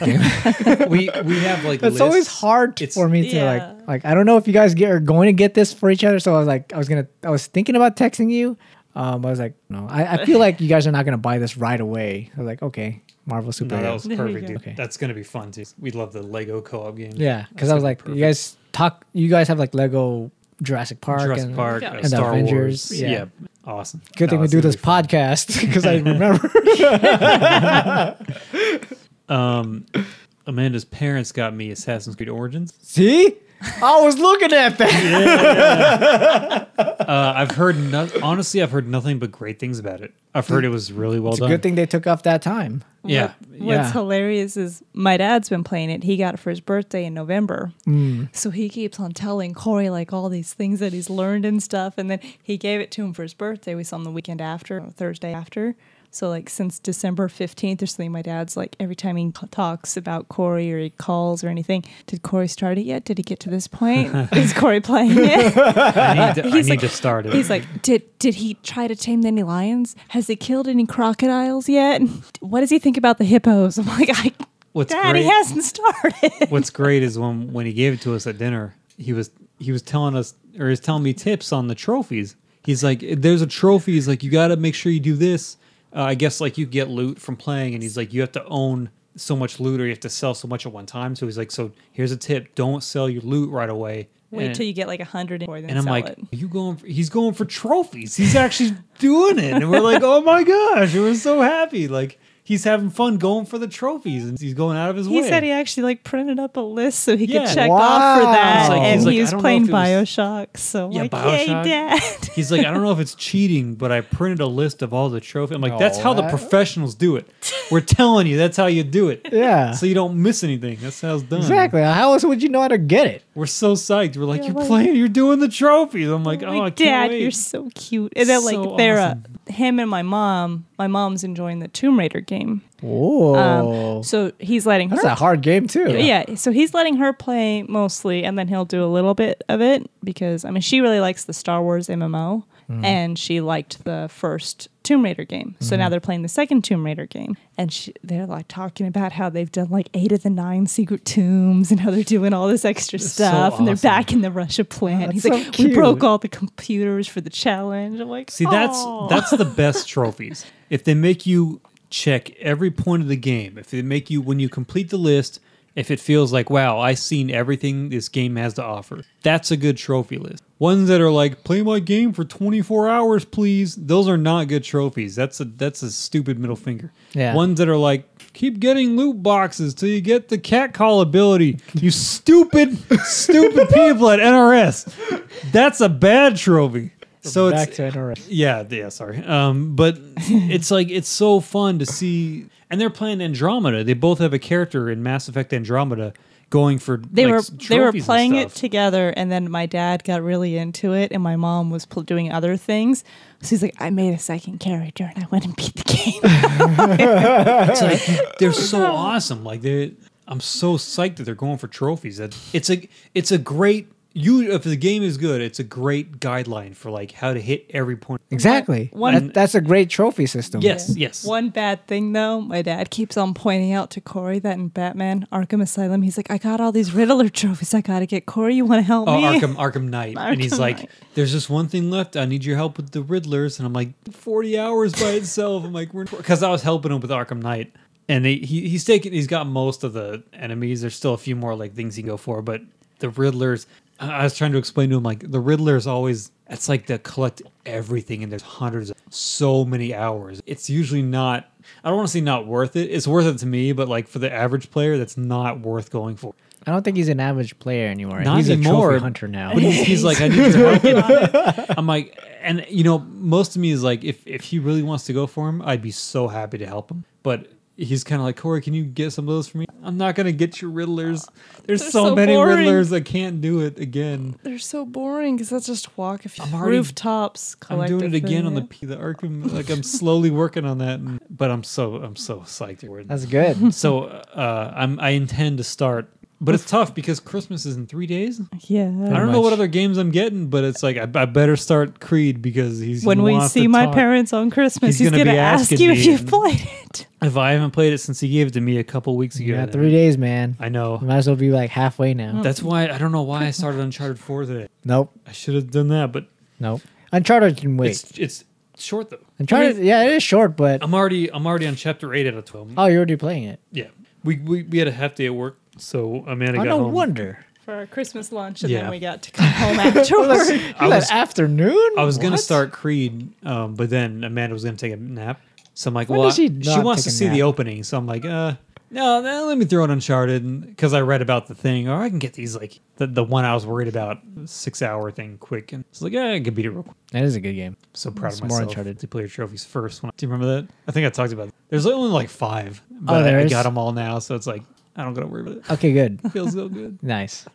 Speaker 1: game.
Speaker 3: we we have like
Speaker 1: It's always
Speaker 3: lists.
Speaker 1: hard
Speaker 3: It's-
Speaker 1: for me to
Speaker 2: Yeah.
Speaker 1: like like I don't know if you guys get, are going to get this for each other. So I was like I was gonna I was thinking about texting you. Um, I was like, no, I, I feel like you guys are not gonna buy this right away. I was like, okay, Marvel Super.
Speaker 3: No, that was
Speaker 2: There you
Speaker 3: perfect,
Speaker 2: go.
Speaker 3: dude.
Speaker 1: Okay.
Speaker 3: That's gonna be fun too. We love the Lego co-op game.
Speaker 1: yeah, because
Speaker 3: That's
Speaker 1: I was
Speaker 3: gonna
Speaker 1: like,
Speaker 3: be
Speaker 1: you guys talk. You guys have like Lego Jurassic Park.
Speaker 3: Jurassic
Speaker 1: and,
Speaker 3: Park,
Speaker 2: Yeah.
Speaker 3: uh,
Speaker 2: and the
Speaker 3: Star
Speaker 1: Avengers,
Speaker 3: Wars.
Speaker 1: yeah.
Speaker 3: Yeah. awesome.
Speaker 1: Good thing
Speaker 3: No,
Speaker 1: we
Speaker 3: it's
Speaker 1: do
Speaker 3: gonna
Speaker 1: this
Speaker 3: be fun.
Speaker 1: podcast (laughs) because
Speaker 3: (laughs)
Speaker 1: I remember.
Speaker 3: Um, Amanda's parents got me Assassin's Creed Origins.
Speaker 1: See, I was looking at that.
Speaker 3: Uh, I've heard no- honestly, I've heard nothing but great things about it. I've heard it was really well
Speaker 1: It's a
Speaker 3: done.
Speaker 1: good thing they took off that time.
Speaker 3: Yeah,
Speaker 1: Yeah.
Speaker 2: What's hilarious is my dad's been playing it. He got it for his birthday in November. So he keeps on telling Corey like all these things that he's learned and stuff. And then he gave it to him for his birthday. We saw him the weekend after, or Thursday after. So like since December 15th or something, my dad's like every time he c- talks about Corey or he calls or anything, did Corey start it yet? Did he get to this point? is Corey playing it?
Speaker 3: I need, to, I
Speaker 2: He's
Speaker 3: need
Speaker 2: like-
Speaker 3: to start it.
Speaker 2: He's like, did did he try to tame any lions? Has he killed any crocodiles yet? What does he think about the hippos? I'm like, I,
Speaker 3: What's
Speaker 2: Dad,
Speaker 3: great?
Speaker 2: he hasn't started.
Speaker 3: What's great is when when he gave it to us at dinner, he was he was telling us or he's telling me tips on the trophies. He's like, "There's a trophy. He's like, you got to make sure you do this. Uh, I guess like you get loot from playing, and he's like, you have to own so much loot or you have to sell so much at one time. So he's like, so here's a tip: don't sell your loot right away.
Speaker 2: Wait
Speaker 3: And-
Speaker 2: till you get like a hundred and
Speaker 3: And I'm
Speaker 2: sell
Speaker 3: like,
Speaker 2: it.
Speaker 3: Are you going? For, he's going for trophies. He's actually (laughs) doing it, and we're like, oh my gosh, we were so happy. Like he's having fun going for the trophies, and he's going out of his
Speaker 2: He
Speaker 3: way.
Speaker 2: said he actually like printed up a list so he
Speaker 3: Yeah.
Speaker 2: could check off for
Speaker 1: Wow.
Speaker 2: that,
Speaker 1: He's like-
Speaker 2: and
Speaker 1: he's
Speaker 3: like,
Speaker 2: he
Speaker 3: I
Speaker 2: was
Speaker 3: don't know
Speaker 2: playing
Speaker 3: if it was-
Speaker 2: Bioshock. So
Speaker 3: Yeah,
Speaker 2: like,
Speaker 3: Bioshock.
Speaker 2: yay, Dad!
Speaker 3: He's like, I don't know if it's cheating, but I printed a list of all the trophies. I'm like,
Speaker 1: No,
Speaker 3: that's how the
Speaker 1: that-
Speaker 3: professionals do it. We're telling you, that's how you do it.
Speaker 1: Yeah.
Speaker 3: So you don't miss anything. That's how it's done.
Speaker 1: Exactly. How else would you know how to get it?
Speaker 3: We're so psyched. We're like,
Speaker 2: Yeah,
Speaker 3: you're
Speaker 2: like-
Speaker 3: playing, you're doing the trophies. I'm like, (laughs) oh, I
Speaker 2: like, Dad,
Speaker 3: can't wait.
Speaker 2: you're so cute. And then like
Speaker 3: So
Speaker 2: they're uh, him and my mom. My mom's enjoying the Tomb Raider game.
Speaker 1: Whoa,
Speaker 3: Oh.
Speaker 2: Um, so he's letting
Speaker 1: that's
Speaker 2: her
Speaker 1: a hard game too.
Speaker 2: yeah. so he's letting her play mostly and then he'll do a little bit of it because i mean she really likes the star wars mmo
Speaker 3: Mm.
Speaker 2: and she liked the first tomb raider game so
Speaker 3: Mm-hmm.
Speaker 2: now they're playing the second tomb raider game and she, they're like talking about how they've done like eight of the nine secret tombs and how they're doing all this extra
Speaker 3: That's so
Speaker 2: stuff and they're
Speaker 3: awesome.
Speaker 2: back in the russia plant
Speaker 1: That's
Speaker 2: he's
Speaker 1: so
Speaker 2: like
Speaker 1: cute.
Speaker 2: we broke all the computers for the challenge i'm like
Speaker 3: See, that's
Speaker 2: "Aw."
Speaker 3: that's the best trophies. If they make you check every point of the game, if they make you when you complete the list, if it feels like wow, I've seen everything this game has to offer, that's a good trophy list. Ones that are like play my game for 24 hours, please. Those are not good trophies. That's a that's a stupid middle finger.
Speaker 1: Yeah.
Speaker 3: Ones that are like keep getting loot boxes till you get the cat call ability.
Speaker 1: (laughs)
Speaker 3: You stupid stupid people at NRS. That's a bad trophy. So
Speaker 1: back
Speaker 3: it's,
Speaker 1: to NRS.
Speaker 3: yeah, yeah, sorry.
Speaker 2: (laughs)
Speaker 3: Um, but it's like it's so fun to see, and they're playing Andromeda. They both have a character in Mass Effect Andromeda going for
Speaker 2: they
Speaker 3: like,
Speaker 2: were
Speaker 3: s-
Speaker 2: they were
Speaker 3: trophies and
Speaker 2: playing it
Speaker 3: stuff.
Speaker 2: together and then my dad got really into it and my mom was pl- doing other things so he's like i made a second character and i went and beat the game
Speaker 3: It's
Speaker 2: (laughs)
Speaker 3: like, they're so awesome. Like they, I'm so psyched that they're going for trophies. That it's a it's a great you if the game is good, it's a great guideline for like how to hit every point.
Speaker 1: Exactly.
Speaker 2: One-
Speaker 1: That- that's a great trophy system.
Speaker 3: Yes, (laughs) yes.
Speaker 2: one bad thing though my dad keeps on pointing out to corey that in batman arkham asylum he's like i got all these riddler trophies i gotta get corey you want to help
Speaker 3: Oh,
Speaker 2: me (laughs)
Speaker 3: Arkham, Arkham Knight. and he's
Speaker 2: Arkham
Speaker 3: like,
Speaker 2: Knight.
Speaker 3: there's just one thing left. I need your help with the Riddlers. And I'm like, 40 hours by itself. I'm like, because I was helping him with Arkham Knight. And he, he, he's taken, he's got most of the enemies. There's still a few more like things he can go for, but the Riddlers, I I was trying to explain to him, like, the Riddlers always, it's like they collect everything and there's hundreds, of so many hours. It's usually not, I don't want to say not worth it. It's worth it to me, but like for the average player, that's not worth going for.
Speaker 1: I don't think he's an average player anymore.
Speaker 3: Not
Speaker 1: he's a
Speaker 3: anymore.
Speaker 1: trophy hunter now.
Speaker 3: But he's, he's like, I need your help. I'm like, and you know, most of me is like, if if he really wants to go for him, I'd be so happy to help him. But he's kind of like, Corey, can you get some of those for me? I'm not gonna get your Riddlers. There's
Speaker 2: They're
Speaker 3: so,
Speaker 2: so
Speaker 3: many
Speaker 2: boring.
Speaker 3: Riddlers. I can't do it again.
Speaker 2: they're so boring because that's just walk if
Speaker 3: I'm already-
Speaker 2: rooftops
Speaker 3: I'm doing it
Speaker 2: collective
Speaker 3: again on the
Speaker 2: food.
Speaker 3: P- the Arkham. Like I'm slowly working on that, and, but I'm so I'm so psyched. for
Speaker 1: (laughs)
Speaker 3: it.
Speaker 1: that's
Speaker 3: (laughs)
Speaker 1: good.
Speaker 3: So uh, I'm I intend to start, but it's tough because Christmas is in three days. I
Speaker 2: yeah
Speaker 3: don't know what
Speaker 1: much.
Speaker 3: other games I'm getting, but it's like I, I better start Creed because he's
Speaker 2: when
Speaker 3: he
Speaker 2: we
Speaker 3: wants to
Speaker 2: see my
Speaker 3: talk.
Speaker 2: parents on christmas
Speaker 3: He's
Speaker 2: he's,
Speaker 3: gonna
Speaker 2: gonna,
Speaker 3: be
Speaker 2: ask
Speaker 3: asking
Speaker 2: you
Speaker 3: me
Speaker 2: if you've
Speaker 3: and-
Speaker 2: played it
Speaker 3: If I haven't played it since he gave it to me a couple weeks ago,
Speaker 1: You got
Speaker 3: then-
Speaker 1: three days, man.
Speaker 3: I
Speaker 1: You
Speaker 3: know.
Speaker 1: might as well be like halfway now.
Speaker 3: That's why I don't know why I started Uncharted Four today.
Speaker 1: Nope.
Speaker 3: I should have done that, but
Speaker 1: Nope. Uncharted can wait.
Speaker 3: it's Um, it's short though.
Speaker 1: I'm trying to. Yeah, it is short, but
Speaker 3: I'm already I'm already on chapter eight out of twelve.
Speaker 1: oh, you're already playing it.
Speaker 3: Yeah, we, we we had a half day at work, so Amanda
Speaker 1: Oh,
Speaker 3: got
Speaker 1: no
Speaker 3: home.
Speaker 1: wonder.
Speaker 2: for our Christmas lunch, and
Speaker 3: Yeah.
Speaker 2: then we got to come home
Speaker 1: (laughs)
Speaker 2: afterwards.
Speaker 3: (laughs)
Speaker 1: that
Speaker 3: I was-
Speaker 1: afternoon.
Speaker 3: I was gonna
Speaker 1: What?
Speaker 3: start Creed, um, but then Amanda was gonna take a nap. So I'm like,
Speaker 1: When
Speaker 3: well,
Speaker 1: does she
Speaker 3: I-
Speaker 1: not
Speaker 3: wants
Speaker 1: take
Speaker 3: to
Speaker 1: a
Speaker 3: see the
Speaker 1: nap?
Speaker 3: opening. So I'm like, uh, no, no, let me throw an Uncharted because I read about the thing, or I can get these like the, the one I was worried about six hour thing quick. And it's like, yeah, I can beat it real quick.
Speaker 1: That is a good game.
Speaker 3: So proud of
Speaker 1: Some more
Speaker 3: myself.
Speaker 1: Uncharted.
Speaker 3: Multiplayer trophies first. One. Do you remember that? I think I talked about. It. There's only like five,
Speaker 1: Oh,
Speaker 3: but I, I
Speaker 1: there's-
Speaker 3: got them all now. So it's like I don't gotta worry about it.
Speaker 1: Okay,
Speaker 3: (laughs)
Speaker 1: good.
Speaker 3: Feels so good.
Speaker 1: nice.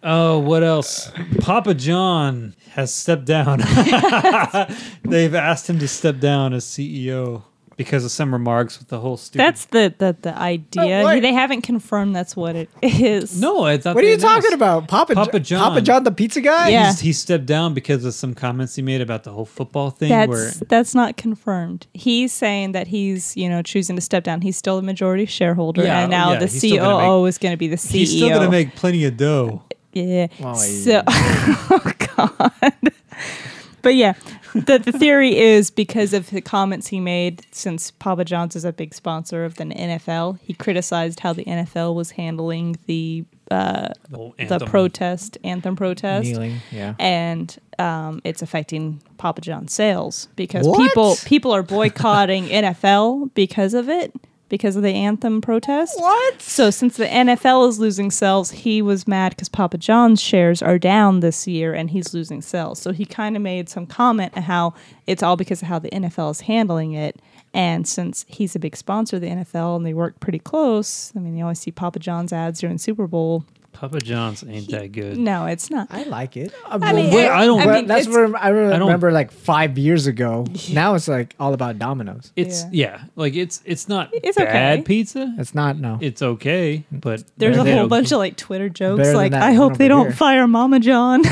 Speaker 3: Oh, what else? Papa John has stepped down. (laughs) They've asked him to step down as CEO because of some remarks with the whole stupid.
Speaker 2: (laughs) That's the the, the idea.
Speaker 1: Oh, what?
Speaker 2: they haven't confirmed that's what it is.
Speaker 3: no. I thought.
Speaker 1: What are
Speaker 3: they
Speaker 1: you talking
Speaker 3: announced.
Speaker 1: about, Papa?
Speaker 3: Papa
Speaker 1: Jo-
Speaker 3: John.
Speaker 1: Papa John, the pizza guy.
Speaker 2: Yeah.
Speaker 3: He's- He stepped down because of some comments he made about the whole football thing.
Speaker 2: that's
Speaker 3: where
Speaker 2: that's not confirmed. He's saying that he's you know choosing to step down. He's still the majority shareholder,
Speaker 3: Yeah,
Speaker 2: and now
Speaker 3: yeah,
Speaker 2: the
Speaker 3: he's still gonna
Speaker 2: COO is going to be the E CEO.
Speaker 3: he's still gonna make plenty of dough.
Speaker 2: Yeah.
Speaker 1: Why?
Speaker 2: So, (laughs) oh God. but yeah, the, the theory is because of the comments he made, since Papa John's is a big sponsor of the NFL, he criticized how the NFL was handling the uh,
Speaker 3: The, whole
Speaker 2: the
Speaker 3: anthem.
Speaker 2: protest, anthem protest.
Speaker 1: Kneeling. Yeah.
Speaker 2: And um, it's affecting Papa John's sales because
Speaker 1: What?
Speaker 2: people people are boycotting NFL because of it, because of the anthem protest.
Speaker 1: What?
Speaker 2: So since the NFL is losing sales, he was mad because Papa John's shares are down this year and he's losing sales. So he kind of made some comment on how it's all because of how the NFL is handling it. And since he's a big sponsor of the NFL and they work pretty close, I mean, you always see Papa John's ads during Super Bowl.
Speaker 3: Papa John's ain't that good.
Speaker 2: No, it's not.
Speaker 1: I like it.
Speaker 2: I mean,
Speaker 3: Well, I don't-
Speaker 2: I
Speaker 1: But
Speaker 2: mean,
Speaker 1: that's
Speaker 2: it's-
Speaker 1: where I
Speaker 3: I don't-
Speaker 1: remember like five years
Speaker 2: (laughs)
Speaker 1: ago. Now it's like all about Domino's.
Speaker 3: It's yeah. like it's it's not
Speaker 2: It's
Speaker 3: bad
Speaker 2: okay.
Speaker 3: pizza.
Speaker 1: It's not no.
Speaker 3: It's okay, but
Speaker 2: There's a
Speaker 3: they
Speaker 2: whole
Speaker 3: don't-
Speaker 2: bunch of like Twitter jokes,
Speaker 1: than
Speaker 2: like
Speaker 1: that
Speaker 2: "I
Speaker 1: one
Speaker 2: hope they
Speaker 1: over
Speaker 2: don't
Speaker 1: here.
Speaker 2: fire Mama
Speaker 3: (laughs)
Speaker 2: John."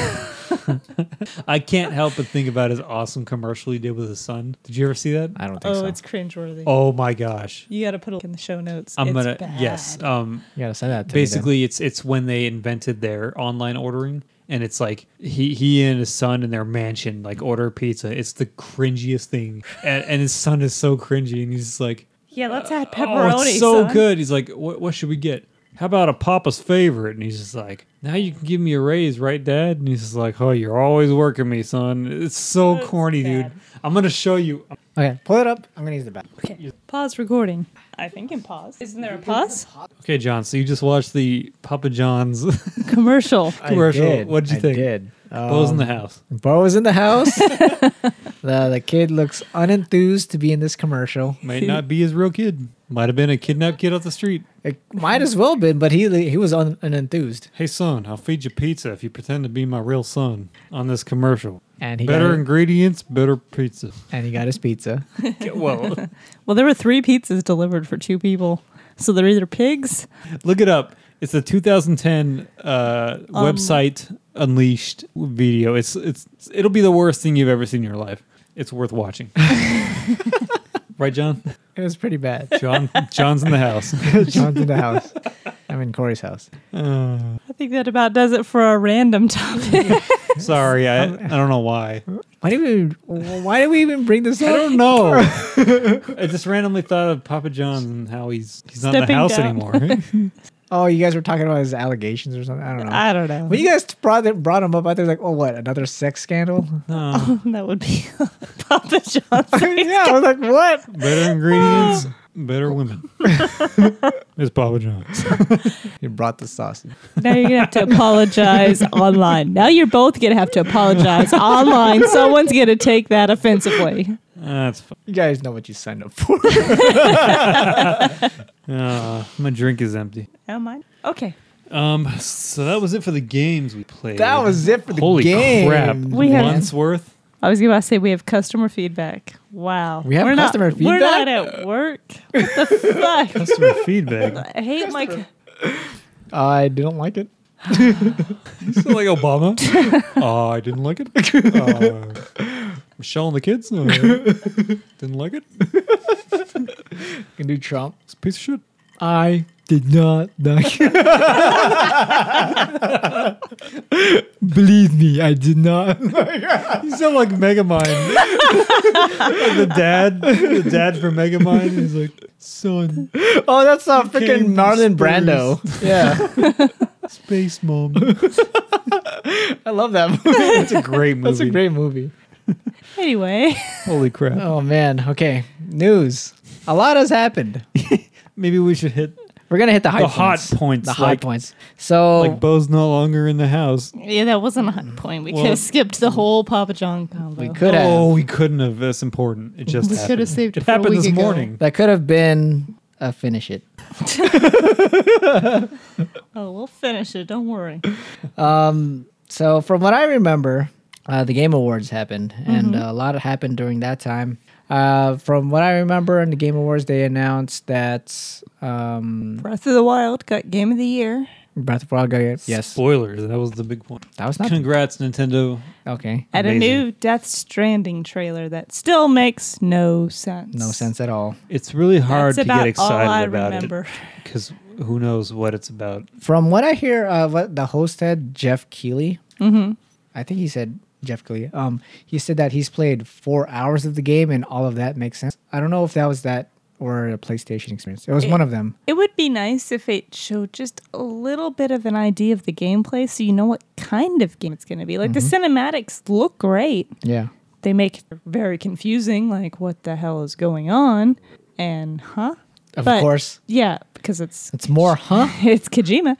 Speaker 3: I can't help but think about his awesome commercial he did with his son. Did you ever see that?
Speaker 1: I don't think
Speaker 2: oh,
Speaker 1: so.
Speaker 2: it's cringeworthy.
Speaker 3: Oh my gosh.
Speaker 2: You got to put a link in the show notes.
Speaker 3: I'm
Speaker 2: It's
Speaker 3: gonna
Speaker 2: bad.
Speaker 3: yes. Um
Speaker 1: you gotta send that to me then.
Speaker 3: basically it's it's when they invented their online ordering and it's like he he and his son in their mansion like order pizza. It's the cringiest thing. And, and his son is so cringy and he's just like
Speaker 2: Yeah, let's add pepperoni.
Speaker 3: Oh, it's so
Speaker 2: son.
Speaker 3: good. He's like, what, what should we get? How about a Papa's favorite? And he's just like, now you can give me a raise, right, Dad? And he's just like, oh, you're always working me, son. It's so
Speaker 2: That's
Speaker 3: corny, dude.
Speaker 2: bad.
Speaker 3: I'm gonna show you.
Speaker 1: Okay, pull it up. I'm gonna use the back.
Speaker 2: Okay. Pause recording. I think in pause. Isn't there a pause?
Speaker 3: Okay, John. So you just watched the Papa John's. (laughs)
Speaker 2: Commercial.
Speaker 3: Commercial.
Speaker 1: I did.
Speaker 3: What'd you
Speaker 1: I
Speaker 3: think?
Speaker 1: Did.
Speaker 3: Bo's in
Speaker 1: Um,
Speaker 3: the house.
Speaker 1: Bo's in the
Speaker 2: (laughs)
Speaker 1: house. the the kid looks unenthused to be in this commercial.
Speaker 3: Might not be his real kid. Might have been a kidnapped kid off the street.
Speaker 1: It might as well been, but he he was un, unenthused.
Speaker 3: Hey, son, I'll feed you pizza if you pretend to be my real son on this commercial.
Speaker 1: And he
Speaker 3: better
Speaker 1: got, it-
Speaker 3: ingredients, better pizza.
Speaker 1: and he got his pizza.
Speaker 3: (laughs) well,
Speaker 2: (laughs) Well, there were three pizzas delivered for two people. So they're either pigs.
Speaker 3: Look it up. It's the 2010 uh,
Speaker 2: Um,
Speaker 3: website Unleashed video. It's it's it'll be the worst thing you've ever seen in your life. It's
Speaker 2: (laughs)
Speaker 3: worth watching. right, John?
Speaker 1: It was pretty bad.
Speaker 3: John John's in
Speaker 2: (laughs)
Speaker 3: the house.
Speaker 1: John's in the
Speaker 3: (laughs)
Speaker 1: house. I'm in Corey's house.
Speaker 2: I think that about does it for our random topic.
Speaker 3: Sorry, I, I don't know why.
Speaker 1: Why do we why do we even bring this
Speaker 3: I
Speaker 1: up?
Speaker 3: don't know. I just randomly thought of Papa John and how he's he's not in the
Speaker 2: Stepping
Speaker 3: house
Speaker 2: down. (laughs)
Speaker 3: anymore. (laughs)
Speaker 1: Oh, you guys were talking about his allegations or something. I don't know.
Speaker 2: I don't know.
Speaker 1: when you guys brought it, brought him up, I was like, "Oh, what? Another sex scandal?" (laughs)
Speaker 3: No.
Speaker 2: (laughs) that would be Papa John's.
Speaker 1: yeah, I was like, "What?"
Speaker 3: (laughs) Better ingredients, better (laughs) women. it's Papa John's.
Speaker 1: You brought the sausage.
Speaker 2: Now you're gonna have to apologize online. Now you're both gonna have to apologize online. Someone's gonna take that offensively.
Speaker 3: That's fine.
Speaker 1: You guys know what you signed up for. (laughs)
Speaker 3: Uh, my drink is empty.
Speaker 2: Am I? Okay.
Speaker 3: Um, so that was it for the games we played.
Speaker 1: that was it for the
Speaker 3: holy
Speaker 1: game.
Speaker 3: crap.
Speaker 2: We have-
Speaker 3: Months worth.
Speaker 2: I was about to say we have customer feedback. Wow.
Speaker 1: We have
Speaker 2: We're not-
Speaker 1: customer
Speaker 2: We're
Speaker 1: feedback?
Speaker 2: not at work. What the (laughs) fuck?
Speaker 3: Customer
Speaker 1: (laughs)
Speaker 3: feedback.
Speaker 2: I hate my. c-
Speaker 1: I didn't like it.
Speaker 3: Is it
Speaker 1: (laughs)
Speaker 3: like Obama? Oh, I didn't like it. Uh, Michelle and the kids uh, didn't like it.
Speaker 1: You can do Trump.
Speaker 3: It's a piece of shit.
Speaker 1: I did not knock you. (laughs) Believe me, I did not. (laughs)
Speaker 4: You sound like Megamind. Like the dad, the dad from Megamind. He's like, son,
Speaker 1: oh, that's uh, freaking
Speaker 4: Came
Speaker 1: Marlon
Speaker 4: Spurs.
Speaker 1: Brando. Yeah,
Speaker 4: space mom.
Speaker 1: (laughs) I love that movie.
Speaker 4: That's a great movie.
Speaker 1: That's a great movie.
Speaker 2: Anyway, (laughs)
Speaker 4: Holy crap.
Speaker 1: Oh man. Okay. News. A lot has happened.
Speaker 4: Maybe we should hit
Speaker 1: We're gonna hit the high
Speaker 3: The hot
Speaker 1: points.
Speaker 3: points,
Speaker 1: The high
Speaker 3: like-
Speaker 1: points. So
Speaker 4: like Bo's no longer in the house.
Speaker 2: yeah, that wasn't a hot point. We
Speaker 4: Well-
Speaker 2: could have skipped the whole Papa John combo.
Speaker 1: we could have.
Speaker 4: Oh, we couldn't have. That's important. It just
Speaker 2: We could have
Speaker 4: happened.
Speaker 2: saved it,
Speaker 4: It
Speaker 2: for a
Speaker 4: happened
Speaker 2: week
Speaker 4: this
Speaker 2: ago.
Speaker 4: morning.
Speaker 1: That could have been a finish it.
Speaker 2: Oh, we'll finish it. Don't worry.
Speaker 1: So from what I remember, uh, the Game Awards happened, and
Speaker 2: Mm-hmm.
Speaker 1: uh, a lot happened during that time. Uh, from what I remember in the Game Awards, they announced that um,
Speaker 2: (clears throat) Breath of the Wild got Game of the Year.
Speaker 1: Breath of the Wild. got it. Yes,
Speaker 3: Spoilers. That was the big point.
Speaker 1: that was not
Speaker 4: Congrats, Nintendo.
Speaker 1: okay.
Speaker 2: At a
Speaker 3: Amazing.
Speaker 2: new Death Stranding trailer that still makes no sense.
Speaker 1: No sense at all.
Speaker 4: It's really hard
Speaker 2: That's
Speaker 4: to
Speaker 2: about
Speaker 4: get excited
Speaker 2: all I
Speaker 4: about
Speaker 2: remember.
Speaker 4: it because who knows what it's about.
Speaker 1: From what I hear, uh, what the host said, Jeff Keeley. Mm-hmm. I think he said Jeff Keeley. Um, he said that he's played four hours of the game, and all of that makes sense. I don't know if that was that or a PlayStation experience. It was one of them.
Speaker 2: It would be nice if it showed just a little bit of an idea of the gameplay so you know what kind of game it's going to be. Like the
Speaker 4: Mm-hmm.
Speaker 2: cinematics look great.
Speaker 1: Yeah.
Speaker 2: They make it very confusing, like what the hell is going on? And huh?
Speaker 1: Of
Speaker 2: But-
Speaker 1: course,
Speaker 2: Yeah, because it's (laughs)
Speaker 1: it's more, huh?
Speaker 2: it's Kojima.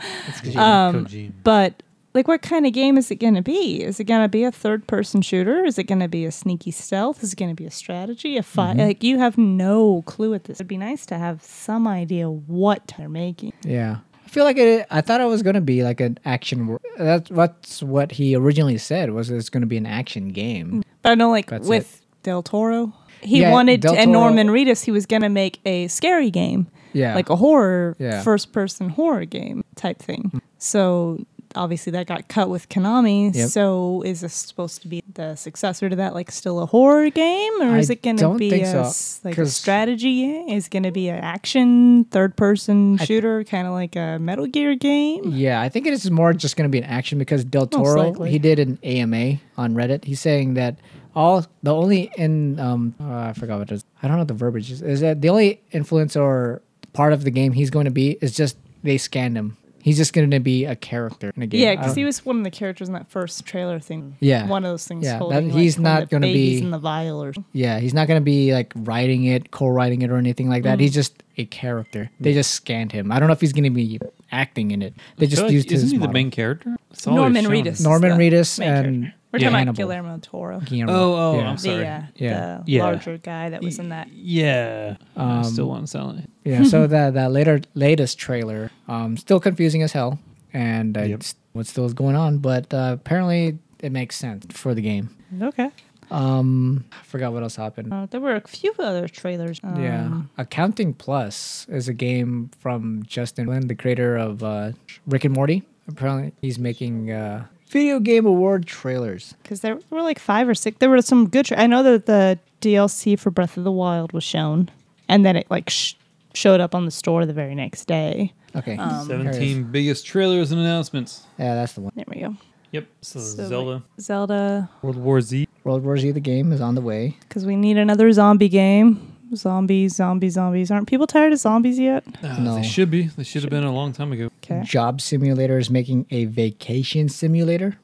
Speaker 2: Um,
Speaker 4: Kojima.
Speaker 2: but like what kind of game is it going to be? Is it going to be a third person shooter? Is it going to be a sneaky stealth? Is it going to be a strategy? A fight? Like you have no clue at this. It'd be nice to have some idea what they're making.
Speaker 1: Yeah. I feel like it, I thought it was gonna be like an action. wor- That's what's what he originally said was it's gonna be an action game.
Speaker 2: But I know, like
Speaker 1: That's
Speaker 2: with Del Toro, he
Speaker 1: Yeah,
Speaker 2: wanted
Speaker 1: Del
Speaker 2: and
Speaker 1: Toro-
Speaker 2: Norman Reedus, he was gonna make a scary game,
Speaker 1: Yeah,
Speaker 2: like a horror,
Speaker 1: Yeah.
Speaker 2: first-person horror game type thing. So obviously that got cut with Konami.
Speaker 1: Yep.
Speaker 2: So is this supposed to be the successor to that, like still a horror game, or
Speaker 1: I
Speaker 2: is it gonna
Speaker 1: don't
Speaker 2: be
Speaker 1: think
Speaker 2: a,
Speaker 1: so,
Speaker 2: s- like a
Speaker 1: 'cause-
Speaker 2: strategy? game? Is it gonna be an action third-person
Speaker 1: I-
Speaker 2: shooter, kind of like a Metal Gear game?
Speaker 1: yeah. I think it is more just gonna be an action because Del Toro
Speaker 2: likely.
Speaker 1: he did an AMA on Reddit. He's saying that all the only in um uh, I forgot what it is. I don't know what the verbiage is. Is that the only influence or part of the game he's going to be is just they scanned him. He's just going to be a character in a game.
Speaker 2: Yeah,
Speaker 1: I
Speaker 2: because
Speaker 1: don't-
Speaker 2: he was one of the characters in that first trailer thing.
Speaker 1: Yeah.
Speaker 2: one of those things.
Speaker 1: Yeah, that-
Speaker 2: holding, like,
Speaker 1: he's
Speaker 2: when
Speaker 1: not
Speaker 2: the
Speaker 1: gonna
Speaker 2: baby's
Speaker 1: be-
Speaker 2: in the vial or
Speaker 1: Yeah, he's not gonna be like writing it, co-writing it, or anything like
Speaker 2: Mm.
Speaker 1: that. He's just a character. They just scanned him. I don't know if he's gonna be acting in it. They just used his
Speaker 4: Isn't he the
Speaker 1: model.
Speaker 4: main character? It's all they've
Speaker 2: Norman
Speaker 4: shown.
Speaker 2: Reedus.
Speaker 1: Norman
Speaker 2: is the
Speaker 1: Reedus
Speaker 2: main character.
Speaker 1: and
Speaker 2: we're
Speaker 1: yeah,
Speaker 2: talking
Speaker 1: Hannibal.
Speaker 2: about Guillermo Toro,
Speaker 1: Guillermo.
Speaker 4: Oh, oh,
Speaker 1: yeah.
Speaker 4: I'm
Speaker 2: the,
Speaker 4: sorry.
Speaker 2: uh,
Speaker 1: Yeah.
Speaker 2: the
Speaker 4: Yeah.
Speaker 2: larger guy that was in that.
Speaker 4: Yeah, I
Speaker 1: Um,
Speaker 4: still want silent.
Speaker 1: yeah. So that that later latest trailer, um, still confusing as hell, and uh,
Speaker 4: Yep.
Speaker 1: it's- what still is going on, but uh, apparently it makes sense for the game.
Speaker 2: Okay,
Speaker 1: Um, I forgot what else happened.
Speaker 2: uh, there were a few other trailers. Um,
Speaker 1: Yeah. Accounting Plus is a game from Justin Lin, the creator of uh, Rick and Morty. Apparently, he's making uh, video game award trailers.
Speaker 2: because there were like five or six. There were some good. Tra- I know that the DLC for Breath of the Wild was shown, and then it like sh- showed up on the store the very next day.
Speaker 1: Okay. There it is.
Speaker 4: Seventeen biggest trailers and announcements.
Speaker 1: Yeah, that's the one.
Speaker 2: There we go.
Speaker 4: Yep. So,
Speaker 2: So,
Speaker 4: Zelda,
Speaker 2: like, Zelda,
Speaker 3: World War Z.
Speaker 1: World War Z, the game, is on the way.
Speaker 2: because we need another zombie game. Zombies, zombies, zombies. Aren't people tired of zombies yet?
Speaker 4: Ah,
Speaker 1: No.
Speaker 4: they should be. They should have been a long time ago.
Speaker 2: Okay.
Speaker 1: Job Simulator is making a vacation simulator.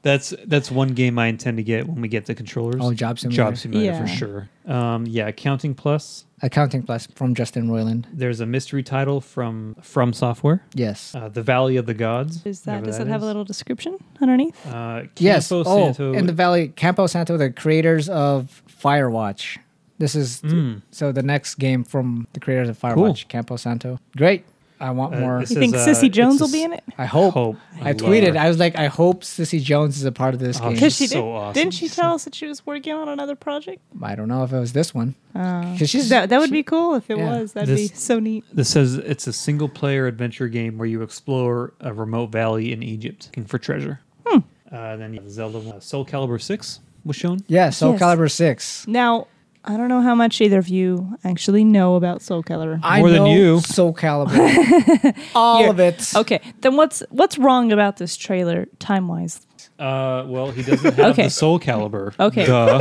Speaker 3: That's that's one game I intend to get when we get the controllers.
Speaker 1: Oh, Job Simulator.
Speaker 3: Job Simulator
Speaker 2: Yeah.
Speaker 3: for sure. Um, yeah, Accounting Plus.
Speaker 1: Accounting Plus from Justin Roiland.
Speaker 3: There's a mystery title from From Software.
Speaker 1: Yes.
Speaker 3: Uh, the Valley of the Gods.
Speaker 2: Is that
Speaker 3: whatever
Speaker 2: does
Speaker 3: that
Speaker 2: it have a
Speaker 3: is.
Speaker 2: little description underneath?
Speaker 3: Uh,
Speaker 1: yes.
Speaker 4: Campo
Speaker 1: oh,
Speaker 4: Santo-
Speaker 1: in the Valley, Campo Santo, the creators of Firewatch. This is
Speaker 3: Mm,
Speaker 1: so the next game from the creators of Firewatch, Campo Santo. Great. I want
Speaker 3: Uh,
Speaker 1: more.
Speaker 3: this
Speaker 2: You
Speaker 3: is,
Speaker 2: think
Speaker 3: uh,
Speaker 2: Sissy
Speaker 3: it's
Speaker 2: Jones
Speaker 3: a
Speaker 2: will be
Speaker 3: s-
Speaker 2: in it?
Speaker 1: I hope.
Speaker 3: Hope.
Speaker 1: I
Speaker 3: Love
Speaker 1: tweeted.
Speaker 3: her.
Speaker 1: I was like, I hope Sissy Jones is a part of this
Speaker 3: Oh,
Speaker 1: game.
Speaker 2: Because
Speaker 3: she's
Speaker 2: she did,
Speaker 3: so awesome.
Speaker 2: didn't she tell us that she was working on another project?
Speaker 1: I don't know if it was this one.
Speaker 2: Uh,
Speaker 1: 'Cause she's-
Speaker 2: that, that would be cool if it
Speaker 1: yeah.
Speaker 2: was. That'd be
Speaker 3: This-
Speaker 2: so neat.
Speaker 3: This says it's a single player adventure game where you explore a remote valley in Egypt looking for treasure.
Speaker 2: Hmm.
Speaker 3: Uh, then you have Zelda one. Soul Calibur 6 was shown.
Speaker 1: Yeah, Soul
Speaker 2: Yes.
Speaker 1: Calibur Six.
Speaker 2: Now, I don't know how much either of you actually know about Soul Calibur.
Speaker 1: I
Speaker 4: More than
Speaker 1: know
Speaker 4: you.
Speaker 1: Soul
Speaker 2: (laughs)
Speaker 1: Calibur. All
Speaker 2: You're-
Speaker 1: of it.
Speaker 2: Okay, then what's what's wrong about this trailer time wise?
Speaker 3: Uh, well, he doesn't have
Speaker 2: (laughs) Okay.
Speaker 3: the soul caliber.
Speaker 2: Okay.
Speaker 3: Duh.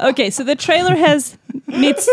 Speaker 2: Okay, so the trailer
Speaker 3: (laughs)
Speaker 2: has Mits-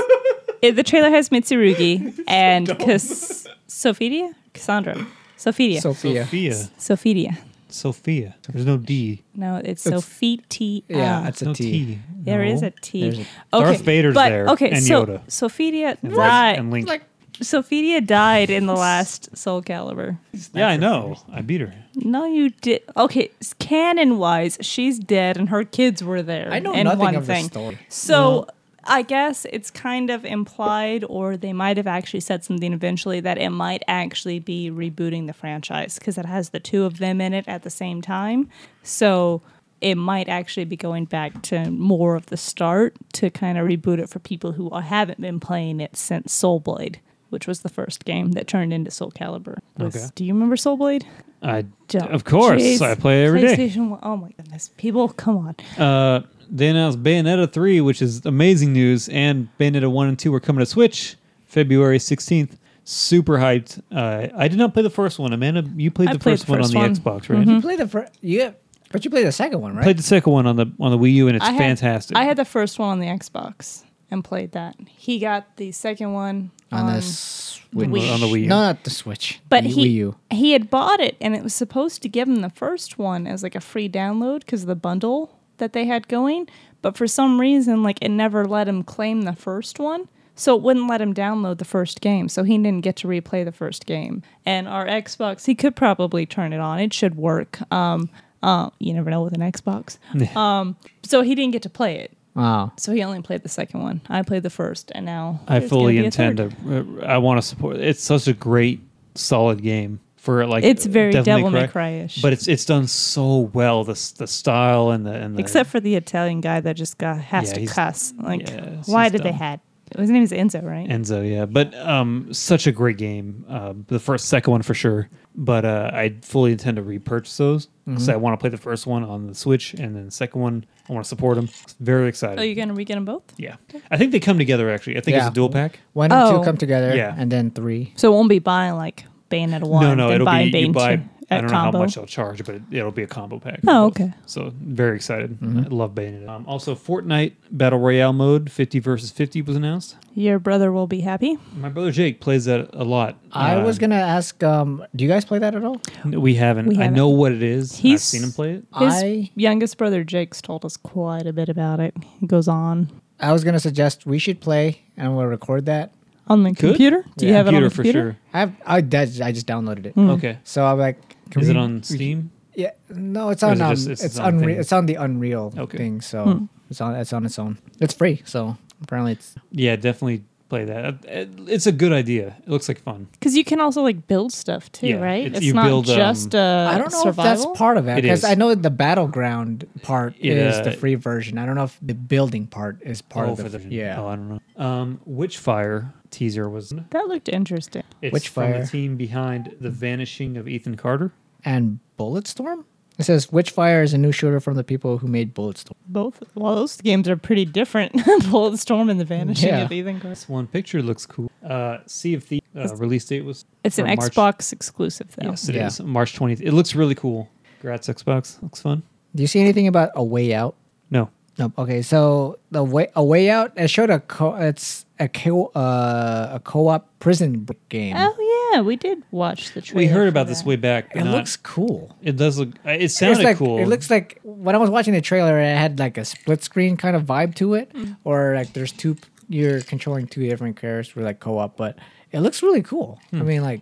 Speaker 2: eh, the trailer has Mitsurugi and Cas- Sophidia, Cassandra, Sophidia,
Speaker 1: Sophia.
Speaker 3: Sophia.
Speaker 2: Sophidia.
Speaker 3: Sophia. There's no D.
Speaker 2: No, it's,
Speaker 1: It's-
Speaker 2: Sophitia.
Speaker 1: yeah, it's a
Speaker 3: no
Speaker 1: T.
Speaker 3: T.
Speaker 2: There is
Speaker 3: No.
Speaker 2: a T.
Speaker 1: There's a-
Speaker 3: Darth Vader's
Speaker 2: but,
Speaker 3: there,
Speaker 2: Okay,
Speaker 3: and
Speaker 2: so
Speaker 3: Yoda.
Speaker 2: Sophidia
Speaker 3: And Link-
Speaker 2: died.
Speaker 3: and Link.
Speaker 2: Sophidia died in the last Soul Calibur.
Speaker 3: yeah, I know. I beat her.
Speaker 2: No, you did. Okay, canon wise, she's dead, and her kids were there.
Speaker 1: I know
Speaker 2: and
Speaker 1: nothing
Speaker 2: one
Speaker 1: of this
Speaker 2: thing.
Speaker 1: story.
Speaker 2: So I guess it's kind of implied, or they might have actually said something eventually that it might actually be rebooting the franchise because it has the two of them in it at the same time. So it might actually be going back to more of the start to kind of reboot it for people who haven't been playing it since Soul Blade, which was the first game that turned into Soul Calibur. Was-
Speaker 3: Okay.
Speaker 2: Do you remember Soul Blade?
Speaker 3: I
Speaker 2: Don't.
Speaker 3: of course
Speaker 2: Jeez.
Speaker 3: I play every day.
Speaker 2: PlayStation One- Oh my goodness, people, come on!
Speaker 3: Uh, they announced Bayonetta three, which is amazing news, and Bayonetta one and two are coming to Switch February sixteenth. Super hyped. Uh, I did not play the first one. Amanda, you played
Speaker 2: I
Speaker 3: the
Speaker 2: played
Speaker 3: first
Speaker 2: the
Speaker 3: one
Speaker 2: first
Speaker 3: on the
Speaker 2: one. Mm-hmm.
Speaker 3: Xbox, right?
Speaker 1: You play the fir- you, but you play the second one, right?
Speaker 3: Played the second one on the on the Wii U, and it's
Speaker 2: I had-
Speaker 3: fantastic.
Speaker 2: I had the first one on the Xbox and played that. He got the second one
Speaker 1: on
Speaker 2: on,
Speaker 1: the Switch.
Speaker 2: Wii.
Speaker 3: On the Wii U.
Speaker 1: No, not the Switch.
Speaker 2: but
Speaker 1: the
Speaker 2: he
Speaker 1: Wii U.
Speaker 2: he had bought it and it was supposed to give him the first one as like a free download because of the bundle that they had going. But for some reason, like it never let him claim the first one. So it wouldn't let him download the first game, so he didn't get to replay the first game. And our Xbox, he could probably turn it on. It should work. Um, uh, you never know with an Xbox.
Speaker 3: (laughs)
Speaker 2: um, so he didn't get to play it.
Speaker 1: Wow.
Speaker 2: So he only played the second one. I played the first, and now
Speaker 3: I
Speaker 2: there's gonna
Speaker 3: fully
Speaker 2: be a
Speaker 3: intend
Speaker 2: third.
Speaker 3: to. uh, I want to support. It's such a great, solid game for like.
Speaker 2: It's very Devil May
Speaker 3: Cry-
Speaker 2: Cry-ish.
Speaker 3: but it's it's done so well. The s- the style and the and the
Speaker 2: Except for the Italian guy that just got has
Speaker 3: Yeah,
Speaker 2: to
Speaker 3: he's-
Speaker 2: cuss. Like,
Speaker 3: yes,
Speaker 2: why
Speaker 3: he's
Speaker 2: did they
Speaker 3: dumb.
Speaker 2: had? His name is Enzo, right?
Speaker 3: Enzo, yeah, but um, such a great game. Uh, the first, second one for sure. But uh, I fully intend to repurchase those
Speaker 2: Mm-hmm.
Speaker 3: because I want to play the first one on the Switch and then the second one. I want to support them. Very excited.
Speaker 2: oh, you're gonna re-get them both.
Speaker 3: yeah, I think they come together. Actually, I think it's
Speaker 1: Yeah.
Speaker 3: a dual pack.
Speaker 1: One and
Speaker 2: Oh.
Speaker 1: two come together,
Speaker 3: Yeah.
Speaker 1: and then three.
Speaker 2: So it won't be buying like Bayonetta one.
Speaker 3: no, no,
Speaker 2: then
Speaker 3: it'll
Speaker 2: buying
Speaker 3: be you
Speaker 2: Bayonetta
Speaker 3: buy.
Speaker 2: two
Speaker 3: I
Speaker 2: at
Speaker 3: don't know
Speaker 2: combo.
Speaker 3: how much I'll charge, but it'll be a combo pack. for
Speaker 2: Oh,
Speaker 3: both.
Speaker 2: okay.
Speaker 3: So very excited.
Speaker 1: Mm-hmm.
Speaker 3: I love Bayonetta. Um, also, Fortnite Battle Royale mode, fifty versus fifty, was announced.
Speaker 2: Your brother will be happy.
Speaker 3: My brother Jake plays that a lot.
Speaker 1: I
Speaker 3: Uh,
Speaker 1: was gonna ask, um, do you guys play that at all?
Speaker 3: We haven't.
Speaker 2: We
Speaker 3: I
Speaker 2: haven't.
Speaker 3: know what it is. I've
Speaker 2: He's-
Speaker 3: seen him play it.
Speaker 2: His
Speaker 1: I-
Speaker 2: youngest brother Jake's told us quite a bit about it. He goes on
Speaker 1: I was gonna suggest we should play, and we'll record that.
Speaker 2: on the
Speaker 3: Good.
Speaker 2: computer. Do you
Speaker 1: Yeah.
Speaker 2: have it on
Speaker 3: computer
Speaker 2: the
Speaker 3: for
Speaker 2: computer?
Speaker 3: sure.
Speaker 1: I have, I, that, I just downloaded
Speaker 2: Hmm.
Speaker 1: it.
Speaker 3: Okay.
Speaker 1: So I'm like, can
Speaker 3: Is
Speaker 1: we-
Speaker 3: it on Steam?
Speaker 1: Yeah, no, it's
Speaker 3: Or
Speaker 1: on.
Speaker 3: is it
Speaker 1: um,
Speaker 3: just-
Speaker 1: it's
Speaker 3: it's its own
Speaker 1: on.
Speaker 3: thing?
Speaker 1: It's on the Unreal
Speaker 3: Okay.
Speaker 1: thing. So
Speaker 2: Hmm.
Speaker 1: it's on. It's on its own. It's free. So apparently it's.
Speaker 3: Yeah, definitely play that. Uh, it- It's a good idea. It looks like fun.
Speaker 2: Because you can also like build stuff too,
Speaker 3: Yeah,
Speaker 2: right?
Speaker 3: it's-
Speaker 2: It's,
Speaker 3: you
Speaker 2: not
Speaker 3: build, um,
Speaker 2: just uh,
Speaker 1: I don't know
Speaker 2: survival.
Speaker 1: if that's part of it
Speaker 3: It
Speaker 1: because
Speaker 3: is.
Speaker 1: I know the battleground part
Speaker 3: It,
Speaker 1: is
Speaker 3: uh,
Speaker 1: the free version. I don't know if the building part is part
Speaker 3: Oh,
Speaker 1: of
Speaker 3: for
Speaker 1: the,
Speaker 3: the-
Speaker 1: yeah.
Speaker 3: Oh, I don't know. Um, Witchfire teaser was.
Speaker 2: That looked interesting.
Speaker 3: It's from the
Speaker 1: Witchfire.
Speaker 3: team behind the vanishing of Ethan Carter.
Speaker 1: and Bulletstorm. It says Witchfire is a new shooter from the people who made Bulletstorm.
Speaker 2: Both well, those games are pretty different. (laughs) Bullet Storm and the Vanishing
Speaker 1: Yeah.
Speaker 2: of Ethan Carter.
Speaker 3: This one picture looks cool. Uh, sea of Thieves uh, release date was.
Speaker 2: It's an
Speaker 3: for March-
Speaker 2: Xbox exclusive though.
Speaker 3: Yes, it is
Speaker 1: Yeah.
Speaker 3: March 20th. It looks really cool. Congrats, Xbox. Looks fun.
Speaker 1: Do you see anything about a way out?
Speaker 3: No.
Speaker 1: Nope. Okay, so the way a way out. It showed a co- it's a co- uh, a co-op prison b- game.
Speaker 2: Oh yeah, we did watch the trailer.
Speaker 3: We heard
Speaker 2: for
Speaker 3: about this
Speaker 2: that.
Speaker 3: way back. but
Speaker 1: it
Speaker 3: not-
Speaker 1: looks cool.
Speaker 3: It does look. uh, It
Speaker 1: It's
Speaker 3: sounded
Speaker 1: like
Speaker 3: cool.
Speaker 1: it looks like when I was watching the trailer, it had like a split screen kind of vibe to it,
Speaker 2: Mm.
Speaker 1: or like there's two you're controlling two different characters for like co-op, but it looks really cool. I
Speaker 3: Hmm.
Speaker 1: mean, like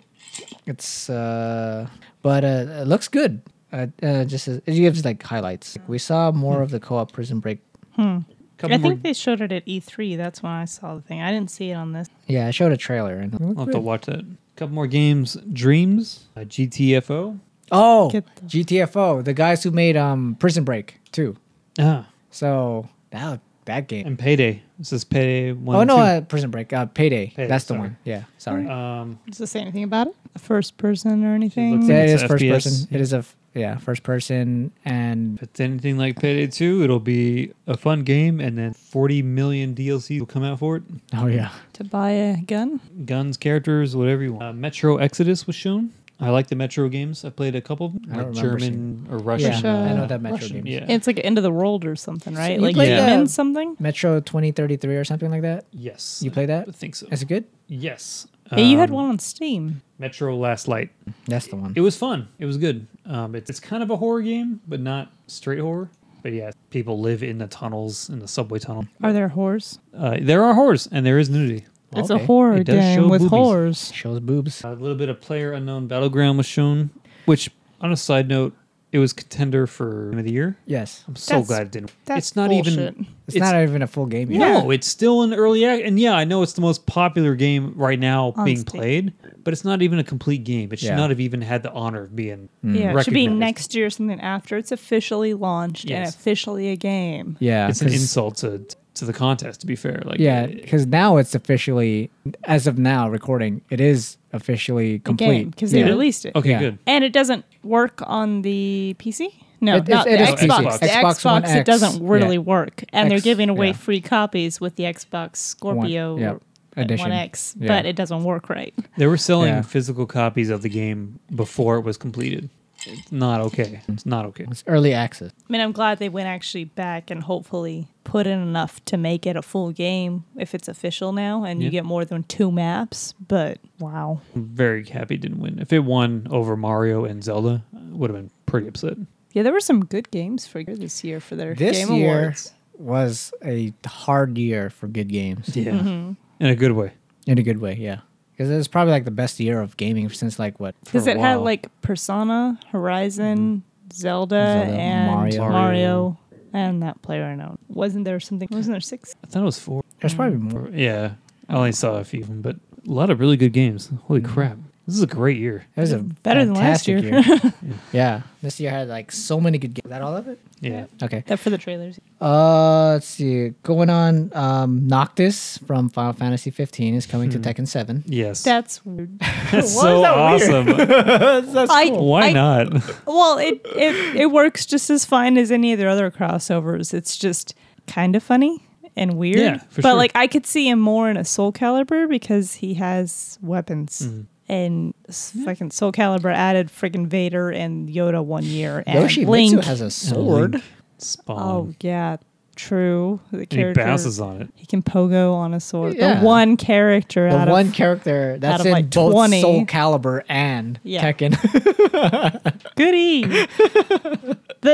Speaker 1: it's uh, but uh, it looks good. Uh, uh, just as, it gives like highlights. we saw more
Speaker 3: Hmm.
Speaker 1: of the co-op prison break.
Speaker 3: Couple
Speaker 2: I
Speaker 3: more-
Speaker 2: think they showed it at E3. That's when I saw the thing. I didn't see it on this.
Speaker 1: Yeah, I showed a trailer and it looked
Speaker 3: I'll have
Speaker 1: good.
Speaker 3: to watch that. couple more games. Dreams, uh, GTFO.
Speaker 1: oh
Speaker 2: Get the-
Speaker 1: GTFO, the guys who made um Prison Break too.
Speaker 3: Ah,
Speaker 1: So that that game.
Speaker 3: and Payday. This is Payday one.
Speaker 1: Oh
Speaker 3: and
Speaker 1: no,
Speaker 3: two.
Speaker 1: uh, Prison Break, uh, Payday.
Speaker 3: Payday,
Speaker 1: That's
Speaker 3: sorry.
Speaker 1: the one. Yeah, sorry.
Speaker 3: um,
Speaker 2: Does it say anything about it? The first person or
Speaker 3: looks
Speaker 2: anything?
Speaker 3: like-
Speaker 1: Yeah, it
Speaker 3: it's
Speaker 1: is first
Speaker 3: FPS.
Speaker 1: person. It is a f- Yeah, first person and
Speaker 3: If it's anything like Payday 2, it'll be a fun game, and then 40 million DLCs will come out for it.
Speaker 1: oh yeah.
Speaker 2: To buy a gun?
Speaker 3: Guns, characters, whatever you want. Uh, Metro Exodus was shown. I like the Metro games. I played a couple of them,
Speaker 1: I don't
Speaker 3: like
Speaker 1: remember
Speaker 3: German or Russian.
Speaker 1: Yeah, I know
Speaker 3: uh,
Speaker 1: that Metro
Speaker 3: Russian,
Speaker 1: games.
Speaker 3: Yeah.
Speaker 2: It's like End of the World or something, right?
Speaker 1: you
Speaker 2: like
Speaker 1: played
Speaker 2: Demon
Speaker 1: the-
Speaker 2: something?
Speaker 1: Metro 2033 or something like that.
Speaker 3: yes.
Speaker 1: You play that?
Speaker 3: I think so.
Speaker 1: Is it good?
Speaker 3: Yes.
Speaker 2: yeah, you had
Speaker 3: Um,
Speaker 2: one on Steam.
Speaker 3: Metro Last Light.
Speaker 1: That's the one.
Speaker 3: It was fun. It was good. Um, it's, it's kind of a horror game, but not straight horror. But yeah, people live in the tunnels, in the subway tunnel.
Speaker 2: Are there whores?
Speaker 3: Uh, there are horrors, and there is nudity.
Speaker 2: It's
Speaker 1: Okay.
Speaker 2: a horror
Speaker 3: It does show
Speaker 2: game with
Speaker 3: boobies.
Speaker 2: whores.
Speaker 1: Shows boobs.
Speaker 3: A little bit of Player Unknown Battleground was shown, which, on a side note, it was contender for Game of the Year.
Speaker 1: Yes.
Speaker 3: I'm so
Speaker 2: That's-
Speaker 3: glad it didn't.
Speaker 2: that's
Speaker 3: it's not
Speaker 2: bullshit.
Speaker 3: even.
Speaker 1: It's, not even a full game yet.
Speaker 3: No, it's still an early act, and yeah, I know it's the most popular game right now
Speaker 2: On
Speaker 3: being
Speaker 2: Steam.
Speaker 3: played, but it's not even a complete game. It should
Speaker 1: Yeah. Mm.
Speaker 3: not have even had the honor of being.
Speaker 2: Yeah, it should be
Speaker 3: recognized.
Speaker 2: next year, something after it's officially launched and
Speaker 3: Yes.
Speaker 2: officially a game.
Speaker 1: Yeah.
Speaker 3: It's an
Speaker 1: 'cause-
Speaker 3: insult to to the contest. To be fair, like
Speaker 1: Yeah,
Speaker 3: uh,
Speaker 1: because now it's officially, as of now, recording. It is officially
Speaker 2: A game
Speaker 1: complete
Speaker 2: because
Speaker 1: Yeah.
Speaker 2: they released it.
Speaker 3: Okay,
Speaker 1: Yeah.
Speaker 3: good.
Speaker 2: And it doesn't work on the PC. No,
Speaker 1: It- it's-
Speaker 2: not
Speaker 1: it
Speaker 2: the
Speaker 1: is
Speaker 3: PC.
Speaker 2: Xbox. The
Speaker 1: Xbox
Speaker 2: Xbox,
Speaker 1: One
Speaker 2: it
Speaker 1: X,
Speaker 2: doesn't
Speaker 1: yeah.
Speaker 2: really work, and
Speaker 1: X,
Speaker 2: they're giving away
Speaker 1: yeah.
Speaker 2: free copies with the Xbox Scorpio
Speaker 1: yeah, edition.
Speaker 2: One X,
Speaker 1: Yeah.
Speaker 2: but it doesn't work right.
Speaker 3: They were selling
Speaker 1: Yeah.
Speaker 3: physical copies of the game before it was completed. It's not okay. It's not okay.
Speaker 1: It's early access.
Speaker 2: I mean, I'm glad they went actually back and hopefully put in enough to make it a full game if it's official now, and
Speaker 3: Yeah.
Speaker 2: you get more than two maps. But wow,
Speaker 3: I'm very happy it didn't win. If it won over Mario and Zelda, I would have been pretty upset.
Speaker 2: yeah, there were some good games for this year for their
Speaker 1: This
Speaker 2: game
Speaker 1: year
Speaker 2: awards.
Speaker 1: was a hard year for good games
Speaker 3: Yeah.
Speaker 2: Mm-hmm.
Speaker 3: In a good way.
Speaker 1: in a good way. Yeah, because it was probably like the best year of gaming since like what?
Speaker 3: For
Speaker 2: because
Speaker 3: a
Speaker 2: it had
Speaker 3: while. Mm.
Speaker 2: like Persona, Horizon, Zelda,
Speaker 1: Zelda,
Speaker 2: and
Speaker 1: Mario.
Speaker 2: Mario.
Speaker 3: Mario.
Speaker 2: and that player unknown. Wasn't there something? Wasn't there six?
Speaker 3: I thought it was four.
Speaker 1: There's probably more.
Speaker 3: Yeah. I only saw a few of them, but a lot of really good games. Holy crap. This is a great year.
Speaker 1: It was a
Speaker 2: Better than last
Speaker 1: fantastic
Speaker 2: year.
Speaker 1: (laughs) year. yeah, this year had like so many good games. Is that all of it?
Speaker 3: Yeah.
Speaker 1: Okay.
Speaker 2: That for the trailers.
Speaker 1: Uh, let's see. Going on, um, Noctis from Final Fantasy 15 is coming to Tekken 7.
Speaker 3: Yes.
Speaker 2: That's weird.
Speaker 3: (laughs)
Speaker 2: (laughs)
Speaker 3: That's
Speaker 2: Why
Speaker 3: so
Speaker 2: is that weird? (laughs)
Speaker 3: awesome.
Speaker 2: I-
Speaker 3: Why
Speaker 2: I-
Speaker 3: not? (laughs)
Speaker 2: Well, it, it it works just as fine as any of their other crossovers. It's just kind of funny and weird.
Speaker 3: Yeah, for
Speaker 2: but
Speaker 3: sure.
Speaker 2: like I could see him more in a Soul Calibur because he has weapons.
Speaker 3: Mm-hmm.
Speaker 2: And s- fucking Soul Calibur added friggin' Vader and Yoda one year. And
Speaker 1: Yoshi
Speaker 2: Link
Speaker 1: Mitsu has a sword.
Speaker 3: Link. (laughs) Spawn.
Speaker 2: Oh yeah, true. The
Speaker 3: and Um, he
Speaker 2: character
Speaker 3: bounces on it.
Speaker 2: he can pogo on a sword.
Speaker 1: Yeah.
Speaker 2: The one character
Speaker 1: The
Speaker 2: out
Speaker 1: one
Speaker 2: of
Speaker 1: character that's
Speaker 2: of,
Speaker 1: in
Speaker 2: like,
Speaker 1: both
Speaker 2: 20.
Speaker 1: Soul Calibur and
Speaker 2: Yeah.
Speaker 1: Tekken. (laughs)
Speaker 2: goody. the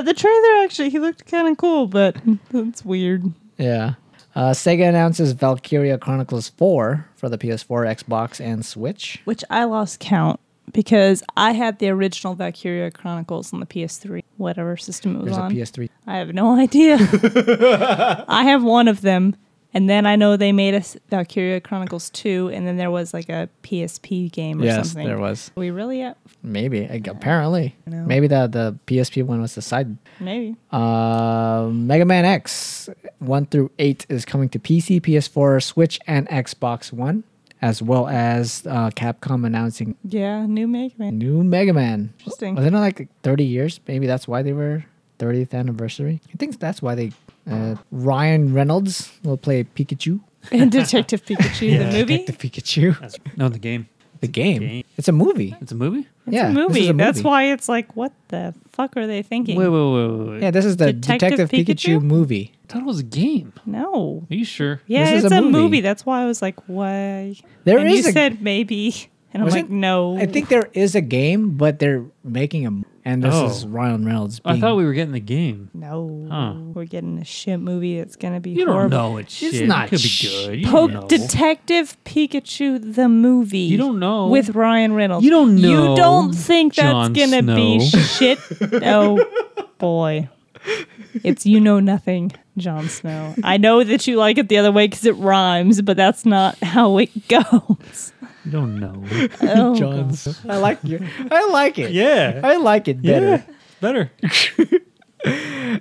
Speaker 2: the trailer actually he looked kind of cool, but that's weird.
Speaker 1: yeah. Uh, Sega announces Valkyria Chronicles 4 for the PS4, Xbox, and Switch.
Speaker 2: Which I lost count because I had the original Valkyria Chronicles on the PS3, whatever system it was
Speaker 1: There's a
Speaker 2: on.
Speaker 1: PS3.
Speaker 2: I have
Speaker 1: (laughs)
Speaker 2: no idea. I have one of them, and then I know they made us Valkyria Chronicles two, and then there was like a PSP game or something.
Speaker 1: was.
Speaker 2: We really at
Speaker 1: Maybe. like, apparently.
Speaker 2: I know.
Speaker 1: Maybe the, the PSP one was the side.
Speaker 2: maybe
Speaker 1: Uh, Mega Man X 1 through 8 is coming to PC, PS4, Switch, and Xbox One, as well as uh, Capcom announcing
Speaker 2: yeah new Mega
Speaker 1: (laughs)
Speaker 2: Man.
Speaker 1: new Mega Man.
Speaker 2: Interesting.
Speaker 1: Was it not like 30 years? Maybe that's why they were 30th anniversary. I think that's why they. Uh, Ryan Reynolds will play Pikachu.
Speaker 2: and Detective Pikachu,
Speaker 3: Yeah.
Speaker 2: the movie.
Speaker 1: The Pikachu.
Speaker 3: That's no the game.
Speaker 1: (laughs) The game.
Speaker 3: game.
Speaker 1: It's a movie.
Speaker 3: It's a movie?
Speaker 1: yeah, this is
Speaker 2: movie.
Speaker 1: a
Speaker 2: That's
Speaker 1: movie.
Speaker 2: why it's like, what the fuck are they thinking?
Speaker 3: Wait, wait, wait, wait, wait.
Speaker 1: Yeah, this is the Detective,
Speaker 2: Detective
Speaker 1: Pikachu?
Speaker 2: Pikachu?
Speaker 1: movie.
Speaker 3: I thought it was a game.
Speaker 2: No.
Speaker 3: Are you sure?
Speaker 2: Yeah,
Speaker 1: This is
Speaker 2: it's
Speaker 1: a
Speaker 2: a,
Speaker 1: movie.
Speaker 2: movie. That's why I was like, why?
Speaker 1: There
Speaker 2: and
Speaker 1: is
Speaker 2: you
Speaker 1: a-
Speaker 2: said maybe, (laughs) and I'm
Speaker 1: Was
Speaker 2: like,
Speaker 1: it?
Speaker 2: no.
Speaker 1: I think there is a game, but they're making a. m- And this
Speaker 3: Oh.
Speaker 1: is Ryan Reynolds.
Speaker 3: I
Speaker 1: being-
Speaker 3: thought we were getting the game.
Speaker 2: no.
Speaker 3: Huh.
Speaker 2: We're getting a shit movie that's gonna be
Speaker 3: You don't
Speaker 2: horrible.
Speaker 3: know it's shit. It
Speaker 1: not
Speaker 3: could
Speaker 1: sh-
Speaker 3: be good. You
Speaker 2: Po-
Speaker 3: don't know.
Speaker 2: Detective Pikachu the movie.
Speaker 3: You don't know.
Speaker 2: with Ryan Reynolds.
Speaker 3: You don't know,
Speaker 2: You don't think that's
Speaker 3: Jon
Speaker 2: gonna be
Speaker 3: Snow.
Speaker 2: shit. oh boy, it's you know nothing, Jon Snow. I know that you like it the other way because it rhymes, but that's not how it (laughs) goes.
Speaker 3: you don't know.
Speaker 2: Oh,
Speaker 1: John
Speaker 2: God.
Speaker 1: Snow. I like you. I like it.
Speaker 3: (laughs) yeah.
Speaker 2: (laughs)
Speaker 1: I like it better.
Speaker 3: Better.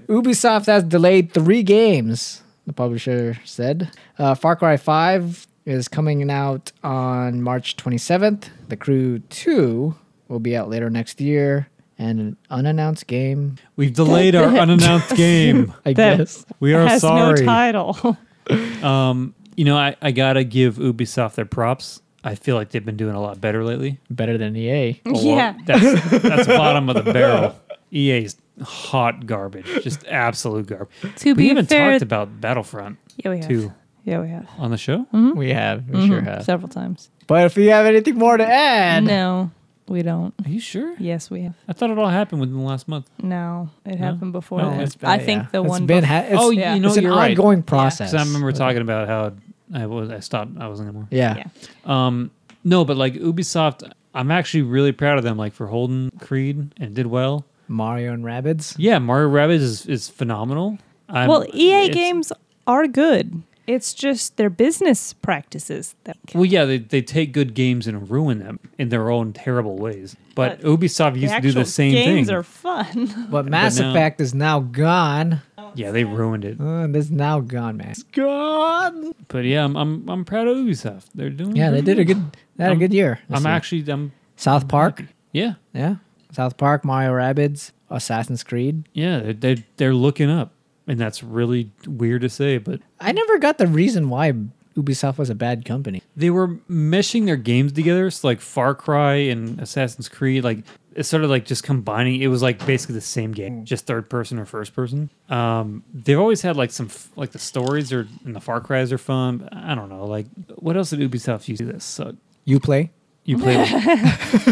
Speaker 1: Ubisoft has delayed three games, the publisher said. Uh, Far Cry 5 is coming out on March 27th. The Crew 2 will be out later next year. and an unannounced game.
Speaker 4: We've delayed
Speaker 2: (laughs)
Speaker 4: our unannounced game.
Speaker 1: I
Speaker 2: That-
Speaker 1: guess.
Speaker 4: We are
Speaker 2: has
Speaker 4: sorry.
Speaker 2: no
Speaker 3: Oh,
Speaker 2: title.
Speaker 3: Um, you know, I, I gotta give Ubisoft their props. I feel like they've been doing a lot better lately.
Speaker 1: Better than E EA.
Speaker 3: Oh,
Speaker 2: (laughs)
Speaker 3: well,
Speaker 2: Yeah.
Speaker 3: that's that's bottom of the barrel. EA's hot garbage, just absolute garbage.
Speaker 2: to
Speaker 3: We
Speaker 2: be
Speaker 3: even
Speaker 2: fair,
Speaker 3: talked about Battlefront
Speaker 2: yeah, we have.
Speaker 3: two
Speaker 2: Yeah, we have.
Speaker 3: on the show.
Speaker 1: We have. We sure
Speaker 2: Mhm,
Speaker 1: have.
Speaker 2: Several times.
Speaker 1: But if you have anything more to add, uh,
Speaker 2: no, we don't.
Speaker 3: Are you sure?
Speaker 2: Yes, we have.
Speaker 3: I thought it all happened within the last month.
Speaker 2: No, it
Speaker 3: No?
Speaker 2: happened before
Speaker 3: No,
Speaker 2: that.
Speaker 1: it's been-
Speaker 2: I think
Speaker 1: yeah.
Speaker 2: the
Speaker 1: It's
Speaker 2: one.
Speaker 1: been
Speaker 2: bef-
Speaker 1: ha- it's,
Speaker 3: Oh, yeah. you know,
Speaker 1: it's an
Speaker 3: you're right.
Speaker 1: ongoing
Speaker 3: Because
Speaker 1: process.
Speaker 3: I remember talking about how I was I stopped. I wasn't anymore.
Speaker 1: Yeah.
Speaker 2: yeah.
Speaker 3: Um, no, but like Ubisoft, I'm actually really proud of them. Like for holding Creed and did well.
Speaker 1: Mario and Rabbids.
Speaker 3: Yeah, Mario Rabbids is, is phenomenal. I'm,
Speaker 2: well, E EA
Speaker 3: it's-
Speaker 2: games are good. It's just their business practices that.
Speaker 3: Well, yeah, they, they take good games and ruin them in their own terrible ways. But,
Speaker 2: But
Speaker 3: Ubisoft
Speaker 2: the
Speaker 3: used to do the
Speaker 2: actual
Speaker 3: same
Speaker 2: games
Speaker 3: thing.
Speaker 2: are fun. (laughs)
Speaker 1: But Mass
Speaker 3: now-
Speaker 1: Effect is now gone.
Speaker 3: yeah, they ruined it.
Speaker 1: Uh, it's now gone, man. It's gone.
Speaker 3: But yeah, I'm I'm, I'm proud of Ubisoft. They're doing.
Speaker 1: Yeah, they
Speaker 3: pretty
Speaker 1: did a
Speaker 3: well.
Speaker 1: good. They had
Speaker 3: I'm-
Speaker 1: a good year. this
Speaker 3: I'm
Speaker 1: year.
Speaker 3: actually I'm
Speaker 1: South Park.
Speaker 3: yeah
Speaker 1: Yeah, South Park, Mario Rabbids, Assassin's Creed.
Speaker 3: yeah they, they they're looking up, and that's really weird to say, but
Speaker 1: I never got the reason why Ubisoft was a bad company.
Speaker 3: they were meshing their games together so like far cry and assassin's creed like it's sort of like just combining it was like basically the same
Speaker 2: Hmm.
Speaker 3: game just third person or first person um they've always had like some f- like the stories are and the far cries are fun but i don't know like what else did ubisoft use this suck
Speaker 1: You play.
Speaker 3: you
Speaker 2: (laughs)
Speaker 3: play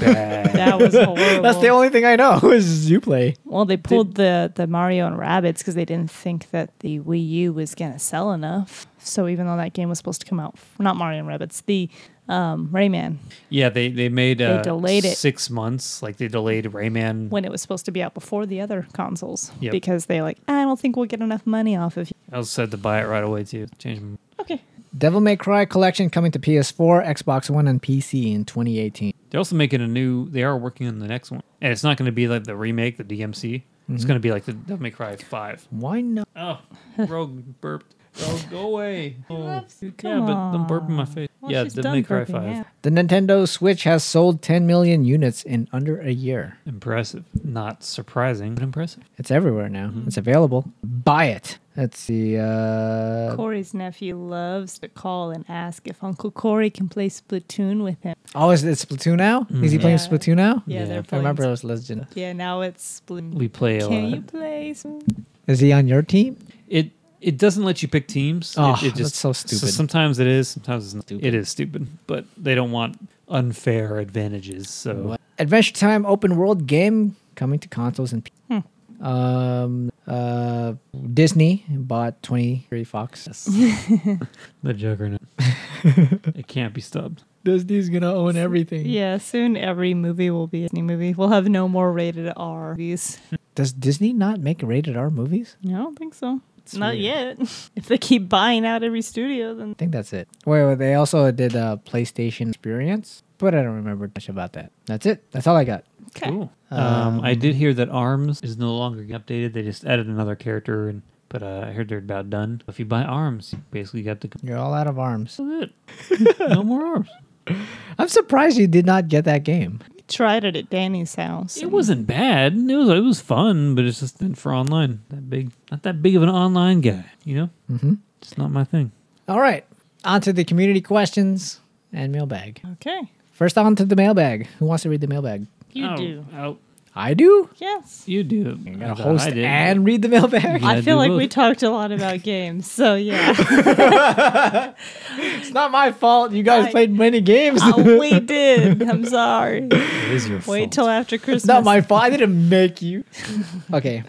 Speaker 3: bad.
Speaker 2: That was horrible.
Speaker 1: That's the only thing I know (laughs) is you play.
Speaker 2: well, they pulled the, the Mario and Rabbits because they didn't think that the Wii U was going to sell enough. So even though that game was supposed to come out, not Mario and Rabbits, the um, Rayman,
Speaker 3: yeah they they made uh,
Speaker 2: delayed it.
Speaker 3: six months like they delayed rayman
Speaker 2: when it was supposed to be out before the other consoles
Speaker 3: Yep.
Speaker 2: because they like, I don't think we'll get enough money off of you.
Speaker 3: i was said to buy it right away too change my
Speaker 2: Okay.
Speaker 1: Devil May Cry collection coming to PS4, Xbox One, and PC in 2018.
Speaker 3: They're also making a new. They are working on the next one, and it's not going to be like the remake, the DMC.
Speaker 2: Mm-hmm.
Speaker 3: It's going to be like the Devil May Cry Five.
Speaker 1: Why not?
Speaker 2: (laughs)
Speaker 3: Oh, Rogue burped. Rogue, go away. Oh,
Speaker 2: loves
Speaker 3: yeah,
Speaker 2: you. Come
Speaker 3: but don't burp in my face.
Speaker 2: Well,
Speaker 3: yeah,
Speaker 2: she's
Speaker 3: Devil
Speaker 2: done
Speaker 3: May Cry
Speaker 2: burping
Speaker 3: Five.
Speaker 2: now.
Speaker 1: The Nintendo Switch has sold 10 million units in under a year.
Speaker 3: Impressive. Not surprising, but impressive.
Speaker 1: It's everywhere now. It's available. Buy it. Let's see. Uh,
Speaker 2: Corey's nephew loves to call and ask if Uncle Corey can play Splatoon with him.
Speaker 1: oh, is it Splatoon now? Is he playing
Speaker 2: Yeah.
Speaker 1: Splatoon now?
Speaker 2: Yeah,
Speaker 3: Yeah. I
Speaker 2: they're
Speaker 1: I
Speaker 2: playing.
Speaker 1: remember it was Legend.
Speaker 2: Yeah, now it's Splatoon.
Speaker 3: We play a
Speaker 2: can
Speaker 3: lot.
Speaker 2: you play some?
Speaker 1: Is he on your team?
Speaker 3: It it doesn't let you pick teams.
Speaker 1: Oh,
Speaker 2: Ah,
Speaker 3: it, it
Speaker 1: that's so stupid.
Speaker 3: sometimes it is. Sometimes it's not.
Speaker 1: Stupid.
Speaker 3: It is stupid, but they don't want unfair advantages. So
Speaker 1: Adventure Time open world game coming to consoles and. P-
Speaker 2: Hmm.
Speaker 1: Um, uh, Disney bought 23 Fox.
Speaker 2: (laughs)
Speaker 3: the juggernaut. it can't be stopped.
Speaker 1: Disney's gonna own everything.
Speaker 2: Yeah, soon every movie will be a Disney movie. We'll have no more rated R movies.
Speaker 1: Does Disney not make rated R movies?
Speaker 2: I don't think so.
Speaker 1: It's
Speaker 2: Not
Speaker 1: weird.
Speaker 2: yet. (laughs) If they keep buying out every studio, then
Speaker 1: I think that's it. Wait, wait, they also did a PlayStation Experience, but I don't remember much about that. That's it. That's all I got.
Speaker 2: okay.
Speaker 3: Cool. Um, I did hear that Arms is no longer getting updated. They just added another character, and but uh, I heard they're about done. If you buy Arms, you basically got the
Speaker 1: You're all out of arms.
Speaker 3: that's
Speaker 2: (laughs)
Speaker 3: it. no more Arms.
Speaker 1: I'm surprised you did not get that game.
Speaker 2: We tried it at Danny's house.
Speaker 3: It
Speaker 2: and
Speaker 3: wasn't bad. It was it was fun, but it's just not for online. That big, not that big of an online guy. You know,
Speaker 1: Mm-hmm.
Speaker 3: it's not my thing.
Speaker 1: All right, on to the community questions and mailbag.
Speaker 2: Okay.
Speaker 1: First, on to the mailbag. Who wants to read the mailbag?
Speaker 2: You
Speaker 3: Oh,
Speaker 2: do.
Speaker 3: Oh,
Speaker 1: I do.
Speaker 2: Yes.
Speaker 3: you do.
Speaker 1: I gotta
Speaker 3: I thought
Speaker 1: host
Speaker 3: I did.
Speaker 1: and read the mailbag.
Speaker 3: Yeah,
Speaker 2: I feel
Speaker 3: do
Speaker 2: like we
Speaker 3: both.
Speaker 2: talked a lot
Speaker 3: (laughs)
Speaker 2: about games, so yeah.
Speaker 1: It's not my fault. You guys
Speaker 2: I-
Speaker 1: played many games.
Speaker 2: Oh, we did. I'm sorry.
Speaker 3: It is your fault.
Speaker 2: Wait till after Christmas.
Speaker 1: It's not my fault. I didn't make you. (laughs) Okay.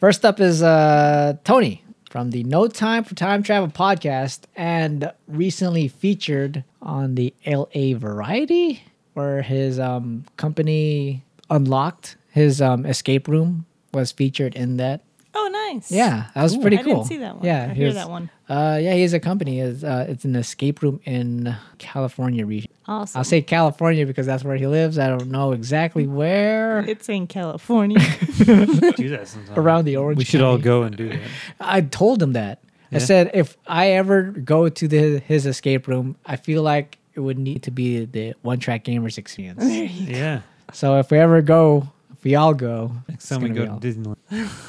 Speaker 1: First up is uh, Tony from the No Time for Time Travel podcast and recently featured on the LA Variety, where his um, company Unlocked, his um, escape room was featured in that.
Speaker 2: Oh, nice.
Speaker 1: Yeah, that was pretty
Speaker 2: I
Speaker 1: cool.
Speaker 2: didn't see that one.
Speaker 1: Yeah,
Speaker 2: I
Speaker 1: he
Speaker 2: hear
Speaker 1: was-
Speaker 2: that one.
Speaker 1: Uh, yeah, he has a company. It's, uh, it's an escape room in California region.
Speaker 2: Awesome.
Speaker 1: I'll say California because that's where he lives. I don't know exactly where.
Speaker 2: it's
Speaker 1: (laughs)
Speaker 2: in California.
Speaker 3: (laughs) do that sometime.
Speaker 1: around the orange.
Speaker 3: Uh, We should all
Speaker 1: County.
Speaker 3: go and
Speaker 1: (laughs)
Speaker 3: do that.
Speaker 1: I told him that. I
Speaker 3: Yeah.
Speaker 1: said if I ever go to the, his escape room, I feel like
Speaker 3: (laughs)
Speaker 1: it would need to be the one track gamers experience.
Speaker 3: Yeah.
Speaker 1: so if we ever go, if we all go.
Speaker 5: Next time we go to Disneyland,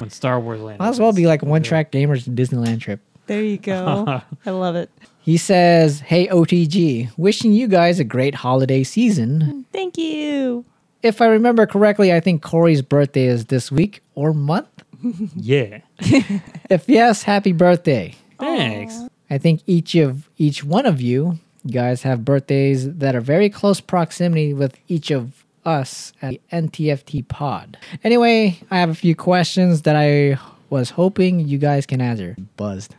Speaker 5: when Star Wars land,
Speaker 1: Might as well be like one track gamers to Disneyland trip.
Speaker 2: There you
Speaker 3: (laughs)
Speaker 2: go. I love it.
Speaker 1: He says, Hey OTG, wishing you guys a great holiday
Speaker 3: Hmm.
Speaker 1: season.
Speaker 2: Thank you.
Speaker 1: If I remember correctly, I think Corey's birthday is this week or month.
Speaker 5: Yeah,
Speaker 1: If yes, happy birthday.
Speaker 5: thanks.
Speaker 1: I think each of each one of you guys have birthdays that are very close proximity with each of us at the NTFT pod. Anyway, I have a few questions that I was hoping you guys can answer. Buzzed.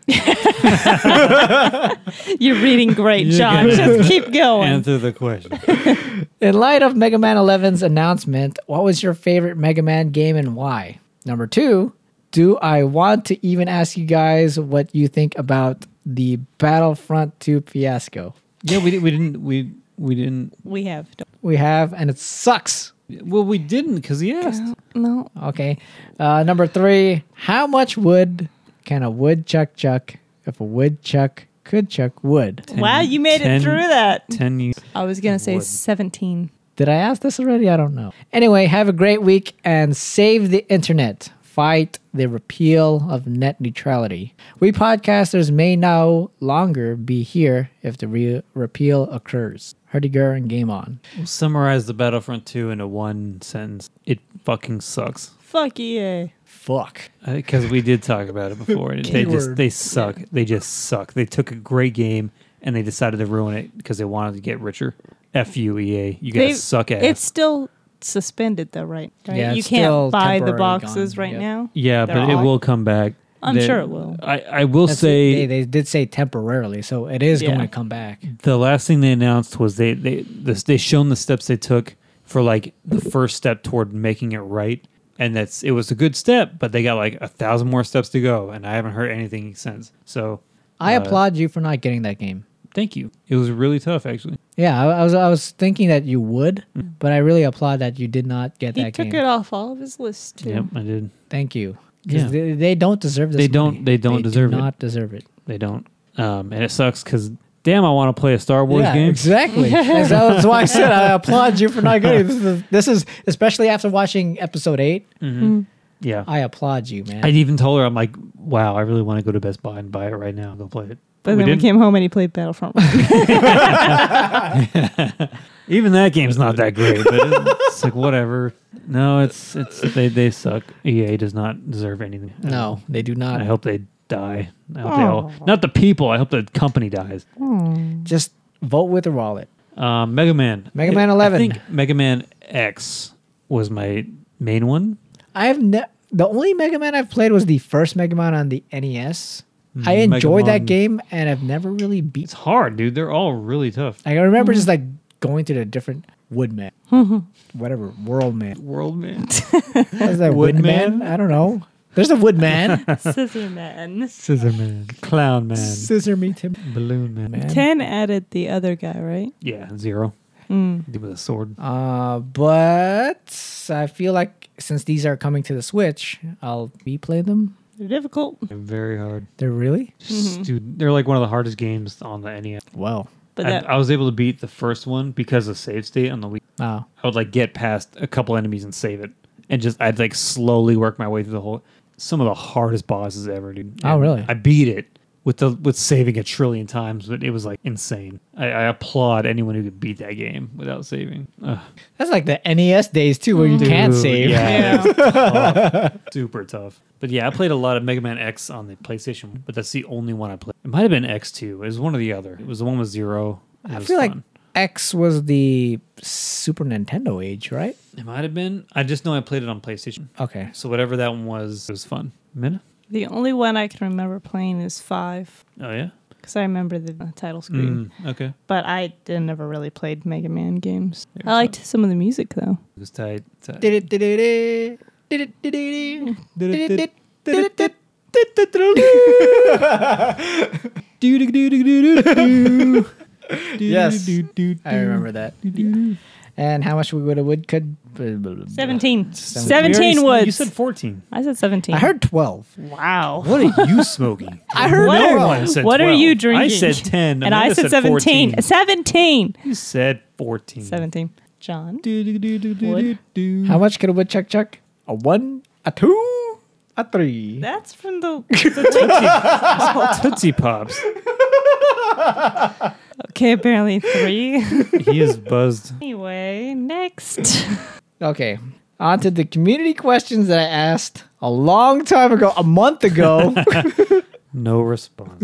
Speaker 2: You're
Speaker 3: (laughs)
Speaker 2: reading great,
Speaker 5: You're
Speaker 2: John.
Speaker 5: good.
Speaker 2: Just keep
Speaker 1: Oh,
Speaker 2: going.
Speaker 5: Answer the question.
Speaker 1: (laughs) In light of Mega Man 11's announcement, what was your favorite Mega Man game and why? Number two, do I want to even ask you guys what you think about the Battlefront 2 fiasco?
Speaker 3: Yeah, we, di- we didn't we we didn't.
Speaker 2: We have.
Speaker 1: We have, and it sucks.
Speaker 3: Well, we didn't because he asked.
Speaker 2: No.
Speaker 1: Okay. Uh, number three, how much wood can a woodchuck chuck if a woodchuck could chuck wood?
Speaker 2: Wow, you made
Speaker 3: ten-
Speaker 2: it through that.
Speaker 3: Ten years.
Speaker 2: I was going to say
Speaker 5: Wood.
Speaker 2: 17.
Speaker 1: Did I ask this already? I don't know. Anyway, have a great week and save the internet. Fight the repeal of net neutrality. We podcasters may no longer be here if the re- repeal occurs. Herdiger and game on.
Speaker 3: We'll summarize the Battlefront Two into one sentence. It fucking sucks
Speaker 2: Fuck EA.
Speaker 1: Fuck.
Speaker 3: because we did talk
Speaker 2: (laughs)
Speaker 3: about it before. and they just
Speaker 1: Keyword.
Speaker 3: they suck. They just suck. They took a great game and they decided to ruin it because they wanted to get richer. F you, EA. You guys
Speaker 2: They-
Speaker 3: suck ass.
Speaker 2: It's still suspended, though, right? right?
Speaker 1: Yeah,
Speaker 2: you
Speaker 1: it's
Speaker 2: can't
Speaker 1: still
Speaker 2: buy the
Speaker 1: temporarily
Speaker 2: boxes
Speaker 1: gone,
Speaker 2: right
Speaker 1: yeah.
Speaker 2: now.
Speaker 3: yeah,
Speaker 2: they're
Speaker 3: but it
Speaker 2: all-
Speaker 3: will come back.
Speaker 2: I'm
Speaker 3: They-
Speaker 2: sure it will.
Speaker 3: I, I will
Speaker 1: That's-
Speaker 3: say Mm.
Speaker 1: they, they did say temporarily, so it is
Speaker 2: Yeah.
Speaker 1: going to come back.
Speaker 3: the last thing they announced was they they this, they shown the steps they took for like the first step toward making it right, and that's it was a good step, but they got like a thousand more steps to go, and I haven't heard anything since. So
Speaker 1: I
Speaker 3: uh,
Speaker 1: applaud you for not getting that game.
Speaker 3: Thank you. It was really tough, actually.
Speaker 1: Yeah, I, I was I was thinking that you would,
Speaker 3: Hmm.
Speaker 1: but I really applaud that you did not get
Speaker 2: He
Speaker 1: that
Speaker 2: took
Speaker 1: game.
Speaker 2: it off all of his lists, too.
Speaker 3: Yep, I did.
Speaker 1: Thank you. 'Cause
Speaker 3: Yeah.
Speaker 1: They, they don't deserve this.
Speaker 3: They don't-
Speaker 1: money.
Speaker 3: they don't
Speaker 1: do
Speaker 3: deserve it.
Speaker 1: Not deserve it.
Speaker 3: They don't, um, and it sucks because damn, I want to play a Star Wars
Speaker 1: yeah,
Speaker 3: game. (laughs)
Speaker 1: exactly. That's- that's why I said I applaud you for not getting this. Is, this is especially after watching episode eight.
Speaker 3: Yeah,
Speaker 1: I applaud you, man.
Speaker 3: I even told her I'm like, wow, I really want to go to Best Buy and buy it right now. and Go play it.
Speaker 2: But then we
Speaker 3: didn't.
Speaker 2: came home and he played
Speaker 3: (laughs)
Speaker 2: Battlefront.
Speaker 3: Even that game's not that great, but it- it's like whatever. No, it's it's they they suck. EA does not deserve anything.
Speaker 1: no, they do
Speaker 3: I
Speaker 1: not.
Speaker 3: hope they die. I hope they all, not the people. I hope the company dies.
Speaker 1: Just vote with your wallet.
Speaker 3: Um, Mega Man.
Speaker 1: Mega
Speaker 3: I-
Speaker 1: Man 11.
Speaker 3: I think Mega Man X was my main one.
Speaker 1: I have ne- the only Mega Man I've played was the first Mega Man on the NES. I
Speaker 3: Hmm. Mega
Speaker 1: enjoyed
Speaker 3: Man.
Speaker 1: that game, and I've never really beat.
Speaker 3: It's hard, dude. They're all really tough.
Speaker 1: I remember just like going to the different Woodman, whatever World
Speaker 3: (laughs)
Speaker 1: Man.
Speaker 3: World Man.
Speaker 1: Is that
Speaker 3: Woodman?
Speaker 1: Woodman? I don't know. There's a Woodman.
Speaker 2: Scissor Man.
Speaker 3: Scissor Man. Clown Man.
Speaker 1: Scissor me, Tim.
Speaker 3: Balloon Man.
Speaker 2: Ten added the other guy, right?
Speaker 3: Yeah, zero. With a sword.
Speaker 1: Uh, but I feel like since these are coming to the Switch, I'll replay them.
Speaker 2: They're difficult,
Speaker 3: Very hard.
Speaker 1: They're really
Speaker 3: Just- Dude, they're like one of the hardest games on the E NES.
Speaker 1: wow.
Speaker 2: but
Speaker 3: I,
Speaker 2: that
Speaker 3: I was able to beat the first one because of save state on the week.
Speaker 1: Oh,
Speaker 3: I would like get past a couple enemies and save it, and just I'd like slowly work my way through the whole. Some of the hardest bosses ever, dude.
Speaker 1: Oh,
Speaker 3: And
Speaker 1: really?
Speaker 3: I beat it with the with saving a trillion times, but it was like insane. I, I applaud anyone who could beat that game without saving. Ugh.
Speaker 1: that's like the NES days too, where you can't
Speaker 3: Dude,
Speaker 1: save.
Speaker 2: Yeah.
Speaker 3: Yeah,
Speaker 2: (laughs)
Speaker 3: it was tough. super tough. But yeah, I played a lot of Mega Man X on the PlayStation, but that's the only one I played. It might have been X two. It was one or the other. It was the one with zero. It
Speaker 1: I
Speaker 3: was
Speaker 1: feel like
Speaker 3: fun.
Speaker 1: X was the Super Nintendo age, right?
Speaker 3: it might have been. I just know I played it on PlayStation.
Speaker 1: Okay.
Speaker 3: So whatever that one was, it was fun. Minna?
Speaker 2: the only one I can remember playing is five,
Speaker 3: Oh yeah.
Speaker 2: because I remember the uh, title
Speaker 3: Mm.
Speaker 2: screen.
Speaker 3: okay.
Speaker 2: But I did, never really played Mega Man games. I liked some of the music though.
Speaker 3: It was tight. tight.
Speaker 1: Did it? Did it? Did it? Did it? Did it? Did it? Did it? Did it? Yes. I remember that. And how much would a wood could?
Speaker 2: Seventeen.
Speaker 1: Seventeen.
Speaker 2: Seventeen
Speaker 3: You
Speaker 2: woods.
Speaker 3: already- You said fourteen.
Speaker 2: I said seventeen.
Speaker 1: I heard twelve.
Speaker 2: Wow.
Speaker 3: What are (laughs) you smoking?
Speaker 1: I heard
Speaker 2: What
Speaker 1: twelve.
Speaker 2: are, what are you drinking?
Speaker 3: I said ten.
Speaker 2: And I said, 17.
Speaker 3: 17.
Speaker 2: 17.
Speaker 3: You said fourteen.
Speaker 2: 17. John. Wood.
Speaker 1: How much can a woodchuck chuck? A one, a two, a three.
Speaker 2: That's from
Speaker 3: (laughs)
Speaker 2: the.
Speaker 3: (laughs) Tootsie Pops.
Speaker 2: Okay, apparently three. (laughs)
Speaker 3: He is buzzed.
Speaker 2: anyway, next.
Speaker 1: Okay. On to the community questions that I asked a long time ago, a month (laughs) ago.
Speaker 3: No response.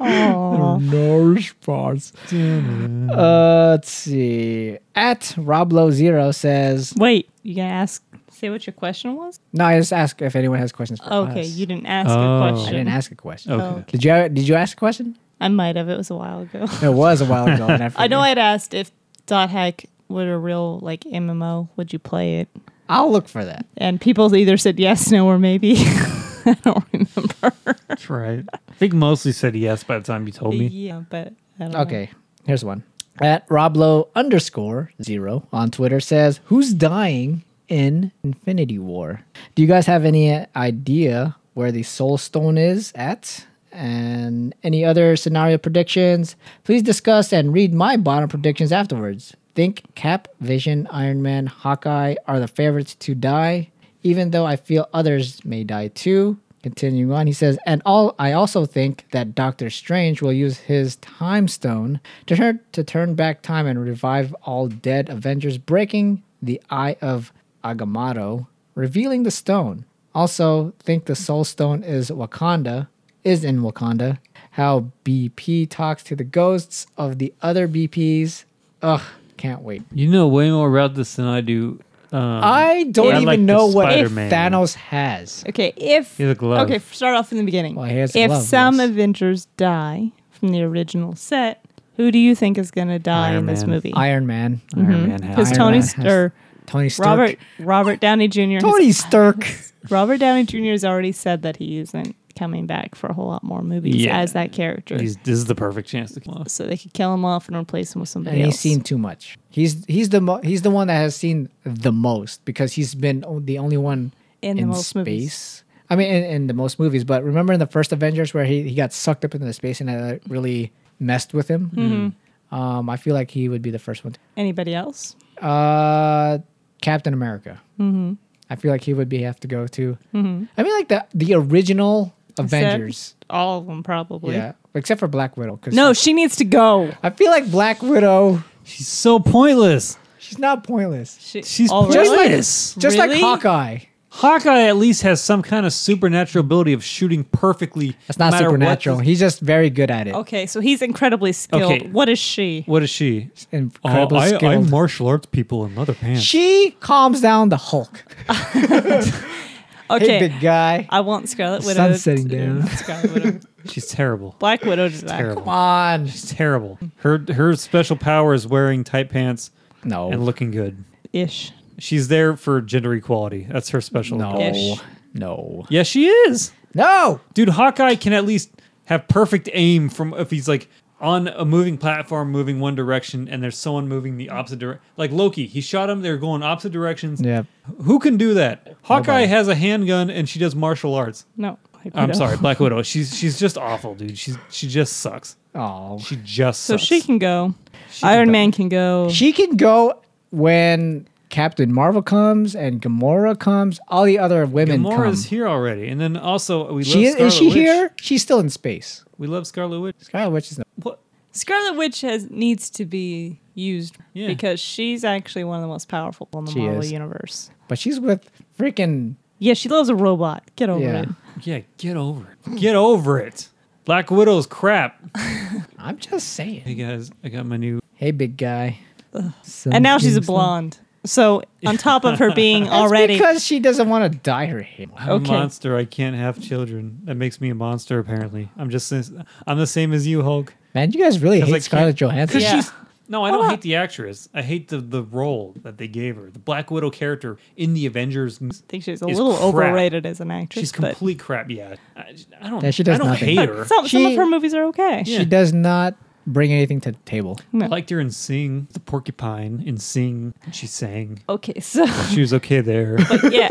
Speaker 2: Oh,
Speaker 1: no response. (laughs) Uh, let's see. At Roblo Zero says,
Speaker 2: wait. You gonna ask? Say what your question was?
Speaker 1: "No, I just ask if anyone has questions for
Speaker 2: Okay,
Speaker 1: us."
Speaker 2: you didn't ask
Speaker 3: Oh.
Speaker 2: a
Speaker 3: I
Speaker 1: I
Speaker 2: question.
Speaker 1: didn't ask a question.
Speaker 3: Okay.
Speaker 2: Oh.
Speaker 1: Did you? Did you ask a question?
Speaker 2: I might have. It was a while ago. (laughs)
Speaker 1: It was a while ago. and
Speaker 2: I know
Speaker 1: forget.
Speaker 2: I'd asked if Dot Hack were a real like MMO, would you play it?
Speaker 1: I'll look for that.
Speaker 2: And people either said yes, no, or maybe. (laughs) I don't remember.
Speaker 3: That's right. I think mostly said yes by the time you told me.
Speaker 2: Yeah, but I don't know.
Speaker 1: Okay, here's one. At Roblo underscore zero on Twitter says, Who's dying in Infinity War? Do you guys have any idea where the Soul Stone is at? And any other scenario predictions? Please discuss and read my bottom predictions afterwards. Think Cap, Vision, Iron Man, Hawkeye are the favorites to die, even though I feel others may die too. Continuing on, he says, and all I also think that Doctor Strange will use his time stone to turn to turn back time and revive all dead Avengers, breaking the eye of Agamotto, revealing the stone. Also, think the Soul Stone is Wakanda, is in Wakanda. How BP talks to the ghosts of the other BPs. Ugh, can't wait.
Speaker 3: You know way more about this than I do. Um,
Speaker 1: I don't
Speaker 3: I
Speaker 1: even
Speaker 3: like the
Speaker 1: know what
Speaker 3: Spider-Man.
Speaker 1: Thanos has.
Speaker 2: Okay, if
Speaker 3: He has a glove.
Speaker 2: okay, f- start off from the beginning.
Speaker 1: Well, he has a
Speaker 2: if
Speaker 1: glove,
Speaker 2: some
Speaker 1: yes.
Speaker 2: Avengers die from the original set, who do you think is going to die
Speaker 3: Iron
Speaker 2: in this
Speaker 3: Man.
Speaker 2: movie?
Speaker 1: Iron Man.
Speaker 3: Iron Man
Speaker 2: Because
Speaker 3: has.
Speaker 1: Iron
Speaker 2: Tony
Speaker 1: Man
Speaker 2: St-
Speaker 1: has-
Speaker 2: or
Speaker 1: Tony Stark.
Speaker 2: Robert Robert Downey Jr. has-
Speaker 1: Tony Stark.
Speaker 2: Robert Downey Jr. has already said that he isn't coming back for a whole lot more movies
Speaker 3: Yeah.
Speaker 2: as that character.
Speaker 3: He's, this is the perfect chance to kill him.
Speaker 2: so they could kill him off and replace him with somebody
Speaker 1: and he's
Speaker 2: else.
Speaker 1: seen too much. He's he's the mo- he's the one that has seen the most because he's been o- the only one
Speaker 2: In the most
Speaker 1: space.
Speaker 2: movies.
Speaker 1: I mean, in, in the most movies. But remember in the first Avengers where he, he got sucked up into the space and that really messed with him.
Speaker 2: Mm-hmm.
Speaker 1: Um, I feel like he would be the first one.
Speaker 2: Anybody else?
Speaker 1: Uh, Captain America. Mm-hmm. I feel like he would be have to go to.
Speaker 2: Mm-hmm.
Speaker 1: I mean, like the the original Avengers.
Speaker 2: All of them probably.
Speaker 1: Yeah, except for Black Widow. 'cause
Speaker 2: No, she needs to go.
Speaker 1: I feel like Black Widow.
Speaker 3: She's so pointless.
Speaker 1: She's not pointless.
Speaker 2: She,
Speaker 3: She's
Speaker 2: oh,
Speaker 3: pointless.
Speaker 2: really?
Speaker 1: Just
Speaker 2: Really?
Speaker 1: like Hawkeye.
Speaker 3: Hawkeye at least has some kind of supernatural ability of shooting perfectly.
Speaker 1: That's not
Speaker 3: no matter what
Speaker 1: supernatural.
Speaker 3: the-
Speaker 1: He's just very good at it.
Speaker 2: Okay, so he's incredibly skilled.
Speaker 3: Okay.
Speaker 2: What is she?
Speaker 3: What is she?
Speaker 1: Incredible skilled.
Speaker 3: Uh, martial arts people in leather pants.
Speaker 1: she calms down the Hulk.
Speaker 2: Okay,
Speaker 1: Hey, big guy.
Speaker 2: I want Scarlet Widow.
Speaker 1: Sun's setting
Speaker 2: to-
Speaker 1: down.
Speaker 2: (laughs) Scarlet Widow.
Speaker 3: She's terrible.
Speaker 2: Black Widow to die.
Speaker 3: Terrible.
Speaker 1: Come on.
Speaker 3: She's terrible. Her her special power is wearing tight pants
Speaker 1: No.
Speaker 3: and looking good.
Speaker 2: Ish.
Speaker 3: She's there for gender equality. That's her special.
Speaker 1: no.
Speaker 3: ability.
Speaker 2: Ish.
Speaker 1: No.
Speaker 3: Yeah, she is.
Speaker 1: No.
Speaker 3: Dude, Hawkeye can at least have perfect aim from if he's like on a moving platform moving one direction and there's someone moving the opposite direction. Like Loki, he shot him, they're going opposite directions.
Speaker 1: Yeah.
Speaker 3: Who can do that? Hawkeye
Speaker 1: Nobody.
Speaker 3: has a handgun and she does martial arts.
Speaker 2: No. Black
Speaker 3: I'm
Speaker 2: Widow.
Speaker 3: sorry, Black Widow. She's she's just awful, dude. She's she just sucks.
Speaker 1: Oh.
Speaker 3: She just
Speaker 2: So
Speaker 3: sucks.
Speaker 2: she can go.
Speaker 3: She can
Speaker 2: Iron
Speaker 3: go.
Speaker 2: Man can go.
Speaker 1: She can go when Captain Marvel comes and Gamora comes. All the other women
Speaker 3: Gamora's
Speaker 1: come.
Speaker 3: here already, and then also we love
Speaker 1: She is,
Speaker 3: Scarlet
Speaker 1: is she
Speaker 3: Witch.
Speaker 1: here? She's still in space.
Speaker 3: We love Scarlet Witch.
Speaker 1: Scarlet Witch is not.
Speaker 3: What?
Speaker 2: Scarlet Witch has needs to be used
Speaker 3: Yeah.
Speaker 2: because she's actually one of the most powerful in the
Speaker 1: She
Speaker 2: Marvel
Speaker 1: is.
Speaker 2: universe.
Speaker 1: But she's with freaking.
Speaker 2: Yeah, she loves a robot. Get over
Speaker 1: Yeah.
Speaker 2: it.
Speaker 3: Yeah, get over it. Get over it. Black Widow's crap.
Speaker 1: I'm just saying.
Speaker 3: Hey guys, I got my new.
Speaker 1: Hey, big guy.
Speaker 2: And now she's a
Speaker 1: Something's not-
Speaker 2: blonde. So
Speaker 3: (laughs)
Speaker 2: on top of her being
Speaker 1: That's
Speaker 2: already
Speaker 1: because she doesn't want to dye her hair.
Speaker 2: (laughs)
Speaker 3: I'm
Speaker 2: Okay.
Speaker 3: a monster. I can't have children. That makes me a monster. Apparently, I'm just. I'm the same as you, Hulk.
Speaker 1: Man, you guys really
Speaker 3: 'Cause I
Speaker 1: hate
Speaker 3: can't-
Speaker 1: Scarlett Johansson.
Speaker 3: Because
Speaker 2: Yeah.
Speaker 3: she's no, I don't
Speaker 2: Hold on.
Speaker 3: hate the actress. I hate the the role that they gave her. The Black Widow character in the Avengers. m-
Speaker 2: I think she's a
Speaker 3: is
Speaker 2: little
Speaker 3: crap.
Speaker 2: overrated as an actress.
Speaker 3: She's
Speaker 2: but
Speaker 3: complete crap. Yeah, I, I don't.
Speaker 1: Yeah, she does
Speaker 3: I don't
Speaker 1: nothing.
Speaker 3: hate her.
Speaker 2: some, some of
Speaker 1: She-
Speaker 2: her movies are okay.
Speaker 1: She does not bring anything to the table.
Speaker 3: I liked her in Sing, the porcupine in Sing. She sang.
Speaker 2: Okay, so
Speaker 3: She was okay there. (laughs)
Speaker 2: yeah.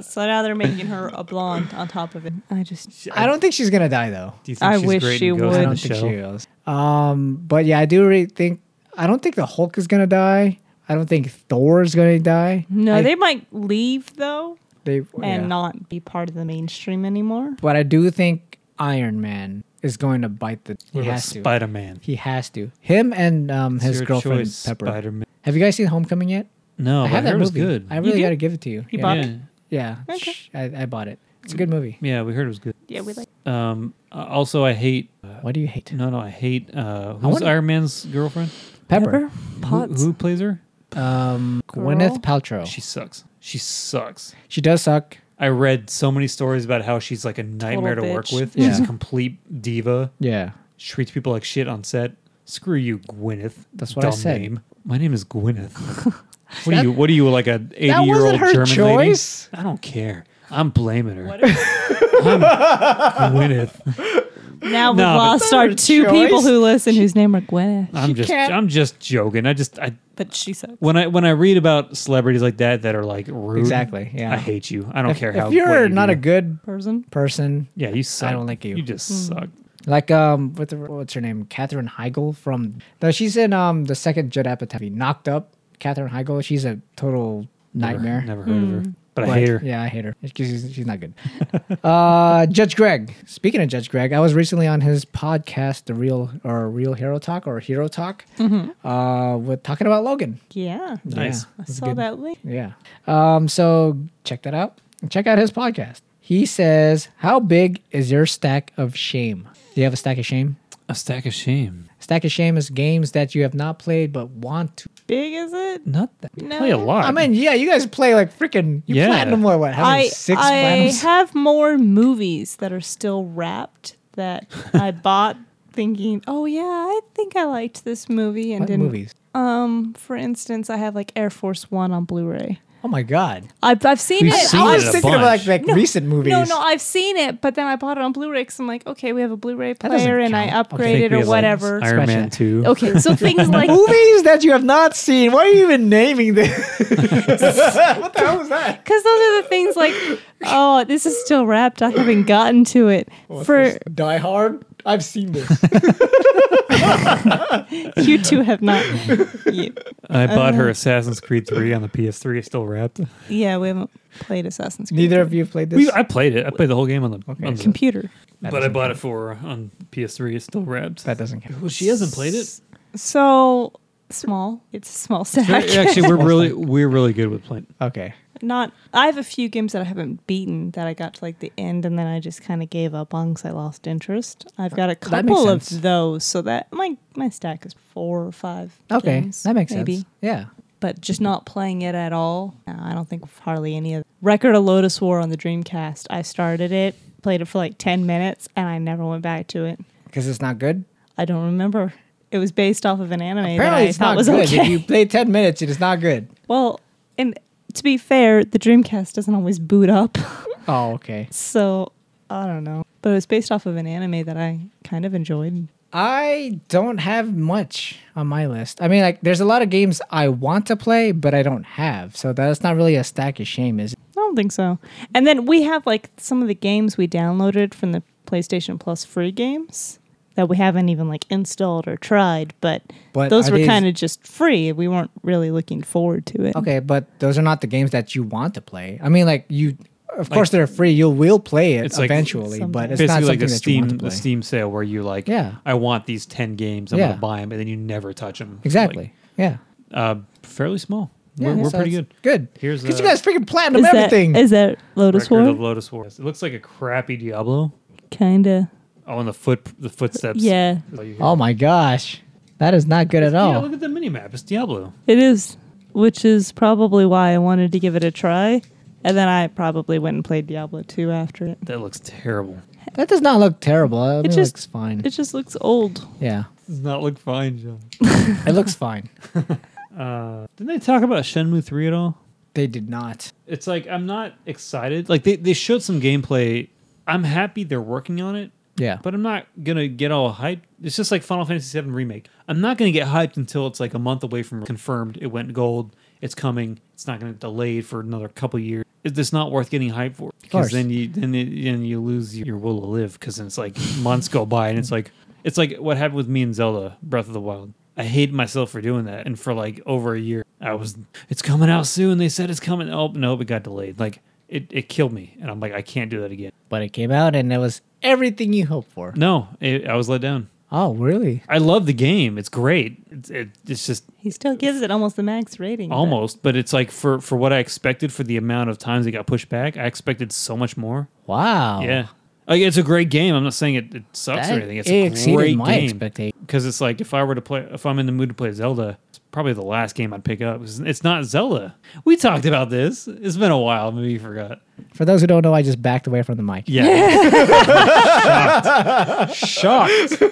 Speaker 2: so now they're making her a blonde on top of it. I just
Speaker 1: I don't think she's gonna die though.
Speaker 3: Do you think
Speaker 2: I
Speaker 3: she's
Speaker 2: wish
Speaker 3: great in
Speaker 2: she
Speaker 3: Ghost
Speaker 2: would.
Speaker 1: I
Speaker 3: in
Speaker 1: don't
Speaker 3: the
Speaker 1: think
Speaker 3: Shell?
Speaker 1: she is. Um, but yeah, I do really think I don't think the Hulk is gonna die. I don't think Thor is gonna die.
Speaker 2: No,
Speaker 1: I-
Speaker 2: they might leave though
Speaker 1: they
Speaker 2: and
Speaker 1: yeah.
Speaker 2: not be part of the mainstream anymore.
Speaker 1: But I do think Iron Man is going to bite the. He
Speaker 3: What about
Speaker 1: has to.
Speaker 3: Spider Man?
Speaker 1: He has to. Him and um, his girlfriend Pepper.
Speaker 3: Spider Man.
Speaker 1: Have you guys seen Homecoming yet?
Speaker 3: No,
Speaker 1: I
Speaker 3: but
Speaker 1: have that
Speaker 3: her was
Speaker 1: movie.
Speaker 3: good.
Speaker 1: I really
Speaker 2: did?
Speaker 1: got to give it to you.
Speaker 2: You
Speaker 1: yeah.
Speaker 2: bought it?
Speaker 3: yeah.
Speaker 1: Yeah.
Speaker 2: Okay. Mm.
Speaker 1: Shh, I, I bought it. It's a good movie.
Speaker 3: yeah, we heard it was good.
Speaker 2: Yeah, we like
Speaker 3: Um, uh, also, I hate. Uh,
Speaker 1: What do you hate?
Speaker 3: no, no, I hate. Uh, who's
Speaker 1: wonder-
Speaker 3: Iron Man's girlfriend?
Speaker 1: Pepper.
Speaker 3: Who,
Speaker 2: Pots.
Speaker 3: who plays her?
Speaker 1: Um,
Speaker 2: Girl.
Speaker 1: Gwyneth Paltrow.
Speaker 3: She sucks. She sucks.
Speaker 1: She does suck.
Speaker 3: I read so many stories about how she's like a nightmare to work
Speaker 2: bitch.
Speaker 3: with.
Speaker 1: Yeah.
Speaker 3: She's a complete diva.
Speaker 1: Yeah.
Speaker 3: She treats people like shit on set. Screw you, Gwyneth.
Speaker 1: That's what I said.
Speaker 3: Name. My name
Speaker 1: (laughs)
Speaker 3: is Gwyneth. what are you? What are you like an
Speaker 1: that wasn't
Speaker 3: eighty-year-old
Speaker 1: her
Speaker 3: German
Speaker 1: choice.
Speaker 3: lady? I don't care. I'm blaming her.
Speaker 2: What if-
Speaker 3: (laughs)
Speaker 1: (laughs)
Speaker 3: I'm Gwyneth.
Speaker 2: now we've
Speaker 3: No, but
Speaker 2: lost our
Speaker 1: that's
Speaker 2: two
Speaker 1: her
Speaker 2: people
Speaker 1: choice.
Speaker 2: who listen whose name are Gwyneth.
Speaker 3: I'm just.
Speaker 1: can't-
Speaker 3: I'm just joking. I just. I
Speaker 2: But she sucks.
Speaker 3: when I when I read about celebrities like that that are like rude.
Speaker 1: Exactly, yeah.
Speaker 3: I hate you. I don't care
Speaker 1: if
Speaker 3: how. what
Speaker 1: you're
Speaker 3: you
Speaker 1: not
Speaker 3: do.
Speaker 1: a good
Speaker 2: Person.
Speaker 1: person,
Speaker 3: Yeah, you suck.
Speaker 1: don't like you. Mm.
Speaker 3: You just suck.
Speaker 1: like um, what the, what's her name? Katherine Heigl from. No, she's in um the second Judd Apatow movie, Knocked Up. Katherine Heigl. She's a total
Speaker 3: Never-
Speaker 1: nightmare. Mm.
Speaker 3: Never, heard of her. But, I hate her.
Speaker 1: Yeah, I hate her. She's, she's not good. (laughs) uh, Judge Greg. Speaking of Judge Greg, I was recently on his podcast, the Real or Real Hero Talk or Hero Talk, uh, with talking about Logan.
Speaker 2: Yeah.
Speaker 3: Nice.
Speaker 1: Yeah,
Speaker 2: Mm-hmm. I
Speaker 1: it's
Speaker 2: saw
Speaker 1: good.
Speaker 2: that link.
Speaker 1: Yeah. Um, so check that out. Check out his podcast. He says, "How big is your stack of shame? Do you have a stack of shame?
Speaker 3: A stack of shame.
Speaker 1: Stack of shame is games that you have not played but want to.
Speaker 2: Big is it?
Speaker 3: Not that.
Speaker 2: No.
Speaker 3: Play a lot.
Speaker 1: I mean, yeah, you guys play like freaking. You
Speaker 3: Yeah.
Speaker 1: platinum or what? Having
Speaker 2: I
Speaker 1: six
Speaker 2: I
Speaker 1: platinums.
Speaker 2: have more movies that are still wrapped that I bought thinking, oh yeah, I think I liked this movie and
Speaker 1: What
Speaker 2: didn't.
Speaker 1: movies?
Speaker 2: Um, for instance, I have like Air Force One on Blu-ray.
Speaker 1: Oh my god.
Speaker 2: I've I've seen
Speaker 3: We've
Speaker 2: it.
Speaker 3: seen
Speaker 1: I
Speaker 2: I've
Speaker 1: was
Speaker 3: it a
Speaker 1: thinking of
Speaker 3: bunch.
Speaker 1: like, like recent movies.
Speaker 2: No, no, I've seen it, but then I bought it on Blu-ray because I'm like, okay, we have a Blu-ray
Speaker 1: That doesn't
Speaker 2: player, and I
Speaker 1: count.
Speaker 3: I think
Speaker 2: upgraded
Speaker 3: we
Speaker 2: or
Speaker 3: had, like,
Speaker 2: whatever.
Speaker 3: Iron
Speaker 1: Scratch
Speaker 3: Man
Speaker 1: that.
Speaker 3: two.
Speaker 2: okay, so things like
Speaker 1: movies that you have not seen. Why are you even naming this?
Speaker 2: (laughs)
Speaker 1: what the hell was that?
Speaker 2: because those are the things like, oh, this is still wrapped. I haven't gotten to it for
Speaker 1: Die Hard. I've seen
Speaker 2: (laughs)
Speaker 1: this.
Speaker 2: you two
Speaker 1: (laughs)
Speaker 2: have not. You-
Speaker 3: I bought
Speaker 1: Uh-huh.
Speaker 3: her Assassin's Creed three on the PS3. It's still wrapped.
Speaker 2: yeah, we haven't played Assassin's Creed.
Speaker 1: Neither of you have played this.
Speaker 3: We, I played it. I played the whole game on the. on the
Speaker 2: computer.
Speaker 3: but I bought it for on PS3. It's still wrapped.
Speaker 1: that doesn't count.
Speaker 3: Well, she hasn't played it.
Speaker 1: (laughs)
Speaker 2: So small. It's a small stack.
Speaker 3: Actually, we're really we're really good with playing.
Speaker 1: Okay.
Speaker 2: (laughs) Not. I have a few games that I haven't beaten that I got to like the end and then I just kind of gave up on because I lost interest. I've got a
Speaker 1: That makes
Speaker 2: couple of
Speaker 1: sense.
Speaker 2: those, so that my my stack is four or five.
Speaker 1: Okay.
Speaker 2: games,
Speaker 1: that makes
Speaker 2: maybe.
Speaker 1: sense. Yeah.
Speaker 2: But just not playing it at all. No, I don't think hardly any of. Record of Lotus War on the Dreamcast. I started it, played it for like ten minutes, and I never went back to it.
Speaker 1: Because it's not good.
Speaker 2: I don't remember. It was based off of an anime
Speaker 1: Apparently,
Speaker 2: that I
Speaker 1: it's
Speaker 2: thought
Speaker 1: not
Speaker 2: was
Speaker 1: good.
Speaker 2: okay.
Speaker 1: If you play 10 minutes, it is not good.
Speaker 2: (laughs) Well, and to be fair, the Dreamcast doesn't always boot up. (laughs)
Speaker 1: Oh, okay.
Speaker 2: so I don't know. But it was based off of an anime that I kind of enjoyed.
Speaker 1: I don't have much on my list. I mean, like, there's a lot of games I want to play, but I don't have. So that's not really a stack of shame, is it?
Speaker 2: I don't think so. And then we have like some of the games we downloaded from the PlayStation Plus free games that we haven't even like installed or tried, but,
Speaker 1: But
Speaker 2: those
Speaker 1: are
Speaker 2: were
Speaker 1: these-
Speaker 2: kind of just free. We weren't really looking forward to it.
Speaker 1: Okay, but those are not the games that you want to play. I mean, like you, of course they're free. You will play it
Speaker 3: It's like-
Speaker 1: eventually, but it's
Speaker 3: Basically,
Speaker 1: not something
Speaker 3: like the
Speaker 1: that you
Speaker 3: Steam
Speaker 1: want to play.
Speaker 3: the Steam sale where you like.
Speaker 1: Yeah.
Speaker 3: I want these ten games. I'm
Speaker 1: Yeah.
Speaker 3: gonna buy them, and then you never touch them.
Speaker 1: Exactly. yeah.
Speaker 3: uh, fairly small.
Speaker 1: Yeah,
Speaker 3: we're we're
Speaker 1: so
Speaker 3: pretty
Speaker 1: it's
Speaker 3: good.
Speaker 1: Good.
Speaker 3: Here's,
Speaker 1: because you
Speaker 3: uh,
Speaker 1: guys freaking platinum
Speaker 2: Is that,
Speaker 1: everything.
Speaker 2: is that Lotus
Speaker 3: Record of
Speaker 2: War?
Speaker 3: Lotus War. It looks like a crappy Diablo.
Speaker 2: Kind of.
Speaker 3: Oh, and the foot the footsteps.
Speaker 2: Yeah.
Speaker 1: oh my gosh, that is not good at
Speaker 3: Yeah,
Speaker 1: all.
Speaker 3: look at the mini map. It's Diablo.
Speaker 2: It is, which is probably why I wanted to give it a try. And then I probably went and played Diablo 2 after it.
Speaker 3: That looks terrible.
Speaker 1: That does not look terrible. I mean, It,
Speaker 2: just-
Speaker 1: looks fine.
Speaker 2: It just looks old.
Speaker 1: yeah,
Speaker 3: Does not look fine, John.
Speaker 1: it looks fine.
Speaker 3: Didn't they talk about Shenmue three at all?
Speaker 1: They did not.
Speaker 3: It's like I'm not excited. Like they, they showed some gameplay. I'm happy they're working on it,
Speaker 1: Yeah,
Speaker 3: but I'm not gonna get all hyped. It's just like Final Fantasy VII remake. I'm not gonna get hyped until it's like a month away from confirmed. It went gold. It's coming. It's not gonna get delayed for another couple years. It's just not worth getting hyped for
Speaker 1: course.
Speaker 3: because then you then it, then you lose your will to live because it's like months go by and it's like it's like what happened with me and Zelda Breath of the Wild. I I hate myself for doing that. And for like over a year, I was, it's coming out soon. They said it's coming. Oh, no, it got delayed. Like it, it killed me. And I'm like, I can't do that again.
Speaker 1: But it came out and it was everything you hoped for.
Speaker 3: No, it, I was let down.
Speaker 1: Oh, really?
Speaker 3: I love the game. It's great. It's, it, it's just
Speaker 2: He still gives it almost the max rating. but-
Speaker 3: almost, but it's like for, for what I expected for the amount of times it got pushed back, I expected so much more.
Speaker 1: Wow.
Speaker 3: Yeah. Like, it's a great game. I'm not saying it, it sucks
Speaker 1: Oh. That-
Speaker 3: or anything. It's
Speaker 1: it
Speaker 3: a
Speaker 1: exceeded
Speaker 3: great
Speaker 1: my
Speaker 3: game
Speaker 1: expectation.
Speaker 3: because it's like if I were to play, if I'm in the mood to play Zelda, it's probably the last game I'd pick up. It's- It's not Zelda. We talked about this. It's been a while. Maybe you forgot.
Speaker 1: For those who don't know, I just backed away from the mic.
Speaker 3: Yeah. (laughs) Shocked. Shocked.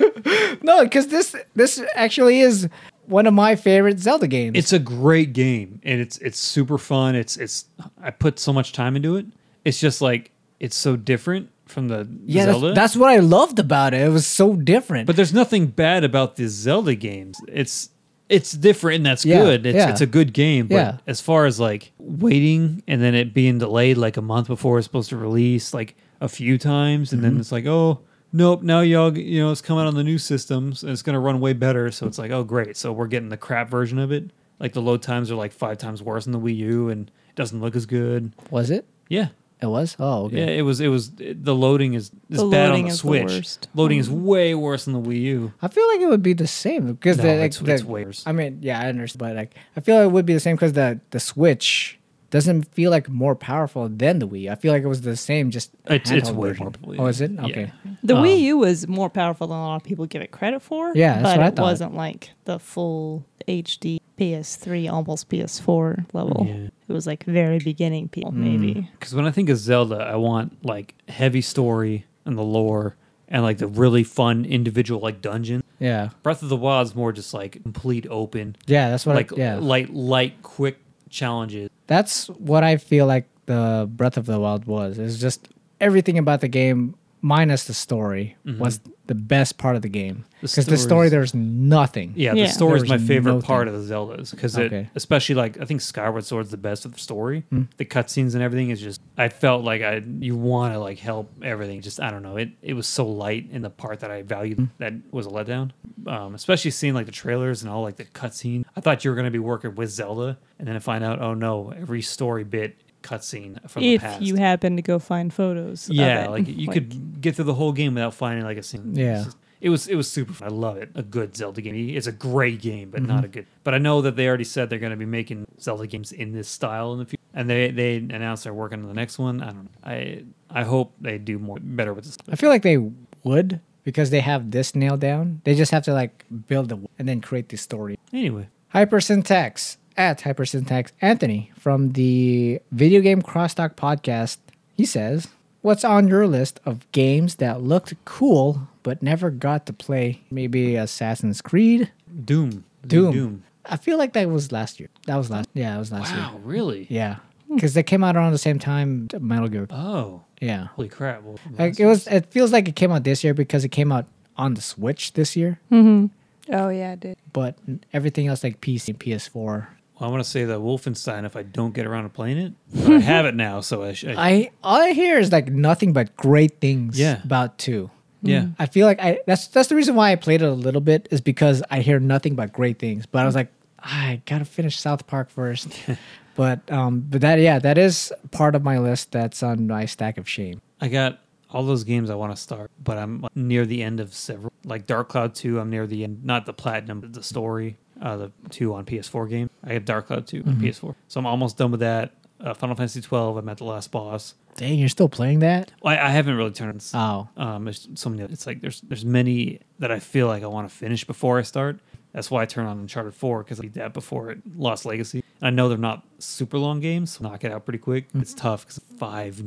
Speaker 1: No, because this this actually is one of my favorite Zelda games.
Speaker 3: It's a great game, and it's it's super fun. It's it's I put so much time into it. It's just like it's so different from the
Speaker 1: yeah, that's,
Speaker 3: Zelda.
Speaker 1: that's what I loved about it. It was so different.
Speaker 3: But there's nothing bad about the Zelda games. It's it's different and that's
Speaker 1: Yeah,
Speaker 3: good. It's
Speaker 1: yeah.
Speaker 3: it's a good game. But
Speaker 1: Yeah.
Speaker 3: as far as like waiting and then it being delayed like a month before it's supposed to release, like a few times, and
Speaker 1: Mm-hmm.
Speaker 3: then it's like, oh nope, now y'all g- you know it's coming on the new systems and it's gonna run way better. So it's like, oh great. So we're getting the crap version of it. Like the load times are like five times worse than the Wii U and it doesn't look as good.
Speaker 1: was it?
Speaker 3: Yeah.
Speaker 1: It was. Oh, okay.
Speaker 3: Yeah, it was. It was. It, the loading is is
Speaker 2: The
Speaker 3: bad on
Speaker 2: loading
Speaker 3: the
Speaker 2: is the
Speaker 3: Switch.
Speaker 2: worst. Mm-hmm.
Speaker 3: Loading is way worse than the Wii U.
Speaker 1: I feel like it would be the same because
Speaker 3: No,
Speaker 1: the, like,
Speaker 3: it's- it's
Speaker 1: the-
Speaker 3: way worse.
Speaker 1: I mean, yeah, I understand, but like, I feel like it would be the same because the the Switch doesn't feel like more powerful than the Wii. I feel like it was the same, just
Speaker 3: It's- it's
Speaker 1: handheld
Speaker 3: way
Speaker 1: version.
Speaker 3: more powerful,
Speaker 1: Oh,
Speaker 3: yeah.
Speaker 1: is it?
Speaker 3: Yeah.
Speaker 1: Okay.
Speaker 2: The
Speaker 3: Um,
Speaker 2: Wii U was more powerful than a lot of people give it credit for.
Speaker 1: Yeah, that's
Speaker 2: but
Speaker 1: what I
Speaker 2: it
Speaker 1: thought.
Speaker 2: wasn't like the full HD PS3, almost PS4 level.
Speaker 3: Yeah.
Speaker 2: It was like very beginning people, maybe.
Speaker 3: Because when I think of Zelda, I want like heavy story and the lore and like the really fun individual like dungeon.
Speaker 1: Yeah.
Speaker 3: Breath of the Wild's more just like complete open,
Speaker 1: Yeah, that's what.
Speaker 3: like
Speaker 1: I, yeah,
Speaker 3: light, light, quick challenges.
Speaker 1: that's what I feel like the Breath of the Wild was. It's just everything about the game minus the story was the best part of the game
Speaker 3: Mm-hmm. The
Speaker 1: because the, story
Speaker 3: story's-
Speaker 1: there's nothing.
Speaker 3: Yeah,
Speaker 2: Yeah.
Speaker 3: the story is
Speaker 1: There
Speaker 3: my
Speaker 1: was
Speaker 3: favorite
Speaker 1: no
Speaker 3: part of the Zeldas because it,
Speaker 1: Okay. Hmm.
Speaker 3: especially like I think Skyward Sword's the best of the story. The cutscenes and everything is just. I felt like I you want to like help everything. Just I don't know. It it was so light in the part that I
Speaker 1: Hmm.
Speaker 3: valued that was a letdown. Um, especially seeing like the trailers and all like the cutscene. I thought you were gonna be working with Zelda, and then I find out oh no, every story bit cutscene from the
Speaker 2: If
Speaker 3: past.
Speaker 2: you happen to go find photos. of
Speaker 3: yeah,
Speaker 2: it.
Speaker 3: like
Speaker 1: (laughs)
Speaker 3: you could get through the whole game without finding like a scene. It's
Speaker 1: Yeah.
Speaker 3: just- it was it was super fun. I love it. A good Zelda game. It's a great game, but
Speaker 1: Mm-hmm.
Speaker 3: not a good. But I know that they already said they're going to be making Zelda games in this style in the future, and they they announced they're working on the next one. I don't know. I I hope they do more better with this.
Speaker 1: I feel like they would because they have this nailed down. They just have to like build the and then create the story.
Speaker 3: Anyway,
Speaker 1: Hypersyntax at Hypersyntax Anthony from the Video Game Crosstalk podcast. He says, "What's on your list of games that looked cool but never got to play? Maybe Assassin's Creed,
Speaker 3: Doom,
Speaker 1: Doom. I feel like that was last year. That was last. Yeah, that was last year.
Speaker 3: Wow, really?
Speaker 1: Yeah, because they came out around the same time Metal Gear.
Speaker 3: Oh,
Speaker 1: Yeah,
Speaker 3: holy crap! Well,
Speaker 1: like it was. It feels like it came out this year because it came out on the Switch this year.
Speaker 3: Hmm.
Speaker 2: Oh, yeah, I did.
Speaker 1: But everything else like PC, PS4.
Speaker 3: I want to say that Wolfenstein. If I don't get around to playing
Speaker 1: (laughs)
Speaker 3: it, but I have it now, so I, sh- I
Speaker 1: I all I hear is like nothing but great things
Speaker 3: Yeah.
Speaker 1: about two.
Speaker 3: yeah.
Speaker 1: I feel like I that's that's the reason why I played it a little bit is because I hear nothing but great things. But I was like, I gotta finish South Park first. (laughs) but um, but that yeah, that is part of my list that's on my stack of shame.
Speaker 3: I got all those games I want to start, but I'm like, near the end of several. Like Dark Cloud 2, I'm near the end, not the platinum, but the story, uh, the two on PS4 game. I got Dark Cloud 2 on PS4. So I'm almost done with that. Uh, Final Fantasy 12, I'm at the last boss.
Speaker 1: Dang, you're still playing that?
Speaker 3: Well, I, I haven't really turned.
Speaker 1: Oh,
Speaker 3: Um, there's so many. It's like there's there's many that I feel like I want to finish before I start. That's why I turn on Uncharted 4 because I did that before it Lost Legacy. And I know they're not super long games, so knock it out pretty quick. It's
Speaker 1: Mm-hmm.
Speaker 3: tough because five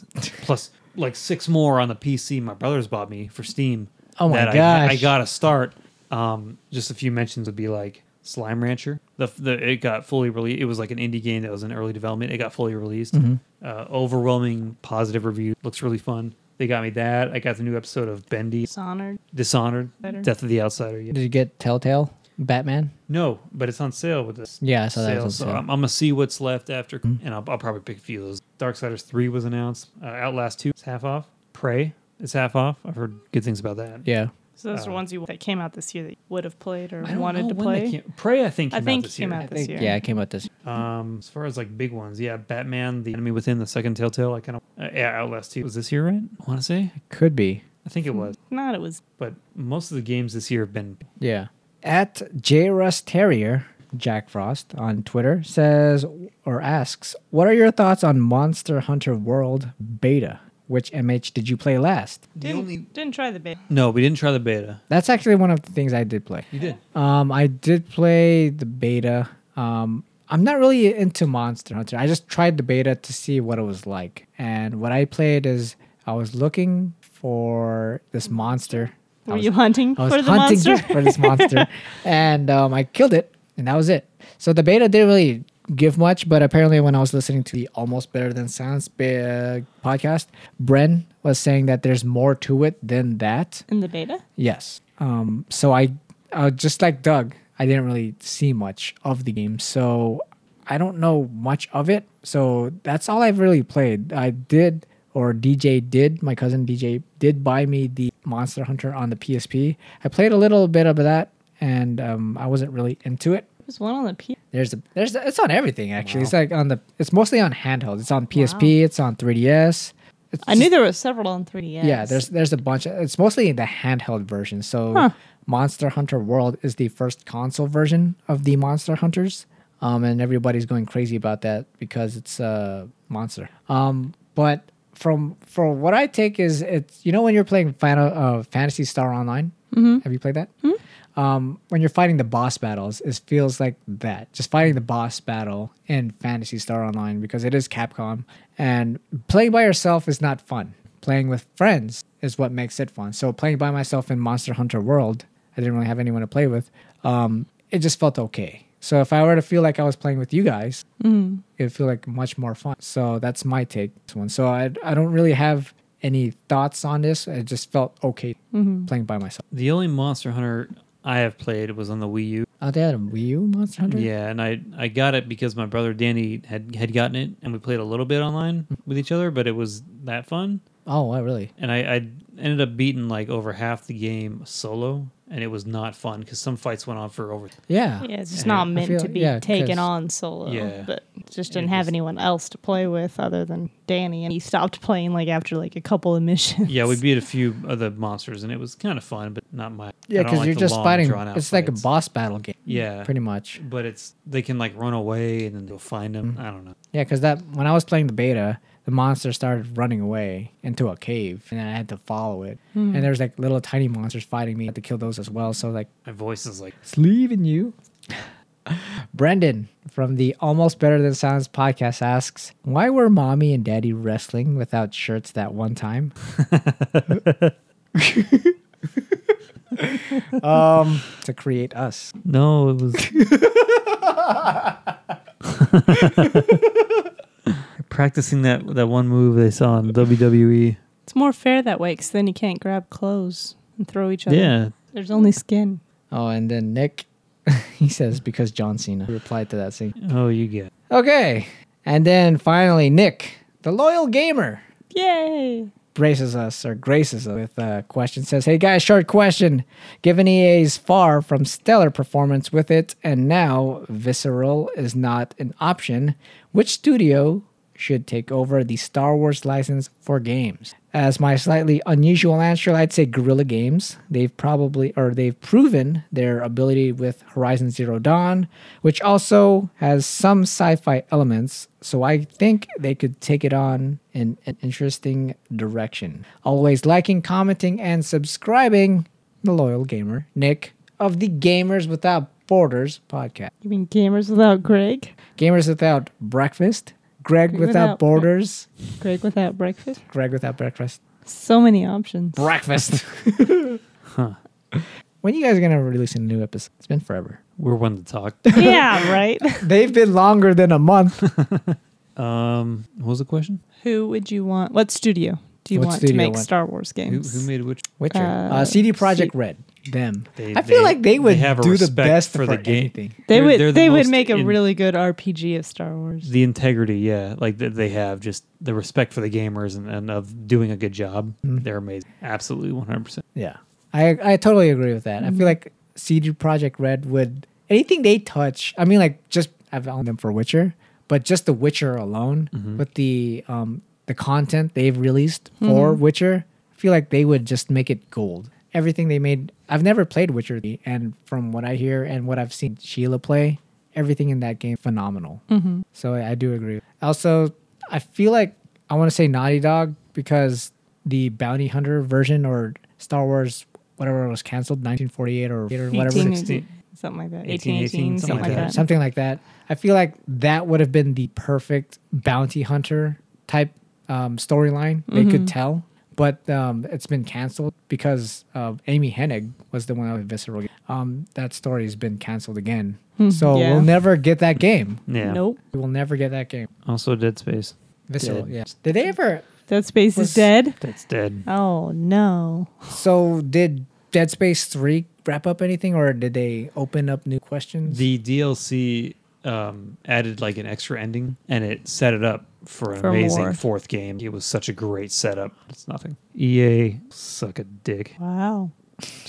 Speaker 3: plus like six more on the PC my brother's bought me for Steam.
Speaker 1: Oh my
Speaker 3: that I, I
Speaker 1: gosh.
Speaker 3: gotta start. Um, just a few mentions would be like Slime Rancher. The, the it got fully released. It was like an indie game that was in early development. It got fully released.
Speaker 1: Mm-hmm.
Speaker 3: Uh, overwhelming positive review. Looks really fun. They got me that. I got the new episode of Bendy
Speaker 2: Dishonored.
Speaker 3: Dishonored,
Speaker 2: Better.
Speaker 3: Death of the Outsider. yeah.
Speaker 1: did you get Telltale Batman?
Speaker 3: No, but it's on sale with this.
Speaker 1: Yeah, I saw that Mm-hmm. was on
Speaker 3: sale, so
Speaker 1: sale.
Speaker 3: I'm, I'm gonna see what's left after, and I'll, I'll probably pick a few of those. Darksiders three was announced. Uh, Outlast two is half off. Prey is half off. I've heard good things about that.
Speaker 1: Yeah.
Speaker 2: So those are
Speaker 3: Uh,
Speaker 2: ones you that came out this year that you would have played or
Speaker 3: I don't
Speaker 2: wanted
Speaker 3: know
Speaker 2: to
Speaker 3: when they
Speaker 2: play.
Speaker 3: came- Prey, I think.
Speaker 2: I
Speaker 3: Came
Speaker 2: think
Speaker 3: out this
Speaker 2: came
Speaker 3: year.
Speaker 2: out this year.
Speaker 1: Yeah, it came out this.
Speaker 3: Um, as far as like big ones, yeah, Batman, the enemy within the second Telltale. I kind of uh, yeah, Outlast two was this year, right? I want to say. Hmm.
Speaker 1: Could be.
Speaker 3: I think it was.
Speaker 2: Not it was
Speaker 3: But most of the games this year have been.
Speaker 1: Yeah. At J Russ Terrier, Jack Frost on Twitter says or asks, "What are your thoughts on Monster Hunter World beta? Which MH did you play last?"
Speaker 2: didn't didn't try the beta.
Speaker 3: No, we didn't try the beta.
Speaker 1: That's actually one of the things I did play.
Speaker 3: You did.
Speaker 1: Um, I did play the beta. Um, I'm not really into Monster Hunter. I just tried the beta to see what it was like. And what I played is I was looking for this monster. I
Speaker 2: Were
Speaker 1: was-
Speaker 2: you hunting
Speaker 1: I was
Speaker 2: for the
Speaker 1: hunting
Speaker 2: monster?
Speaker 1: just (laughs) for this monster, and um, I killed it, and that was it. So the beta didn't really give much, but apparently when I was listening to the Almost Better Than Sounds uh, podcast, Bren was saying that there's more to it than that.
Speaker 2: (laughs) In the beta?
Speaker 1: Yes. Um, so I, I was just like Doug, I didn't really see much of the game, so I don't know much of it. So that's all I've really played. I did, or DJ did, my cousin DJ did buy me the Monster Hunter on the PSP. I played a little bit of that, and um, I wasn't really into it.
Speaker 2: There's one on the P
Speaker 1: There's a, there's a, it's on everything actually. It's like on the it's mostly on handheld. It's on PSP. It's on 3DS. It's
Speaker 2: I knew there were several on 3DS.
Speaker 1: yeah, there's there's a bunch. Of, it's mostly the handheld version. So
Speaker 2: Huh.
Speaker 1: Monster Hunter World is the first console version of the Monster Hunters, um, and everybody's going crazy about that because it's a monster. Um, but from for what I take is it's you know when you're playing Final uh, Fantasy Star Online, have you played that? Um, when you're fighting the boss battles, it feels like that. Just fighting the boss battle in Fantasy Star Online because it is Capcom, and playing by yourself is not fun. Playing with friends is what makes it fun. So playing by myself in Monster Hunter World, I didn't really have anyone to play with. Um, it just felt okay. So if I were to feel like I was playing with you guys, it'd feel like much more fun. So that's my take on this one. So I I don't really have any thoughts on this. It just felt okay playing by myself.
Speaker 3: The only Monster Hunter I have played was on the Wii U.
Speaker 1: Oh, they had a Wii U Monster Hunter.
Speaker 3: Yeah, and I I got it because my brother Danny had had gotten it, and we played a little bit online with each other, but it was that fun.
Speaker 1: Oh, wow, really?
Speaker 3: And I, I ended up beating like over half the game solo, and it was not fun because some fights went on for over.
Speaker 1: Yeah.
Speaker 2: Yeah, it's just
Speaker 3: Yeah.
Speaker 2: not
Speaker 3: I
Speaker 2: meant
Speaker 1: feel-
Speaker 2: to be
Speaker 1: yeah, 'cause-
Speaker 2: taken on solo.
Speaker 3: Yeah.
Speaker 2: But just
Speaker 3: It
Speaker 2: didn't have
Speaker 3: was-
Speaker 2: anyone else to play with other than Danny and he stopped playing like after like a couple of (laughs) missions.
Speaker 3: Yeah, we beat a few of the monsters, and it was kind of fun, but not my.
Speaker 1: Yeah,
Speaker 3: I don't
Speaker 1: because
Speaker 3: like
Speaker 1: you're
Speaker 3: the
Speaker 1: just
Speaker 3: long,
Speaker 1: fighting.
Speaker 3: drawn-out
Speaker 1: It's like a
Speaker 3: fights.
Speaker 1: boss battle game.
Speaker 3: Yeah.
Speaker 1: Pretty much.
Speaker 3: But it's they can like run away and then they'll find them.
Speaker 1: Mm.
Speaker 3: I don't know.
Speaker 1: Yeah, because that when I was playing the beta, the monster started running away into a cave, and then I had to follow it.
Speaker 2: Hmm.
Speaker 1: And there was like little tiny monsters fighting me. I had to kill those as well. So like,
Speaker 3: My voice is like
Speaker 1: it's leaving you. (laughs) Brendan from the Almost Better Than Sounds podcast asks, "Why were mommy and daddy wrestling without shirts that one time?" (laughs) um, to create us.
Speaker 3: no, it
Speaker 1: (laughs)
Speaker 3: was. (laughs) Practicing that that one move they saw in E. WWE.
Speaker 2: It's more fair that way because then you can't grab clothes and throw each other.
Speaker 3: Yeah,
Speaker 2: There's only skin.
Speaker 1: Oh, and then Nick, (laughs) he says because John Cena replied to that thing.
Speaker 3: Oh, you get.
Speaker 1: Okay, and then finally Nick, the loyal gamer,
Speaker 2: Yay!
Speaker 1: braces us or graces us with a question. Says, "Hey guys, short question. Given EA's far from stellar performance with it, and now visceral is not an option, which studio?" Should take over the Star Wars license for games. As my slightly unusual answer, I'd say Guerrilla Games. They've probably or they've proven their ability with Horizon Zero Dawn, which also has some sci-fi elements, so I think they could take it on in an interesting direction. Always liking, commenting, and subscribing, the loyal gamer, Nick, of the Gamers Without Borders podcast.
Speaker 2: You mean Gamers Without Greg?
Speaker 1: Gamers Without Breakfast, Greg Without,
Speaker 2: Without-
Speaker 1: Borders,
Speaker 2: Greg Without Breakfast?
Speaker 1: Greg Without Breakfast.
Speaker 2: So many options. (laughs)
Speaker 3: (laughs)
Speaker 1: Breakfast. When you guys gonna release a new episode? It's been forever.
Speaker 3: We're one
Speaker 1: (laughs)
Speaker 3: to talk.
Speaker 2: yeah, right?
Speaker 1: They've been longer than a
Speaker 3: (laughs)
Speaker 1: month.
Speaker 3: Um, what was the question?
Speaker 2: (laughs) Who would you want? What studio do you
Speaker 1: What
Speaker 2: want to
Speaker 1: studio
Speaker 2: make
Speaker 1: want-
Speaker 2: Star Wars
Speaker 3: Who,
Speaker 2: games?
Speaker 3: who made which?
Speaker 1: Witcher. Uh,
Speaker 2: Uh,
Speaker 1: CD Project
Speaker 2: see-
Speaker 1: Red. Them.
Speaker 3: They-
Speaker 1: I feel
Speaker 3: they-
Speaker 1: like they would
Speaker 3: they have a
Speaker 1: do the
Speaker 3: respect
Speaker 1: best for,
Speaker 3: for the game.
Speaker 1: anything.
Speaker 2: they
Speaker 3: They're-
Speaker 2: would
Speaker 3: they're the
Speaker 2: they would
Speaker 3: most
Speaker 2: make a
Speaker 3: in-
Speaker 2: really good RPG of Star Wars.
Speaker 3: The integrity, yeah, like that they have just the Mm-hmm. respect for the gamers and, and of doing a good job. They're amazing. Absolutely, one hundred percent.
Speaker 1: Yeah. I I totally agree with that. I feel like CD Project Red would anything they touch. I mean, like just I've owned them for Witcher, but just the Witcher alone with the um the content they've released for Witcher, I feel like they would just make it gold. Everything they made. I've never played Witcher, and from what I hear and what I've seen Sheila play, everything in that game phenomenal.
Speaker 2: Mm-hmm.
Speaker 1: So I I do agree. Also, I feel like I want to say Naughty Dog because the Bounty Hunter version or Star Wars whatever was canceled 1948 or whatever
Speaker 2: 18,
Speaker 3: 16.
Speaker 2: something like that. 18,
Speaker 3: 18,
Speaker 2: 18, something, like that.
Speaker 1: something like that. I feel like that would have been the perfect bounty hunter type um, storyline they
Speaker 2: Mm-hmm.
Speaker 1: could tell, but um, it's been canceled because uh, Amy Hennig was the one with Visceral. Um, that story has been canceled again, so
Speaker 2: Hmm. yeah.
Speaker 1: we'll never get that game.
Speaker 3: Yeah.
Speaker 2: Nope.
Speaker 1: We will never get that game.
Speaker 3: Also, Dead Space.
Speaker 1: Visceral.
Speaker 3: Dead.
Speaker 1: Yeah. Did they ever?
Speaker 2: Dead Space
Speaker 1: Was-
Speaker 2: is dead.
Speaker 3: That's dead.
Speaker 2: Oh no.
Speaker 1: So did Dead Space three wrap up anything, or did they open up new questions?
Speaker 3: The DLC um, added like an extra ending, and it set it up for an
Speaker 2: For
Speaker 3: amazing
Speaker 2: more.
Speaker 3: fourth game. It was such a great setup. It's nothing. EA suck E a dick.
Speaker 2: Wow.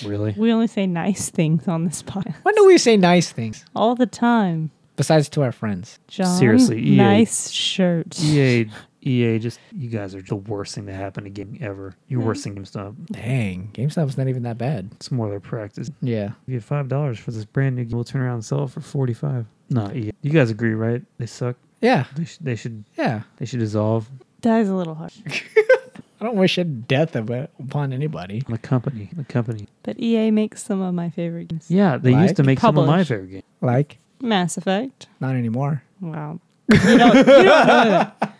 Speaker 3: Really?
Speaker 2: We only say nice things on this podcast
Speaker 1: when do we say nice things
Speaker 2: (laughs) all the time.
Speaker 1: besides to our friends?
Speaker 2: John,
Speaker 3: Seriously, E EA.
Speaker 2: nice shirt.
Speaker 3: EA, EA, just you guys are the worst thing that happened to game ever. You're
Speaker 2: Mm-hmm.
Speaker 3: worse than GameStop.
Speaker 1: Dang, GameStop's not even that bad.
Speaker 3: It's more their practice.
Speaker 1: Yeah.
Speaker 3: Give you five dollars for this brand new game. We'll turn around and sell it for forty five. No, EA. you guys agree, right? They suck.
Speaker 1: Yeah.
Speaker 3: They, sh- they should
Speaker 1: Yeah.
Speaker 3: they should dissolve.
Speaker 2: Dies a little hard,
Speaker 1: I don't wish it death ab- upon anybody.
Speaker 3: The company, the company.
Speaker 2: but EA makes some of my favorite games.
Speaker 3: Yeah, they
Speaker 1: Like?
Speaker 3: used to make some of my
Speaker 2: Publish.
Speaker 3: favorite games.
Speaker 1: Like,
Speaker 2: Mass Effect.
Speaker 1: not anymore.
Speaker 2: Wow. You don't, you don't know that.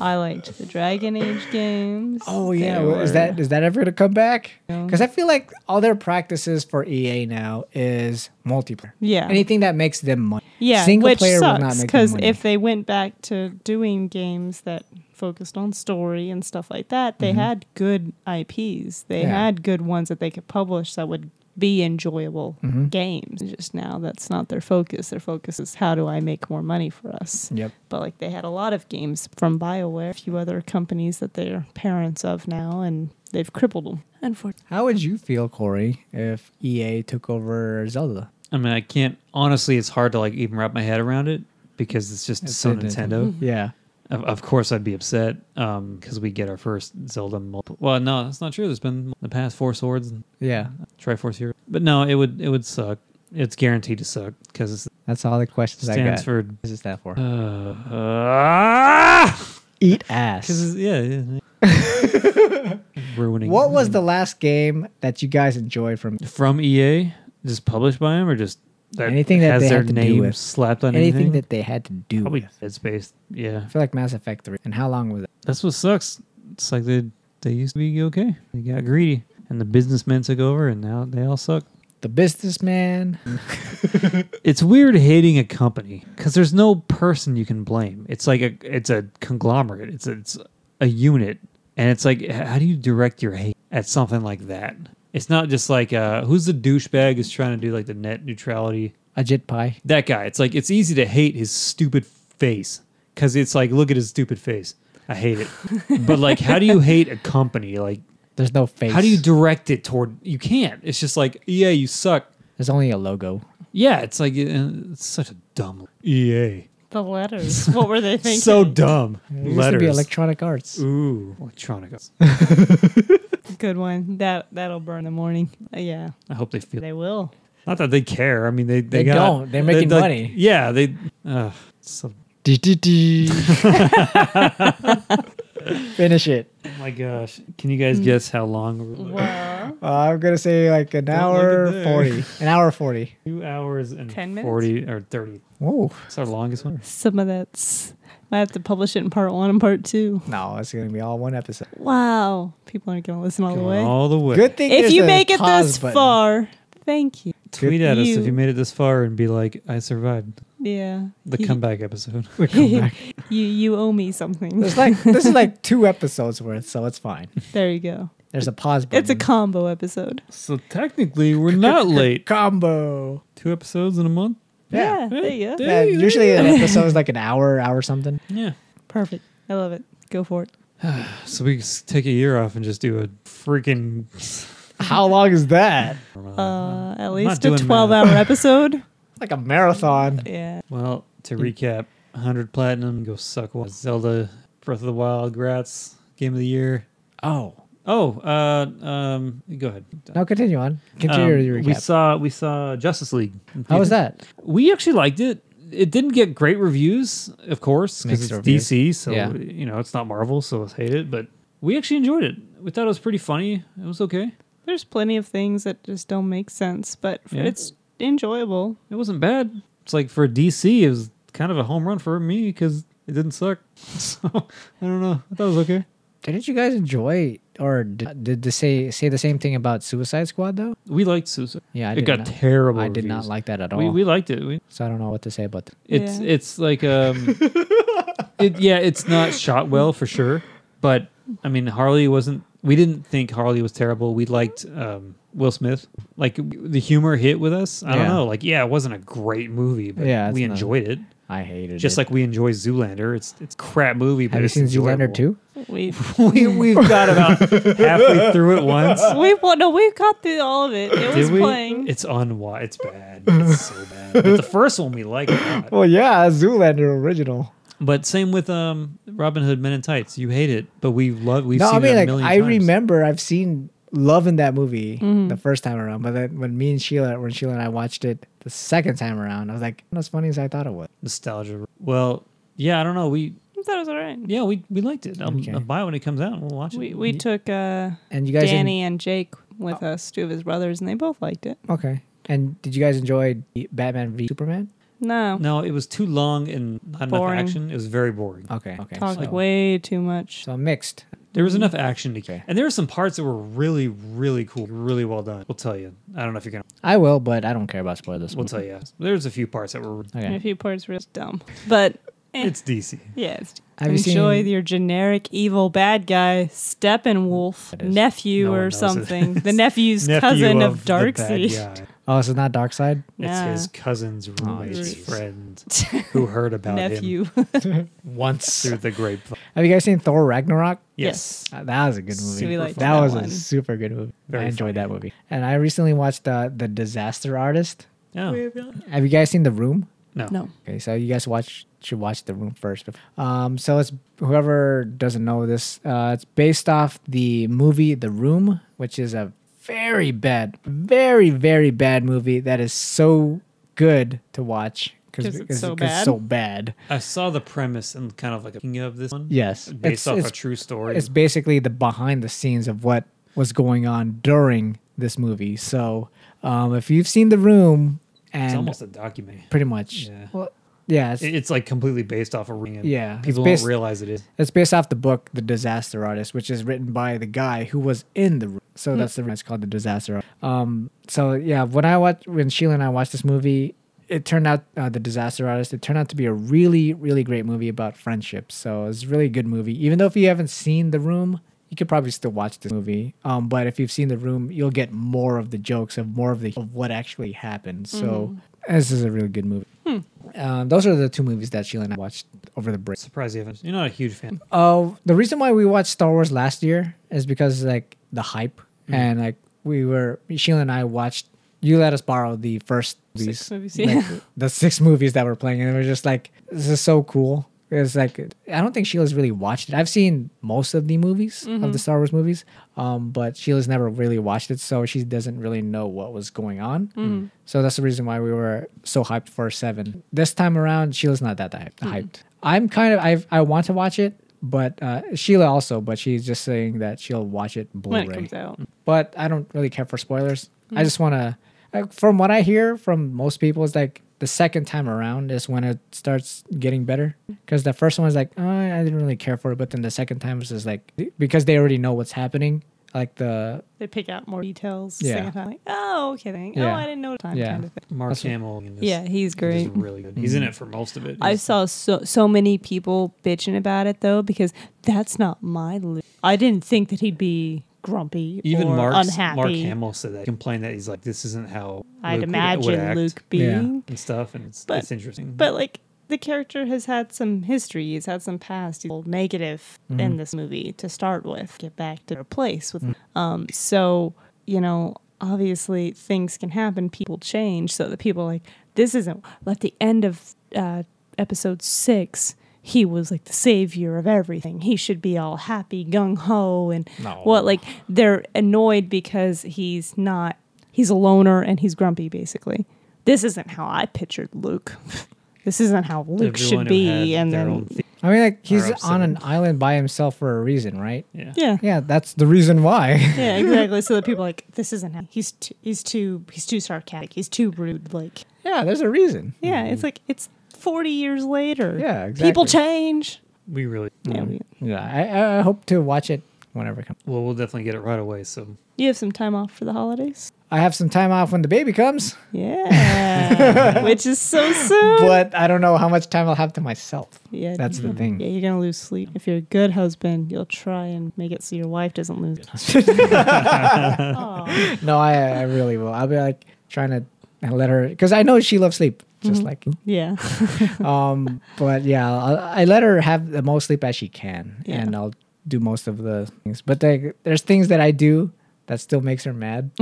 Speaker 2: I liked the Dragon Age games.
Speaker 1: Oh yeah,
Speaker 2: They
Speaker 1: well, is
Speaker 2: were-
Speaker 1: that is that ever gonna come back?
Speaker 2: No.
Speaker 1: Because I feel like all their practices for EA now is multiplayer.
Speaker 2: Yeah.
Speaker 1: Anything that makes them money.
Speaker 2: yeah,
Speaker 1: Single
Speaker 2: which
Speaker 1: player will not
Speaker 2: sucks
Speaker 1: make them
Speaker 2: because
Speaker 1: money.
Speaker 2: if they went back to doing games that focused on story and stuff like that, they had good IPs.
Speaker 1: Mm-hmm.
Speaker 2: They
Speaker 1: Yeah.
Speaker 2: had good ones that they could publish that would be enjoyable
Speaker 1: Mm-hmm.
Speaker 2: games. Just now, that's not their focus. Their focus is how do I make more money for us.
Speaker 1: Yep.
Speaker 2: But like they had a lot of games from BioWare, a few other companies that they're parents of now, and they've crippled them. Unfortunately.
Speaker 1: How would you feel, Corey, if EA took over Zelda?
Speaker 3: I mean, I can't. Honestly, it's hard to like even wrap my head around it because it's just
Speaker 1: It's
Speaker 3: so
Speaker 1: Nintendo.
Speaker 3: Nintendo.
Speaker 1: Mm-hmm. Yeah.
Speaker 3: Of, of course, I'd be upset because we get our first Zelda. Multi- well, no, that's not true. There's been the past four swords and
Speaker 1: Yeah.
Speaker 3: Triforce here, but no, it would it would suck. It's guaranteed to suck because it's
Speaker 1: That's all the questions I
Speaker 3: stands
Speaker 1: got.
Speaker 3: for.
Speaker 1: what is that for?
Speaker 3: Uh, uh,
Speaker 1: Eat ass.
Speaker 3: (laughs) 'cause it's- yeah, yeah,
Speaker 1: (laughs)
Speaker 3: yeah. ruining.
Speaker 1: What was the last game that you guys enjoyed from
Speaker 3: from EA? Just published by them, or just that
Speaker 1: Anything that
Speaker 3: has
Speaker 1: they
Speaker 3: their
Speaker 1: had to do
Speaker 3: name
Speaker 1: with.
Speaker 3: slapped on
Speaker 1: anything,
Speaker 3: anything?
Speaker 1: that they had to do?
Speaker 3: probably
Speaker 1: with?
Speaker 3: Dead Space. Yeah,
Speaker 1: I feel like Mass Effect 3. And how long was it?
Speaker 3: That's what sucks. It's like they they used to be okay. They got greedy, and the businessmen took over, and now they all suck.
Speaker 1: The Businessman.
Speaker 3: It's weird hating a company because there's no person you can blame. It's like a it's a conglomerate. It's a, it's a unit, and it's like h- how do you direct your hate at something like that? It's not just like uh, who's the douchebag who's trying to do like the net neutrality
Speaker 1: Ajit Pai.
Speaker 3: that guy. It's like it's easy to hate his stupid face because it's like look at his stupid face. I hate it. but like, how do you hate a company? Like,
Speaker 1: There's no face.
Speaker 3: how do you direct it toward? You can't. It's just like EA, you suck.
Speaker 1: There's only a logo.
Speaker 3: Yeah, it's like uh, it's such a dumb E EA.
Speaker 2: The letters. What were
Speaker 1: (laughs)
Speaker 2: they thinking?
Speaker 3: So dumb.
Speaker 1: It used to
Speaker 3: Letters.
Speaker 1: be Electronic Arts.
Speaker 3: Ooh, electronic. Arts.
Speaker 2: Good one. That that'll burn in the morning. Uh, yeah,
Speaker 3: I hope they feel.
Speaker 2: they will.
Speaker 3: Not that they care. I mean, they they,
Speaker 1: They
Speaker 3: got-
Speaker 1: don't. They're making
Speaker 3: like-
Speaker 1: money.
Speaker 3: Yeah, they. Uh, so, (laughs)
Speaker 1: Finish it.
Speaker 3: oh my gosh! Can you
Speaker 1: Mm.
Speaker 3: guys guess how long? we're-
Speaker 2: Well,
Speaker 1: Uh, I'm gonna say like an
Speaker 3: look
Speaker 1: hour
Speaker 3: in there.
Speaker 1: forty. An hour forty.
Speaker 3: Two hours and
Speaker 2: 10 minutes?
Speaker 3: 40 or 30.
Speaker 1: Whoa.
Speaker 3: It's our longest one.
Speaker 2: some of that's. I have to publish it in part one and part two.
Speaker 1: No, it's gonna be all one episode.
Speaker 2: Wow, people aren't gonna listen all the way.
Speaker 3: All the way.
Speaker 1: Good thing.
Speaker 2: If
Speaker 1: there's
Speaker 2: you
Speaker 1: a
Speaker 2: make it
Speaker 1: pause
Speaker 2: this
Speaker 1: button.
Speaker 2: far, thank you.
Speaker 3: Tweet at us if
Speaker 2: you.
Speaker 3: you made it this far and be like, I survived
Speaker 2: Yeah,
Speaker 3: the
Speaker 1: (laughs)
Speaker 2: you,
Speaker 3: comeback episode.
Speaker 2: (laughs) you you owe me something.
Speaker 1: It's like this is like two episodes worth, so it's fine.
Speaker 2: There you go.
Speaker 1: There's a pause button.
Speaker 2: It's a combo episode.
Speaker 3: (laughs) so technically, we're not
Speaker 1: (laughs)
Speaker 3: late.
Speaker 1: combo.
Speaker 3: Two episodes in a month?
Speaker 2: Yeah,
Speaker 1: Yeah.
Speaker 2: there you go. (laughs)
Speaker 1: Yeah, usually an episode is like an hour, hour something.
Speaker 3: Yeah.
Speaker 2: Perfect. I love it. Go for it.
Speaker 3: So we can s- take a year off and just do a freaking
Speaker 1: How long is that?
Speaker 2: Uh, at
Speaker 3: not
Speaker 2: least a
Speaker 3: doing
Speaker 2: 12
Speaker 3: math. (laughs)
Speaker 2: hour episode.
Speaker 1: Like a marathon.
Speaker 2: Yeah.
Speaker 3: Well, to recap, 100 platinum, go suck one. Zelda Breath of the Wild, grats, game of the year.
Speaker 1: Oh.
Speaker 3: Oh, uh, um, go ahead.
Speaker 1: Now continue on. Continue
Speaker 3: Um,
Speaker 1: your recap.
Speaker 3: we saw we saw Justice League. in
Speaker 1: How was
Speaker 3: theaters.
Speaker 1: that?
Speaker 3: We actually liked it. It didn't get great reviews, of course,
Speaker 1: Mixed
Speaker 3: because it's
Speaker 1: reviews.
Speaker 3: DC, so
Speaker 1: Yeah.
Speaker 3: you know it's not Marvel, so let's hate it. But we actually enjoyed it. We thought it was pretty funny. It was okay.
Speaker 2: There's plenty of things that just don't make sense, but
Speaker 3: Yeah.
Speaker 2: it's enjoyable.
Speaker 3: It wasn't bad. It's like for DC, it was kind of a home run for me because it didn't suck. (laughs) So I don't know. I thought it was okay.
Speaker 1: Didn't you guys enjoy or did, did they say say the same thing about Suicide Squad though?
Speaker 3: We liked Suicide.
Speaker 1: Yeah, I
Speaker 3: it
Speaker 1: did
Speaker 3: got
Speaker 1: not-
Speaker 3: terrible.
Speaker 1: I did not
Speaker 3: reviews.
Speaker 1: like that at all.
Speaker 3: We, we liked it. We,
Speaker 1: so I don't know what to say about that.
Speaker 3: it's
Speaker 2: Yeah.
Speaker 3: it's like um, it yeah, it's not shot well for sure. But I mean, Harley wasn't. We didn't think Harley was terrible. We liked um, Will Smith. Like the humor hit with us. I don't
Speaker 1: Yeah.
Speaker 3: know. Like yeah, it wasn't a great movie, but
Speaker 1: Yeah, it's
Speaker 3: we
Speaker 1: not-
Speaker 3: enjoyed it.
Speaker 1: I hated
Speaker 3: Just
Speaker 1: it.
Speaker 3: like we enjoy Zoolander. It's it's crap movie. But
Speaker 1: have you
Speaker 3: it's
Speaker 1: seen Zoolander too?
Speaker 3: enjoyable.
Speaker 2: We
Speaker 3: (laughs) we, we've got
Speaker 1: (laughs)
Speaker 3: about halfway through it once.
Speaker 2: we well, no, we got through all of it. It was
Speaker 3: Did we?
Speaker 2: playing.
Speaker 3: It's on. It's bad. It's so bad. But the first one we liked. a lot.
Speaker 1: Well, yeah, Zoolander original.
Speaker 3: But same with um Robin Hood Men in Tights. You hate it, but we love. We've
Speaker 1: No,
Speaker 3: seen
Speaker 1: I mean
Speaker 3: it a
Speaker 1: like
Speaker 3: million
Speaker 1: I
Speaker 3: times.
Speaker 1: remember I've seen love in that movie
Speaker 2: Mm-hmm.
Speaker 1: the first time around, but then when me and Sheila, when Sheila and I watched it the second time around, I was like, not as funny as I thought it was.
Speaker 3: nostalgia. Well, yeah, I don't know. We
Speaker 2: I thought it was all right.
Speaker 3: yeah we we liked it. I'll,
Speaker 1: Okay.
Speaker 3: I'll buy it when it comes out. and We'll watch it.
Speaker 2: We we took uh,
Speaker 1: And you guys, en-
Speaker 2: Danny and Jake with
Speaker 3: Oh.
Speaker 2: us, two of his brothers, and they both liked it.
Speaker 1: okay? And did you guys enjoy Batman v Superman?
Speaker 2: No,
Speaker 3: No, it was too long and not
Speaker 2: Boring.
Speaker 3: enough action. It was very boring.
Speaker 1: Okay, okay.
Speaker 2: talked
Speaker 1: so,
Speaker 2: way too much.
Speaker 1: so mixed.
Speaker 3: There was enough action to
Speaker 1: Okay.
Speaker 3: and there were some parts that were really really cool, really well done. We'll tell you. I don't know if you're gonna.
Speaker 1: I will, but I don't care about spoilers.
Speaker 3: We'll tell you. There's a few parts that were.
Speaker 2: And A
Speaker 1: Okay.
Speaker 2: few parts were dumb, but eh,
Speaker 3: It's DC.
Speaker 2: yeah. It's,
Speaker 1: Have you
Speaker 2: enjoy
Speaker 1: seen-
Speaker 2: your generic evil bad guy Steppenwolf
Speaker 1: That is-
Speaker 2: nephew
Speaker 3: no one
Speaker 2: or
Speaker 3: knows it
Speaker 2: something,
Speaker 3: is.
Speaker 2: the nephew's
Speaker 3: Nephew
Speaker 2: cousin of,
Speaker 3: the bad
Speaker 2: Darkseid.
Speaker 3: guy.
Speaker 1: Oh, so not Dark Side.
Speaker 2: Nah.
Speaker 3: It's his cousin's
Speaker 2: jeez.
Speaker 3: roommate's
Speaker 2: (laughs)
Speaker 3: friend who heard about him
Speaker 2: nephew. (laughs)
Speaker 1: Once.
Speaker 3: through the grapevine.
Speaker 1: Have you guys seen Thor Ragnarok?
Speaker 3: Yes.
Speaker 1: Uh, that was a good movie.
Speaker 2: we liked
Speaker 1: that
Speaker 2: that
Speaker 1: was a
Speaker 2: one.
Speaker 1: super good movie.
Speaker 3: Very
Speaker 1: I enjoyed
Speaker 3: funny.
Speaker 1: that movie. And I recently watched uh, the Disaster Artist.
Speaker 3: Yeah.
Speaker 1: Have you guys seen The Room?
Speaker 3: No.
Speaker 2: no,
Speaker 1: Okay, so you guys watch should watch The Room first. Um, so it's whoever doesn't know this, uh, it's based off the movie The Room, which is a very bad, very very bad movie that is so good to watch
Speaker 2: 'Cause it's so
Speaker 1: it's
Speaker 2: bad?
Speaker 1: so bad.
Speaker 3: I saw the premise and kind of like a king of this one.
Speaker 1: Yes,
Speaker 3: Based
Speaker 1: It's-
Speaker 3: off
Speaker 1: it's
Speaker 3: a true story.
Speaker 1: it's basically the behind the scenes of what was going on during this movie. So um, if you've seen The Room and
Speaker 3: It's almost a documentary.
Speaker 1: pretty much,
Speaker 3: Yeah.
Speaker 1: well, yeah, it's,
Speaker 3: It- It's like completely based off a ring. and
Speaker 1: Yeah, it's
Speaker 3: People
Speaker 1: based-
Speaker 3: don't realize it is.
Speaker 1: it's based off the book The Disaster Artist, which is written by the guy who was in The Room. So that's the reason it's called The Disaster Artist. Um, so yeah, when I watch when Sheila and I watched this movie. It turned out uh, the disaster artist. It turned out to be a really, really great movie about friendship. So it's a really good movie. Even though if you haven't seen The Room, you could probably still watch this movie. Um, but if you've seen the room, you'll get more of the jokes of more of the of what actually happened. So this is a really good movie. Um, those are the two movies that Sheila and I watched over the break.
Speaker 3: Surprised you haven't. You're not a huge fan.
Speaker 1: Uh, the reason why we watched Star Wars last year is because like the hype
Speaker 2: Mm-hmm.
Speaker 1: and like we were Sheila and I watched. You let us borrow the first
Speaker 2: Six movies,
Speaker 1: like,
Speaker 2: yeah.
Speaker 1: the six movies that were playing, and it was just like this is so cool. It's like I don't think Sheila's really watched it. I've seen most of the movies
Speaker 2: Mm-hmm.
Speaker 1: of the Star Wars movies, um, but Sheila's never really watched it, so she doesn't really know what was going on.
Speaker 2: Mm.
Speaker 1: So that's the reason why we were so hyped for seven. This time around, Sheila's not that hyped.
Speaker 2: Mm-hmm.
Speaker 1: hyped. I'm kind of I I want to watch it, but uh, Sheila also, but she's just saying that she'll watch it Blu-ray
Speaker 2: when it comes out.
Speaker 1: but I don't really care for spoilers. I just want to, from what I hear from most people, it's like the second time around is when it starts getting better. Because the first one is like, oh, I didn't really care for it, but then the second time is just like because they already know what's happening. Like the
Speaker 2: They pick out more details.
Speaker 1: Yeah.
Speaker 2: Yeah. Like, oh, okay. Then.
Speaker 1: Yeah.
Speaker 2: Oh, I didn't know time.
Speaker 1: Yeah.
Speaker 2: Kind of thing.
Speaker 3: Mark
Speaker 1: That's-
Speaker 3: Hamill. in this
Speaker 2: Yeah, he's
Speaker 3: is
Speaker 2: great.
Speaker 3: really good. He's in it for most of it.
Speaker 2: I
Speaker 3: He's-
Speaker 2: saw so so many people bitching about it though because that's not my. Li- I didn't think that he'd be grumpy
Speaker 3: even
Speaker 2: or
Speaker 3: Mark's,
Speaker 2: unhappy.
Speaker 3: Mark Hamill said that. He complained that he's like, this isn't how
Speaker 2: I'd
Speaker 3: Luke would-
Speaker 2: imagine
Speaker 3: would act
Speaker 2: Luke being,
Speaker 3: and stuff, and it's,
Speaker 2: But-
Speaker 3: it's interesting.
Speaker 2: but like the character has had some history. He's had some past he's all negative in this movie to start with. Get back to their place with. Um. So you know, obviously things can happen, people change. So the people like, this isn't, at the end of uh, episode six, he was like the savior of everything. He should be all happy, gung ho, and
Speaker 6: No.
Speaker 2: what, like, they're annoyed because he's not, he's a loner and he's grumpy, basically. This isn't how I pictured Luke. (laughs) this isn't how Luke
Speaker 4: Everyone
Speaker 2: should
Speaker 4: who
Speaker 2: be.
Speaker 4: had
Speaker 2: And
Speaker 4: their
Speaker 2: then,
Speaker 4: own the-
Speaker 1: I mean, like he's
Speaker 4: Are upset.
Speaker 1: on an island by himself for a reason, right?
Speaker 4: yeah.
Speaker 2: yeah.
Speaker 1: Yeah, that's the reason why. (laughs)
Speaker 2: Yeah, exactly. So that people are like this isn't him. He's t- he's too he's too sarcastic. He's too rude. Like
Speaker 1: yeah, there's a reason.
Speaker 2: yeah,
Speaker 4: Mm-hmm.
Speaker 2: it's like it's forty years later.
Speaker 1: Yeah,
Speaker 2: People
Speaker 1: exactly.
Speaker 2: change.
Speaker 4: We really.
Speaker 2: Yeah, we,
Speaker 1: Yeah, I- I, I hope to watch it whenever it comes.
Speaker 4: Well, we'll definitely get it right away. So
Speaker 2: you have some time off for
Speaker 4: (laughs)
Speaker 2: the holidays.
Speaker 1: I have some time off when the baby comes,
Speaker 2: Yeah, which is so soon.
Speaker 1: but I don't know how much time I'll have to myself.
Speaker 2: yeah,
Speaker 1: That's the
Speaker 2: yeah,
Speaker 1: thing.
Speaker 2: you're gonna lose sleep. If you're a good husband, you'll try and make it so your wife doesn't lose.
Speaker 4: (laughs)
Speaker 2: (laughs) Aw.
Speaker 1: No, I, I really will. I'll be like trying to let her because I know she loves sleep,
Speaker 2: Mm-hmm.
Speaker 1: just like
Speaker 2: yeah, (laughs)
Speaker 1: um but yeah I, I let her have the most sleep as she can
Speaker 2: Yeah.
Speaker 1: and i'll do most of the things but like there's things that i do that still makes her
Speaker 2: (laughs)
Speaker 1: mad (laughs)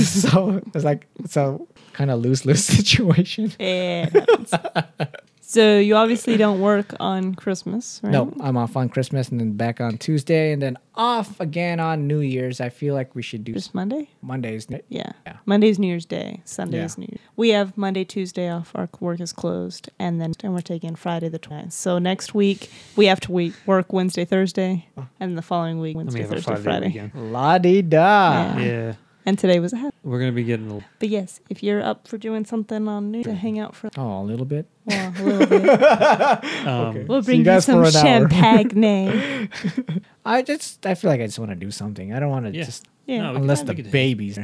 Speaker 1: so it's like it's a kind of lose lose (laughs) situation
Speaker 2: it happens. So you obviously don't work on Christmas, right?
Speaker 1: no i'm off on christmas and then back on tuesday and then off again on new year's i feel like we should do
Speaker 2: just Monday.
Speaker 1: mondays
Speaker 2: Yeah.
Speaker 1: Yeah.
Speaker 2: Monday's New Year's Day. Sunday
Speaker 1: Yeah.
Speaker 2: is New Year's. We have Monday, Tuesday off. Our work is closed. And then and we're taking Friday the 29th. So next week, we have to we- work Wednesday, Thursday. And the following week,
Speaker 4: let
Speaker 2: Wednesday,
Speaker 4: me have a
Speaker 2: Thursday,
Speaker 4: five day
Speaker 2: Friday.
Speaker 4: weekend.
Speaker 1: la di da
Speaker 2: Yeah.
Speaker 4: Yeah,
Speaker 2: And today was a happy.
Speaker 4: we're gonna be getting um, a
Speaker 2: But yes, if you're up for doing something on New to hang out for
Speaker 1: oh a little bit
Speaker 2: well, a
Speaker 1: (laughs)
Speaker 2: little bit,
Speaker 4: um,
Speaker 2: we'll
Speaker 1: See you
Speaker 2: bring you,
Speaker 1: guys for
Speaker 2: some
Speaker 1: an hour. (laughs)
Speaker 2: champagne.
Speaker 1: i just i feel like i just want to do something i don't want to
Speaker 4: Yeah.
Speaker 1: just
Speaker 2: Yeah.
Speaker 4: No, we can-
Speaker 1: unless
Speaker 4: we
Speaker 1: the
Speaker 4: can do-
Speaker 1: babies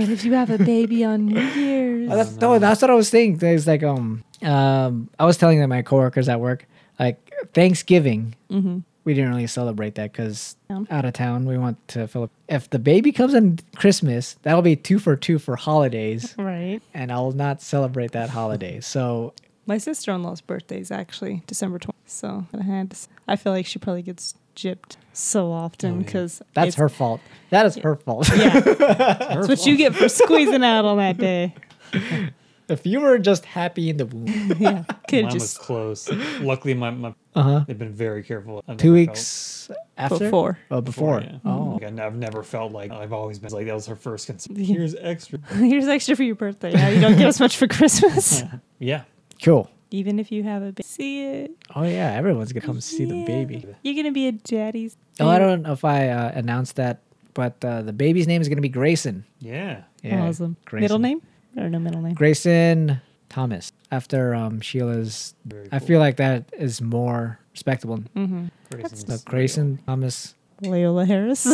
Speaker 2: What if you have a baby on New
Speaker 1: Oh, (laughs)
Speaker 2: Year's?
Speaker 1: that's, no, that's what I was saying. It's like um, um, I was telling them, my coworkers at work, like Thanksgiving,
Speaker 2: Mm-hmm.
Speaker 1: we didn't really celebrate that because
Speaker 2: Yeah.
Speaker 1: out of town, we want to fill up. If the baby comes on Christmas, that'll be two for two for holidays,
Speaker 2: Right.
Speaker 1: and I'll not celebrate that holiday. So
Speaker 2: My sister in law's birthday is actually December 20th. So I, had to, s- I feel like she probably gets gypped so often because
Speaker 1: Oh, that's her fault. That is her fault.
Speaker 2: Yeah. that's what you get for squeezing out on that day.
Speaker 1: (laughs)
Speaker 2: (laughs)
Speaker 1: if you were just happy in the womb,
Speaker 2: Yeah. Could
Speaker 4: mine was
Speaker 2: just
Speaker 4: close. Luckily, my, my
Speaker 1: uh-huh.
Speaker 4: they've been very careful. I've
Speaker 1: two
Speaker 4: never
Speaker 1: weeks after,
Speaker 2: before.
Speaker 1: oh, before,
Speaker 4: felt- yeah. Mm-hmm.
Speaker 1: oh,
Speaker 4: Like, I n- I've never felt like I've always been like that was her first concern.
Speaker 2: Yeah.
Speaker 4: Here's extra.
Speaker 2: (laughs) Here's extra for your birthday. Yeah, you don't get as much
Speaker 1: (laughs)
Speaker 2: for Christmas.
Speaker 4: Yeah,
Speaker 1: cool.
Speaker 2: Even if you have a baby. See it.
Speaker 1: Oh yeah, everyone's gonna come see the
Speaker 2: Yeah.
Speaker 1: baby.
Speaker 2: You're going to be a daddy's.
Speaker 1: Oh, I
Speaker 2: baby.
Speaker 1: don't know if I uh, announced that, but uh, the baby's name is going to be Grayson.
Speaker 4: yeah.
Speaker 1: Yeah,
Speaker 2: Awesome.
Speaker 1: Grayson.
Speaker 2: Middle name? Or no middle name.
Speaker 1: Grayson Thomas. After um, Sheila's,
Speaker 4: Very
Speaker 1: I
Speaker 4: cool.
Speaker 1: feel like that is more respectable.
Speaker 2: Mm-hmm.
Speaker 4: Grayson's
Speaker 1: So Grayson Thomas
Speaker 2: Leola
Speaker 1: (laughs)
Speaker 2: Harris.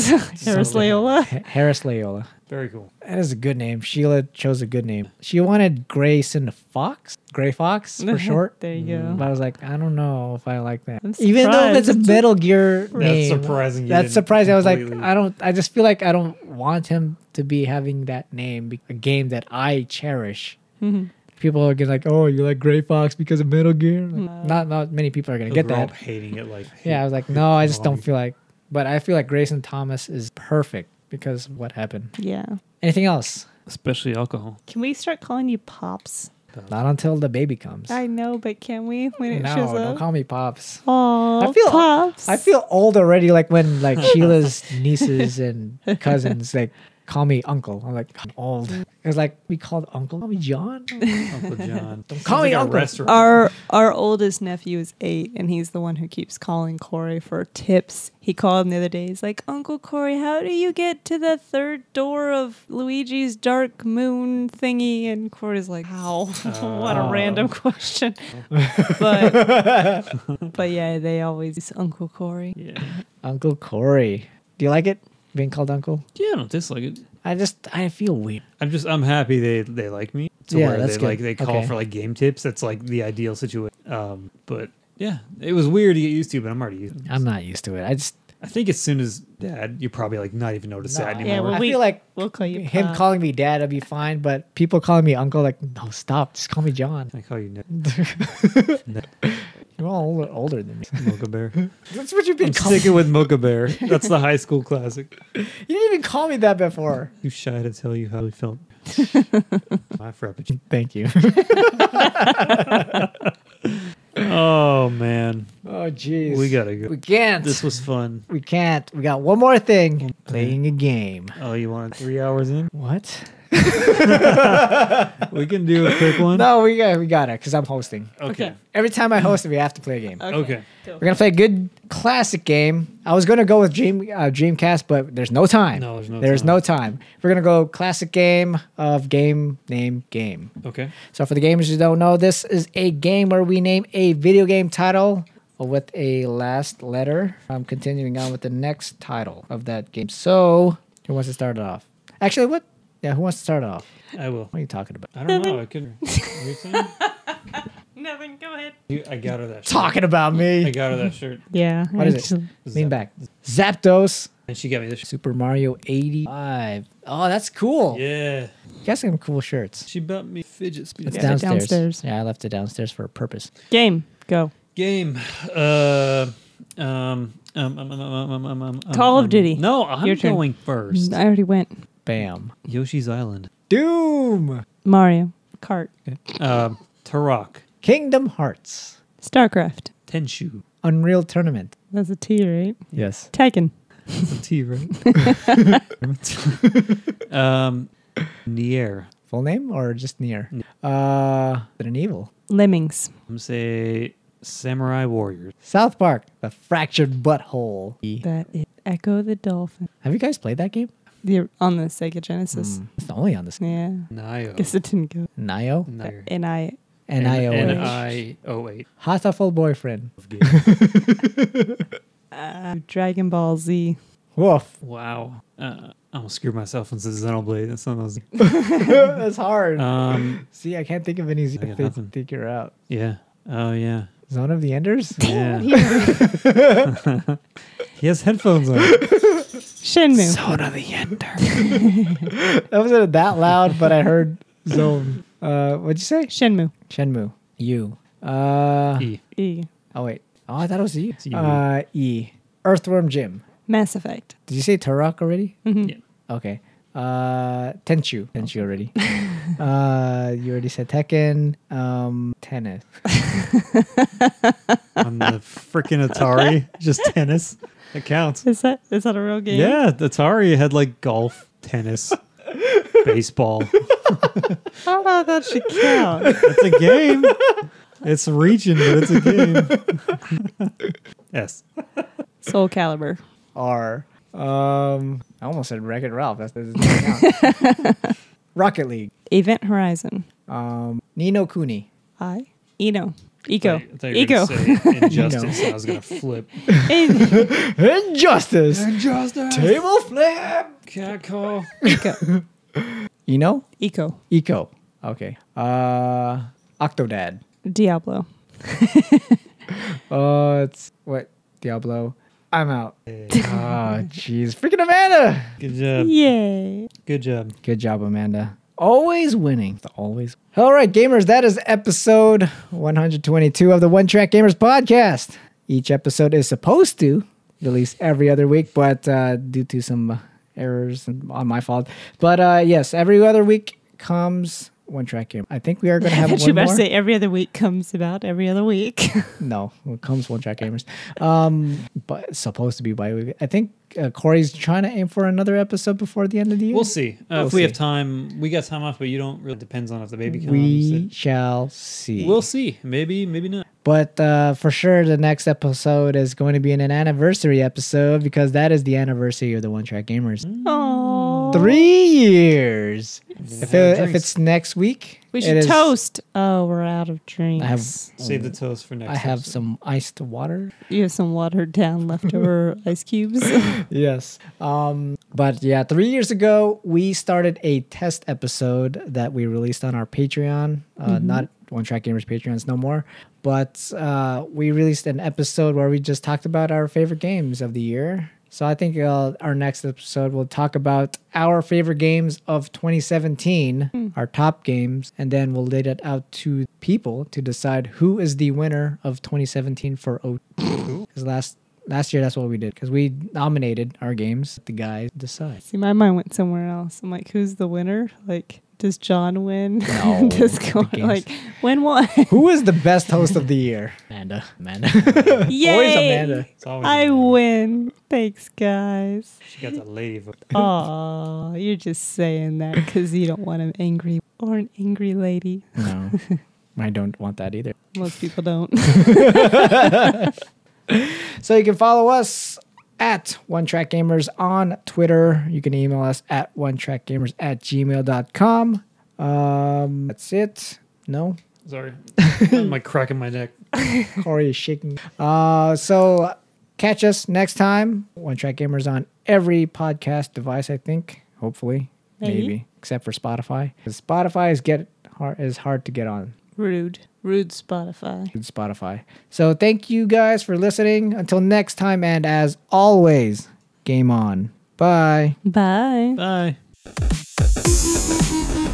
Speaker 2: Harris Leola.
Speaker 1: Ha- Harris Layola.
Speaker 4: very cool.
Speaker 1: That is a good name. Sheila chose a good name. She wanted Grayson Fox, Gray Fox
Speaker 2: (laughs)
Speaker 1: for short. Mm-hmm.
Speaker 2: there you go.
Speaker 1: But I was like, I don't know if I like that.
Speaker 2: I'm
Speaker 1: Even though if it's a
Speaker 2: surprised.
Speaker 1: Metal Gear name,
Speaker 4: surprising you
Speaker 1: That's
Speaker 4: didn't
Speaker 1: surprising. I was like,
Speaker 4: completely-
Speaker 1: I don't. I just feel like I don't want him to be having that name, be- a game that I cherish.
Speaker 2: Mm-hmm.
Speaker 1: People are gonna like, oh, you like Gray Fox because of Metal Gear. Like, not not many people are gonna get
Speaker 4: They're all
Speaker 1: that.
Speaker 4: hating it. Like
Speaker 1: Yeah, I was like, no, I just don't
Speaker 4: wrong.
Speaker 1: feel like. But I feel like Grayson Thomas is perfect because of what happened.
Speaker 2: Yeah.
Speaker 1: Anything else?
Speaker 4: especially alcohol.
Speaker 2: Can we start calling you Pops?
Speaker 1: Not until the baby comes.
Speaker 2: I know, but can we when it
Speaker 1: no,
Speaker 2: shows
Speaker 1: don't
Speaker 2: up?
Speaker 1: call me pops.
Speaker 2: Aw,
Speaker 1: I feel-
Speaker 2: pops.
Speaker 1: I feel old already. Like when
Speaker 2: (laughs)
Speaker 1: like Sheila's nieces and cousins like call me uncle. I'm like I'm old. It's like we called uncle. (laughs) Call me John.
Speaker 4: Uncle John. Sounds
Speaker 1: call me
Speaker 4: a
Speaker 1: Uncle. Uh.
Speaker 4: Restaurant.
Speaker 2: our our oldest nephew is eight, and he's the one who keeps calling Corey for tips. He called him the other day. He's like, "Uncle Corey, how do you get to the third door of Luigi's Dark Moon thingy?" And Corey's like, "How? (laughs) what
Speaker 1: Oh.
Speaker 2: a
Speaker 1: (laughs)
Speaker 2: random question." but but yeah, they always it's Uncle Corey.
Speaker 4: yeah.
Speaker 1: Uncle Corey. Do you like it being called uncle?
Speaker 4: Yeah, I don't dislike it.
Speaker 1: I just I feel weird.
Speaker 4: I'm just I'm happy they they like me to
Speaker 1: Yeah,
Speaker 4: where
Speaker 1: that's
Speaker 4: they
Speaker 1: good.
Speaker 4: like they call
Speaker 1: Okay.
Speaker 4: for like game tips. That's like the ideal situation. Um, but yeah, it was weird to get used to, but I'm already used. to it.
Speaker 1: I'm not used to it. I just
Speaker 3: I think as soon as dad, you probably like not even notice that
Speaker 1: Nah.
Speaker 3: anymore.
Speaker 2: Yeah, well,
Speaker 1: I
Speaker 2: we, uh,
Speaker 1: feel like
Speaker 2: we'll call you
Speaker 1: Him
Speaker 2: Pop.
Speaker 1: calling me dad, that'd be fine. But people calling me uncle, like, no, stop. Just call me John.
Speaker 3: I call you Nick
Speaker 2: (laughs)
Speaker 1: You're all older, older than me. (laughs)
Speaker 3: Mocha Bear.
Speaker 1: That's what you've been
Speaker 3: I'm
Speaker 1: calling.
Speaker 3: sticking
Speaker 2: (laughs)
Speaker 3: with Mocha Bear. That's the high school classic.
Speaker 1: You didn't even call me that before.
Speaker 3: Too shy to tell you how
Speaker 2: (laughs)
Speaker 3: we felt. My frappuccino.
Speaker 1: Thank you. (laughs)
Speaker 3: Oh man,
Speaker 1: oh, jeez.
Speaker 3: we gotta go.
Speaker 1: We can't.
Speaker 3: This was fun.
Speaker 1: we can't. We got one more thing. Playing a game.
Speaker 3: Oh, you want three hours
Speaker 1: (laughs)
Speaker 3: in?
Speaker 1: What?
Speaker 3: We can do a quick one.
Speaker 1: No, we got we got it because I'm hosting.
Speaker 2: Okay.
Speaker 1: Every time I host, we have to play a game.
Speaker 3: Okay.
Speaker 2: Cool.
Speaker 1: We're gonna play a good classic game. I was gonna go with Dream uh, Dreamcast, but there's no time.
Speaker 3: No, there's no
Speaker 1: There's
Speaker 3: time.
Speaker 1: no time. We're gonna go classic game of game name game.
Speaker 3: Okay.
Speaker 1: So for the gamers who don't know, this is a game where we name a video game title with a last letter. I'm continuing on with the next title of that game. So who wants to start it off? Actually, what? Yeah, who wants to start it off?
Speaker 3: I will.
Speaker 1: What are you talking about?
Speaker 3: I don't
Speaker 2: (laughs)
Speaker 3: know. I could. You're saying?
Speaker 2: Nothing. Go ahead.
Speaker 3: You, I got her that. Shirt.
Speaker 1: Talking about
Speaker 3: I
Speaker 1: me.
Speaker 3: got her that shirt,
Speaker 2: Yeah.
Speaker 1: What is it?
Speaker 2: actually-
Speaker 1: Lean back. Zapdos.
Speaker 3: and she got me this. Shirt.
Speaker 1: Super Mario 85. Oh, that's cool.
Speaker 3: Yeah.
Speaker 1: You guys got some cool shirts.
Speaker 3: She bought me fidget spinners.
Speaker 1: It's
Speaker 2: Yeah,
Speaker 1: downstairs.
Speaker 2: downstairs.
Speaker 1: Yeah, I left it downstairs for a purpose.
Speaker 2: Game. Go.
Speaker 3: Game. Uh. Um. Um, um, um, um, um, um, um,
Speaker 2: Call of
Speaker 3: um,
Speaker 2: Duty.
Speaker 3: No, I'm
Speaker 2: Your turn.
Speaker 3: going first.
Speaker 2: I already went.
Speaker 1: Bam.
Speaker 3: Yoshi's Island.
Speaker 1: Doom.
Speaker 2: Mario. Kart.
Speaker 3: Um, Turok.
Speaker 1: Kingdom Hearts.
Speaker 2: Starcraft. (laughs)
Speaker 3: Tenshu.
Speaker 1: Unreal Tournament.
Speaker 2: That's a T, right?
Speaker 1: Yes.
Speaker 2: Tekken.
Speaker 3: It's a T, right? (laughs) um, Nier.
Speaker 1: Full name or just near? Uh, Resident Evil.
Speaker 2: Lemmings.
Speaker 3: I'm say Samurai Warriors.
Speaker 1: South Park. The Fractured Butthole.
Speaker 2: That is Echo the Dolphin.
Speaker 1: Have you guys played that
Speaker 3: Mm.
Speaker 1: game?
Speaker 2: They're on the Sega Genesis.
Speaker 1: Mm, It's the only on this.
Speaker 2: Yeah.
Speaker 3: Nio.
Speaker 2: Guess it didn't go.
Speaker 1: Nio.
Speaker 3: Nier.
Speaker 2: And I.
Speaker 1: And I
Speaker 3: N
Speaker 1: O.
Speaker 3: I O eight.
Speaker 1: Hataful Boyfriend.
Speaker 2: Uh, Dragon Ball Z.
Speaker 1: Woof. (laughs)
Speaker 3: Wow. Uh, I almost screwed myself and said Xenoblade. That's not those.
Speaker 1: That's hard.
Speaker 3: Um, (laughs)
Speaker 1: See, I can't think of any Z-
Speaker 3: I got
Speaker 1: things to
Speaker 3: nothing.
Speaker 1: figure out.
Speaker 3: yeah. Oh, yeah.
Speaker 1: Zone of the Enders?
Speaker 3: Yeah. (laughs) he has headphones (laughs) on.
Speaker 2: Shenmue.
Speaker 3: of the Ender.
Speaker 1: That wasn't that loud, but I heard zone. Uh, what'd you say?
Speaker 2: Shenmue.
Speaker 1: Shenmue. You. Uh,
Speaker 3: E.
Speaker 2: E.
Speaker 1: oh wait. Oh, I thought it was you.
Speaker 3: you.
Speaker 1: Uh, e. Earthworm Jim.
Speaker 2: Mass Effect.
Speaker 1: Did you say Turok already?
Speaker 2: Mhm.
Speaker 3: Yeah.
Speaker 1: Okay. Uh, Tenchu. Tenchu already. uh, you already said Tekken. Um, tennis.
Speaker 3: On the freaking (laughs) Atari. Just tennis. That counts.
Speaker 2: Is that is that a real game?
Speaker 3: Yeah, Atari had like golf, (laughs) tennis, baseball.
Speaker 2: I don't know if that should
Speaker 3: (laughs)
Speaker 2: count.
Speaker 3: It's a game. It's region, but it's a game. (laughs) yes.
Speaker 2: Soul Calibur.
Speaker 1: R. Um, I almost said Wreck It Ralph. That doesn't count. (laughs) Rocket League.
Speaker 2: Event Horizon.
Speaker 1: Um, Nino Cooney.
Speaker 2: I. Eno. Eco.
Speaker 3: I thought you were
Speaker 2: Eco. E.
Speaker 3: gonna
Speaker 2: (laughs)
Speaker 3: say (laughs) injustice. and I was gonna flip.
Speaker 2: Eco.
Speaker 1: Injustice.
Speaker 3: Injustice.
Speaker 1: Table flip.
Speaker 3: Cat call.
Speaker 1: (laughs) You know.
Speaker 2: Eco.
Speaker 1: Eco. Okay. Uh Octodad.
Speaker 2: Diablo.
Speaker 1: Oh, it's what Diablo. I'm out. Ah, jeez. Freaking Amanda.
Speaker 3: Good (laughs) job.
Speaker 2: Yay.
Speaker 3: Good job.
Speaker 1: Good job, Amanda. Always winning. Always. All right, gamers, that is episode 122 of the One Track Gamers podcast. Each episode is supposed to release every other week, but uh, due to some errors and on my fault. But uh, yes, every other week comes One Track Gamer. I think we are going to have
Speaker 2: I
Speaker 1: one
Speaker 2: should
Speaker 1: more.
Speaker 2: about to say every other week comes about every other week. (laughs)
Speaker 1: No, it comes one track gamers. Um, but it's supposed to be bi weekly. I think uh, Corey's trying to aim for another episode before the end of the year.
Speaker 3: We'll see. Uh,
Speaker 1: We'll
Speaker 3: if we have
Speaker 1: see.
Speaker 3: time, we got time off, but you don't really depends on if the baby comes.
Speaker 1: We shall see.
Speaker 3: We'll see. Maybe, maybe not.
Speaker 1: but uh, for sure, the next episode is going to be an anniversary episode because that is the anniversary of the One Track Gamers.
Speaker 2: Oh.
Speaker 1: Three years. If,
Speaker 3: Have
Speaker 1: it- if
Speaker 3: drinks.
Speaker 1: it's next week,
Speaker 2: We
Speaker 1: it
Speaker 2: should
Speaker 1: is-
Speaker 2: toast. Oh, we're out of drinks.
Speaker 1: I have
Speaker 3: Save the toast for next
Speaker 1: I have
Speaker 3: episode.
Speaker 1: some iced water.
Speaker 2: you have some watered
Speaker 1: (laughs)
Speaker 2: down leftover ice cubes. (laughs)
Speaker 1: yes. Um, but yeah, three years ago, we started a test episode that we released on our Patreon. Uh, Not One Track Gamers Patreons no more. But uh, we released an episode where we just talked about our favorite games of the year. So I think uh, our next episode we'll talk about our favorite games of 2017, our top games, and then we'll lay that out to people to decide who is the winner of 2017 for O. Because last last year that's what we did because we nominated our games. The guys decide.
Speaker 2: See, my mind went somewhere else. I'm like, who's the winner? Like, does John win? (laughs) does
Speaker 1: the
Speaker 2: Cor-
Speaker 1: games.
Speaker 2: like when
Speaker 1: (laughs)
Speaker 2: will
Speaker 1: Who is the best host of the year? (laughs) Amanda. (laughs) Amanda.
Speaker 2: Yay!
Speaker 1: Amanda.
Speaker 4: It's always
Speaker 2: I win.
Speaker 1: (laughs)
Speaker 2: Thanks, guys.
Speaker 4: she got the lady vote.
Speaker 2: Oh, you're just saying that because you don't want an angry or an angry lady.
Speaker 1: no, I don't want that either.
Speaker 2: Most people don't.
Speaker 1: (laughs)
Speaker 2: (laughs)
Speaker 1: So you can follow us at One Track Gamers on Twitter. You can email us at One Track Gamers at gmail.com. Um, that's it. No,
Speaker 4: Sorry, I'm like cracking my neck.
Speaker 1: Corey is shaking. Uh, so catch us next time. One Track Gamers on every podcast device, I think. Hopefully, maybe,
Speaker 2: Maybe.
Speaker 1: except for Spotify. 'Cause Spotify is get hard is hard to get on.
Speaker 2: Rude. Rude Spotify.
Speaker 1: and Spotify. So thank you guys for listening. Until next time, and as always, game on. Bye.
Speaker 2: Bye.
Speaker 4: Bye.